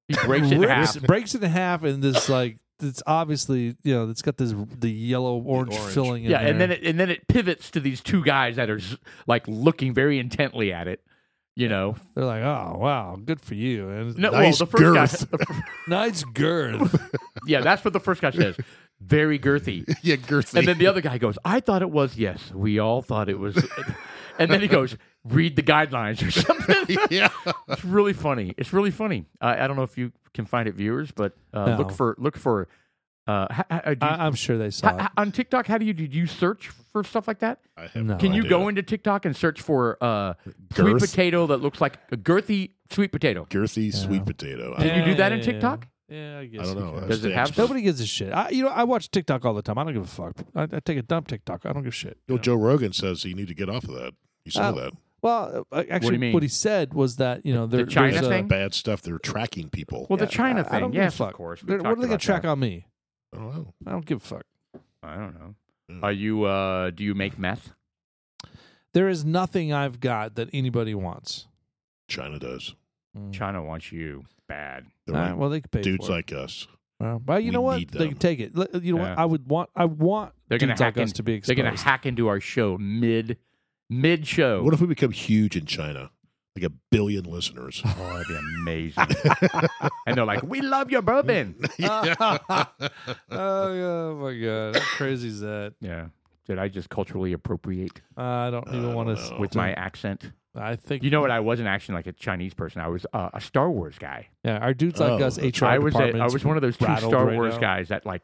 Speaker 1: he breaks it in
Speaker 2: rips-
Speaker 1: half.
Speaker 2: breaks it in half, and this like it's obviously you know it's got this the yellow orange,
Speaker 3: orange.
Speaker 2: filling. In
Speaker 1: Yeah, and
Speaker 2: there.
Speaker 1: then it, and then it pivots to these two guys that are z- like looking very intently at it. You know,
Speaker 2: they're like, "Oh wow, good for you!" And
Speaker 1: no,
Speaker 3: Nice
Speaker 1: well, the first guy,
Speaker 3: girth.
Speaker 1: the fir-
Speaker 2: nice girth.
Speaker 1: yeah, that's what the first guy says. Very girthy.
Speaker 3: yeah, girthy.
Speaker 1: And then the other guy goes, "I thought it was yes. We all thought it was." And then he goes, "Read the guidelines or something."
Speaker 3: yeah.
Speaker 1: It's really funny. It's really funny. I I don't know if you can find it, viewers, but uh,
Speaker 2: No.
Speaker 1: look for look for. Uh, ha- ha- do you-
Speaker 2: I, I'm sure they
Speaker 1: ha-
Speaker 2: saw it.
Speaker 1: ha- on TikTok, how do you do? You search for stuff like that?
Speaker 3: I have
Speaker 2: No.
Speaker 1: Can you
Speaker 3: idea.
Speaker 1: go into TikTok and search for uh, sweet
Speaker 3: Girth?
Speaker 1: potato that looks like a girthy sweet potato?
Speaker 3: girthy sweet potato? I,
Speaker 1: Can you do that in
Speaker 2: Yeah,
Speaker 1: TikTok?
Speaker 2: Yeah, I guess.
Speaker 3: I don't
Speaker 2: you
Speaker 3: know.
Speaker 2: can.
Speaker 3: That's
Speaker 1: Does it
Speaker 3: the
Speaker 1: have-
Speaker 3: expert.
Speaker 2: Nobody gives a shit. I, you know, I watch TikTok all the time. I don't give a fuck. I, I take a dump TikTok. I don't give a shit.
Speaker 3: You know, Joe Rogan says you need to get off of that. You saw
Speaker 2: Oh.
Speaker 3: that
Speaker 2: Well, uh, actually,
Speaker 1: What do you mean?
Speaker 2: what he said was that you know there,
Speaker 1: China
Speaker 2: there's a-
Speaker 1: thing?
Speaker 3: bad stuff. They're tracking people.
Speaker 1: Well,
Speaker 2: Yeah,
Speaker 1: the China
Speaker 2: I- I
Speaker 1: thing,
Speaker 2: don't give a
Speaker 1: yes,
Speaker 2: fuck.
Speaker 1: of course.
Speaker 2: They're- what are they
Speaker 1: going to
Speaker 2: track on me?
Speaker 3: I don't know.
Speaker 2: I don't give a fuck.
Speaker 1: I don't know.
Speaker 3: Mm.
Speaker 1: Are you? Uh, do you make meth?
Speaker 2: There is nothing I've got that anybody wants.
Speaker 3: China does.
Speaker 1: China wants you bad.
Speaker 3: They're
Speaker 2: All
Speaker 3: like
Speaker 2: right, well, they can pay
Speaker 3: dudes
Speaker 2: for it.
Speaker 3: like us.
Speaker 2: well, well, you
Speaker 3: we
Speaker 2: know what?
Speaker 3: need
Speaker 2: They can
Speaker 3: them.
Speaker 2: take it. Let- You know
Speaker 1: Yeah.
Speaker 2: what? I would want. I want
Speaker 1: They're going
Speaker 2: dudes
Speaker 1: to hack
Speaker 2: like us
Speaker 1: into.
Speaker 2: to be
Speaker 1: they're
Speaker 2: exposed.
Speaker 1: going to hack into our show mid mid show.
Speaker 3: What if we become huge in China? Like a billion listeners.
Speaker 1: oh, that'd be amazing. and they're like, "We love your
Speaker 2: Mm.
Speaker 1: bourbon."
Speaker 2: oh, yeah, oh my god! How crazy is that?
Speaker 1: yeah. that I just culturally appropriate
Speaker 2: I don't even
Speaker 3: I
Speaker 2: want
Speaker 3: don't
Speaker 2: to.
Speaker 3: know.
Speaker 1: with my accent.
Speaker 2: I think
Speaker 1: You know what? I wasn't actually like a Chinese person. I was uh, a Star Wars guy.
Speaker 2: Yeah, our dudes like
Speaker 3: Oh,
Speaker 2: us.
Speaker 3: that's
Speaker 2: HR
Speaker 1: I was a, I
Speaker 2: departments
Speaker 1: was one of those two
Speaker 2: rattled
Speaker 1: Star
Speaker 2: right
Speaker 1: Wars
Speaker 2: now.
Speaker 1: guys that like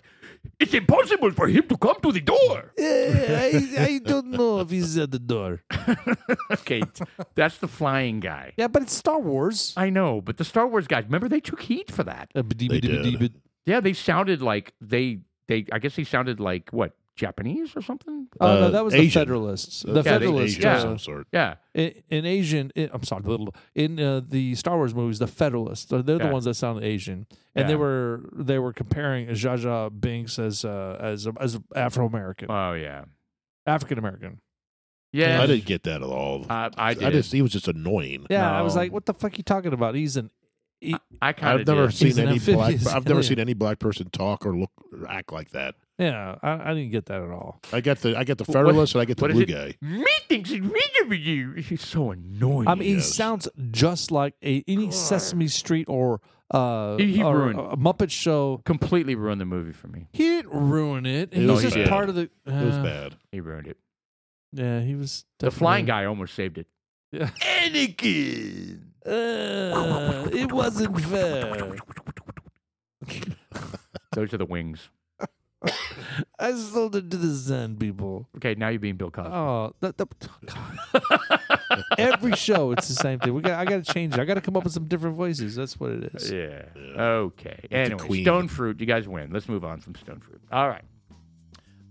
Speaker 1: it's impossible for him to come to the door.
Speaker 2: I, I don't know if he's at the door.
Speaker 1: okay, t- that's the flying guy.
Speaker 2: Yeah, but it's Star Wars. Uh,
Speaker 1: I know, but the Star Wars guys, remember they took heat for that.
Speaker 3: They did.
Speaker 1: Yeah, they sounded like they they I guess they sounded like what, Japanese or something?
Speaker 2: Oh no,
Speaker 3: Uh,
Speaker 2: that was the
Speaker 3: Asian.
Speaker 2: Federalists. The
Speaker 3: Uh,
Speaker 1: they-
Speaker 2: Federalists.
Speaker 3: Asian of
Speaker 1: yeah.
Speaker 2: uh,
Speaker 3: some sort.
Speaker 1: Yeah.
Speaker 2: in, in Asian, in, I'm sorry, little in uh, the Star Wars movies, the Federalists, they're, they're the
Speaker 1: Yeah.
Speaker 2: ones that sound Asian, and they
Speaker 1: Yeah.
Speaker 2: were they were comparing Zsa Zsa Binks as uh, as a, as Afro American,
Speaker 1: Oh yeah.
Speaker 2: African American.
Speaker 1: Yeah.
Speaker 3: I didn't get that at all.
Speaker 1: I, I did.
Speaker 3: I just he was just annoying.
Speaker 2: Yeah, I was
Speaker 1: No.
Speaker 2: like, what the fuck you talking about? He's an he-
Speaker 1: I kind
Speaker 3: I've
Speaker 1: of
Speaker 3: never
Speaker 1: did.
Speaker 2: He's
Speaker 3: seen
Speaker 2: an
Speaker 3: any black.
Speaker 2: amphibious
Speaker 3: I've never
Speaker 2: alien.
Speaker 3: seen any black person talk or look or act like that.
Speaker 2: yeah. I, I didn't get that at all.
Speaker 3: I got the I got the
Speaker 1: What-
Speaker 3: federalist and I get the
Speaker 1: what is
Speaker 3: blue
Speaker 1: it?
Speaker 3: guy.
Speaker 1: meetings and you. She's so annoying.
Speaker 2: I mean, he
Speaker 3: Yes.
Speaker 2: sounds just like a, any Sesame Street or uh,
Speaker 1: He- he
Speaker 2: or
Speaker 1: ruined-
Speaker 2: a Muppet Show.
Speaker 1: completely ruined the movie for me.
Speaker 2: He didn't ruin it. He
Speaker 3: No,
Speaker 2: was
Speaker 1: he
Speaker 2: just
Speaker 1: didn't.
Speaker 2: part of the. Uh,
Speaker 3: It was bad.
Speaker 1: He ruined it.
Speaker 2: Yeah, he was
Speaker 1: The flying
Speaker 2: definitely-
Speaker 1: guy almost saved it.
Speaker 2: Yeah.
Speaker 1: Anakin.
Speaker 2: Uh, it wasn't fair.
Speaker 1: Those are the wings.
Speaker 2: I sold it to the Zen people.
Speaker 1: Okay, now you're being Bill Cosby.
Speaker 2: Oh, that, that, God. every show it's the same thing. We got, I got to change. it. I got to come up with some different voices. That's what it is.
Speaker 1: Yeah. Okay. Anyway,
Speaker 3: queen.
Speaker 1: stone fruit. You guys win. Let's move on from stone fruit. All right.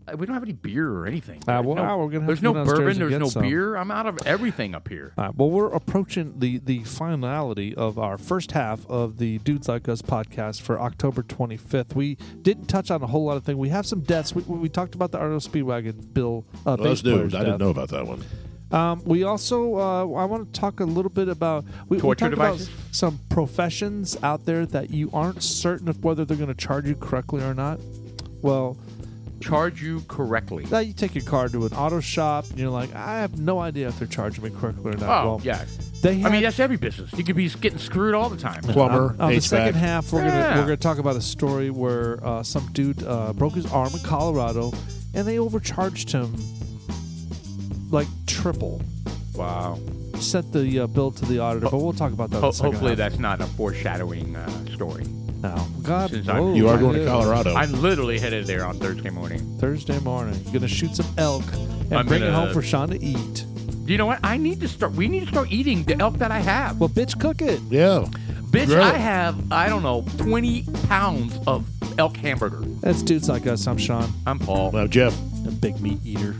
Speaker 1: Uh, we don't have any beer or anything.
Speaker 2: Uh,
Speaker 1: There's
Speaker 2: well,
Speaker 1: no-
Speaker 2: we're gonna have
Speaker 1: there's
Speaker 2: to go
Speaker 1: no
Speaker 2: downstairs
Speaker 1: bourbon.
Speaker 2: and
Speaker 1: There's
Speaker 2: get
Speaker 1: no
Speaker 2: some.
Speaker 1: beer. I'm out of everything up here.
Speaker 2: All right, well, we're approaching the the finality of our first half of the Dudes Like Us podcast for October 25th. We didn't touch on a whole lot of things. We have some deaths. We, we talked about the Arno Speedwagon Bill. Uh,
Speaker 3: Well,
Speaker 2: bass
Speaker 3: that's new. I
Speaker 2: player's death.
Speaker 3: didn't know about that one.
Speaker 2: Um, we also uh, I want to talk a little bit about we, we
Speaker 1: Torture
Speaker 2: talked about
Speaker 1: devices?
Speaker 2: some professions out there that you aren't certain of whether they're going to charge you correctly or not. Well,
Speaker 1: Charge you correctly.
Speaker 2: now you take your car to an auto shop and you're like, I have no idea if they're charging me correctly or not.
Speaker 1: Oh
Speaker 2: well,
Speaker 1: yeah.
Speaker 2: they
Speaker 1: I
Speaker 2: have
Speaker 1: mean that's every business. You could be getting screwed all the time.
Speaker 3: Plumber,
Speaker 2: On, on Oh, the
Speaker 3: HVAC.
Speaker 2: second half, we're gonna
Speaker 1: Yeah.
Speaker 2: we're gonna talk about a story where uh, some dude uh, broke his arm in Colorado, and they overcharged him like triple.
Speaker 1: Wow.
Speaker 2: Sent the uh, bill to the auditor, but we'll talk about that. in
Speaker 1: Ho-
Speaker 2: the second
Speaker 1: hopefully
Speaker 2: half.
Speaker 1: that's not a foreshadowing uh, story.
Speaker 2: No, God,
Speaker 1: Since I'm-
Speaker 2: knows.
Speaker 3: You are going
Speaker 2: Oh, Yeah.
Speaker 3: to Colorado.
Speaker 1: I'm literally headed there on Thursday morning.
Speaker 2: Thursday morning. Gonna shoot some elk and
Speaker 1: I'm
Speaker 2: bring it
Speaker 1: gonna-
Speaker 2: home for Sean to eat.
Speaker 1: You know what? I need to start. We need to start eating the elk that I have.
Speaker 2: Well, bitch, cook it.
Speaker 3: yeah.
Speaker 1: Bitch,
Speaker 3: Grill
Speaker 1: I
Speaker 3: it.
Speaker 1: have I don't know twenty pounds of elk hamburger.
Speaker 2: That's dudes like us. I'm Sean,
Speaker 1: I'm Paul.
Speaker 3: Well, Jeff.
Speaker 2: a big meat eater.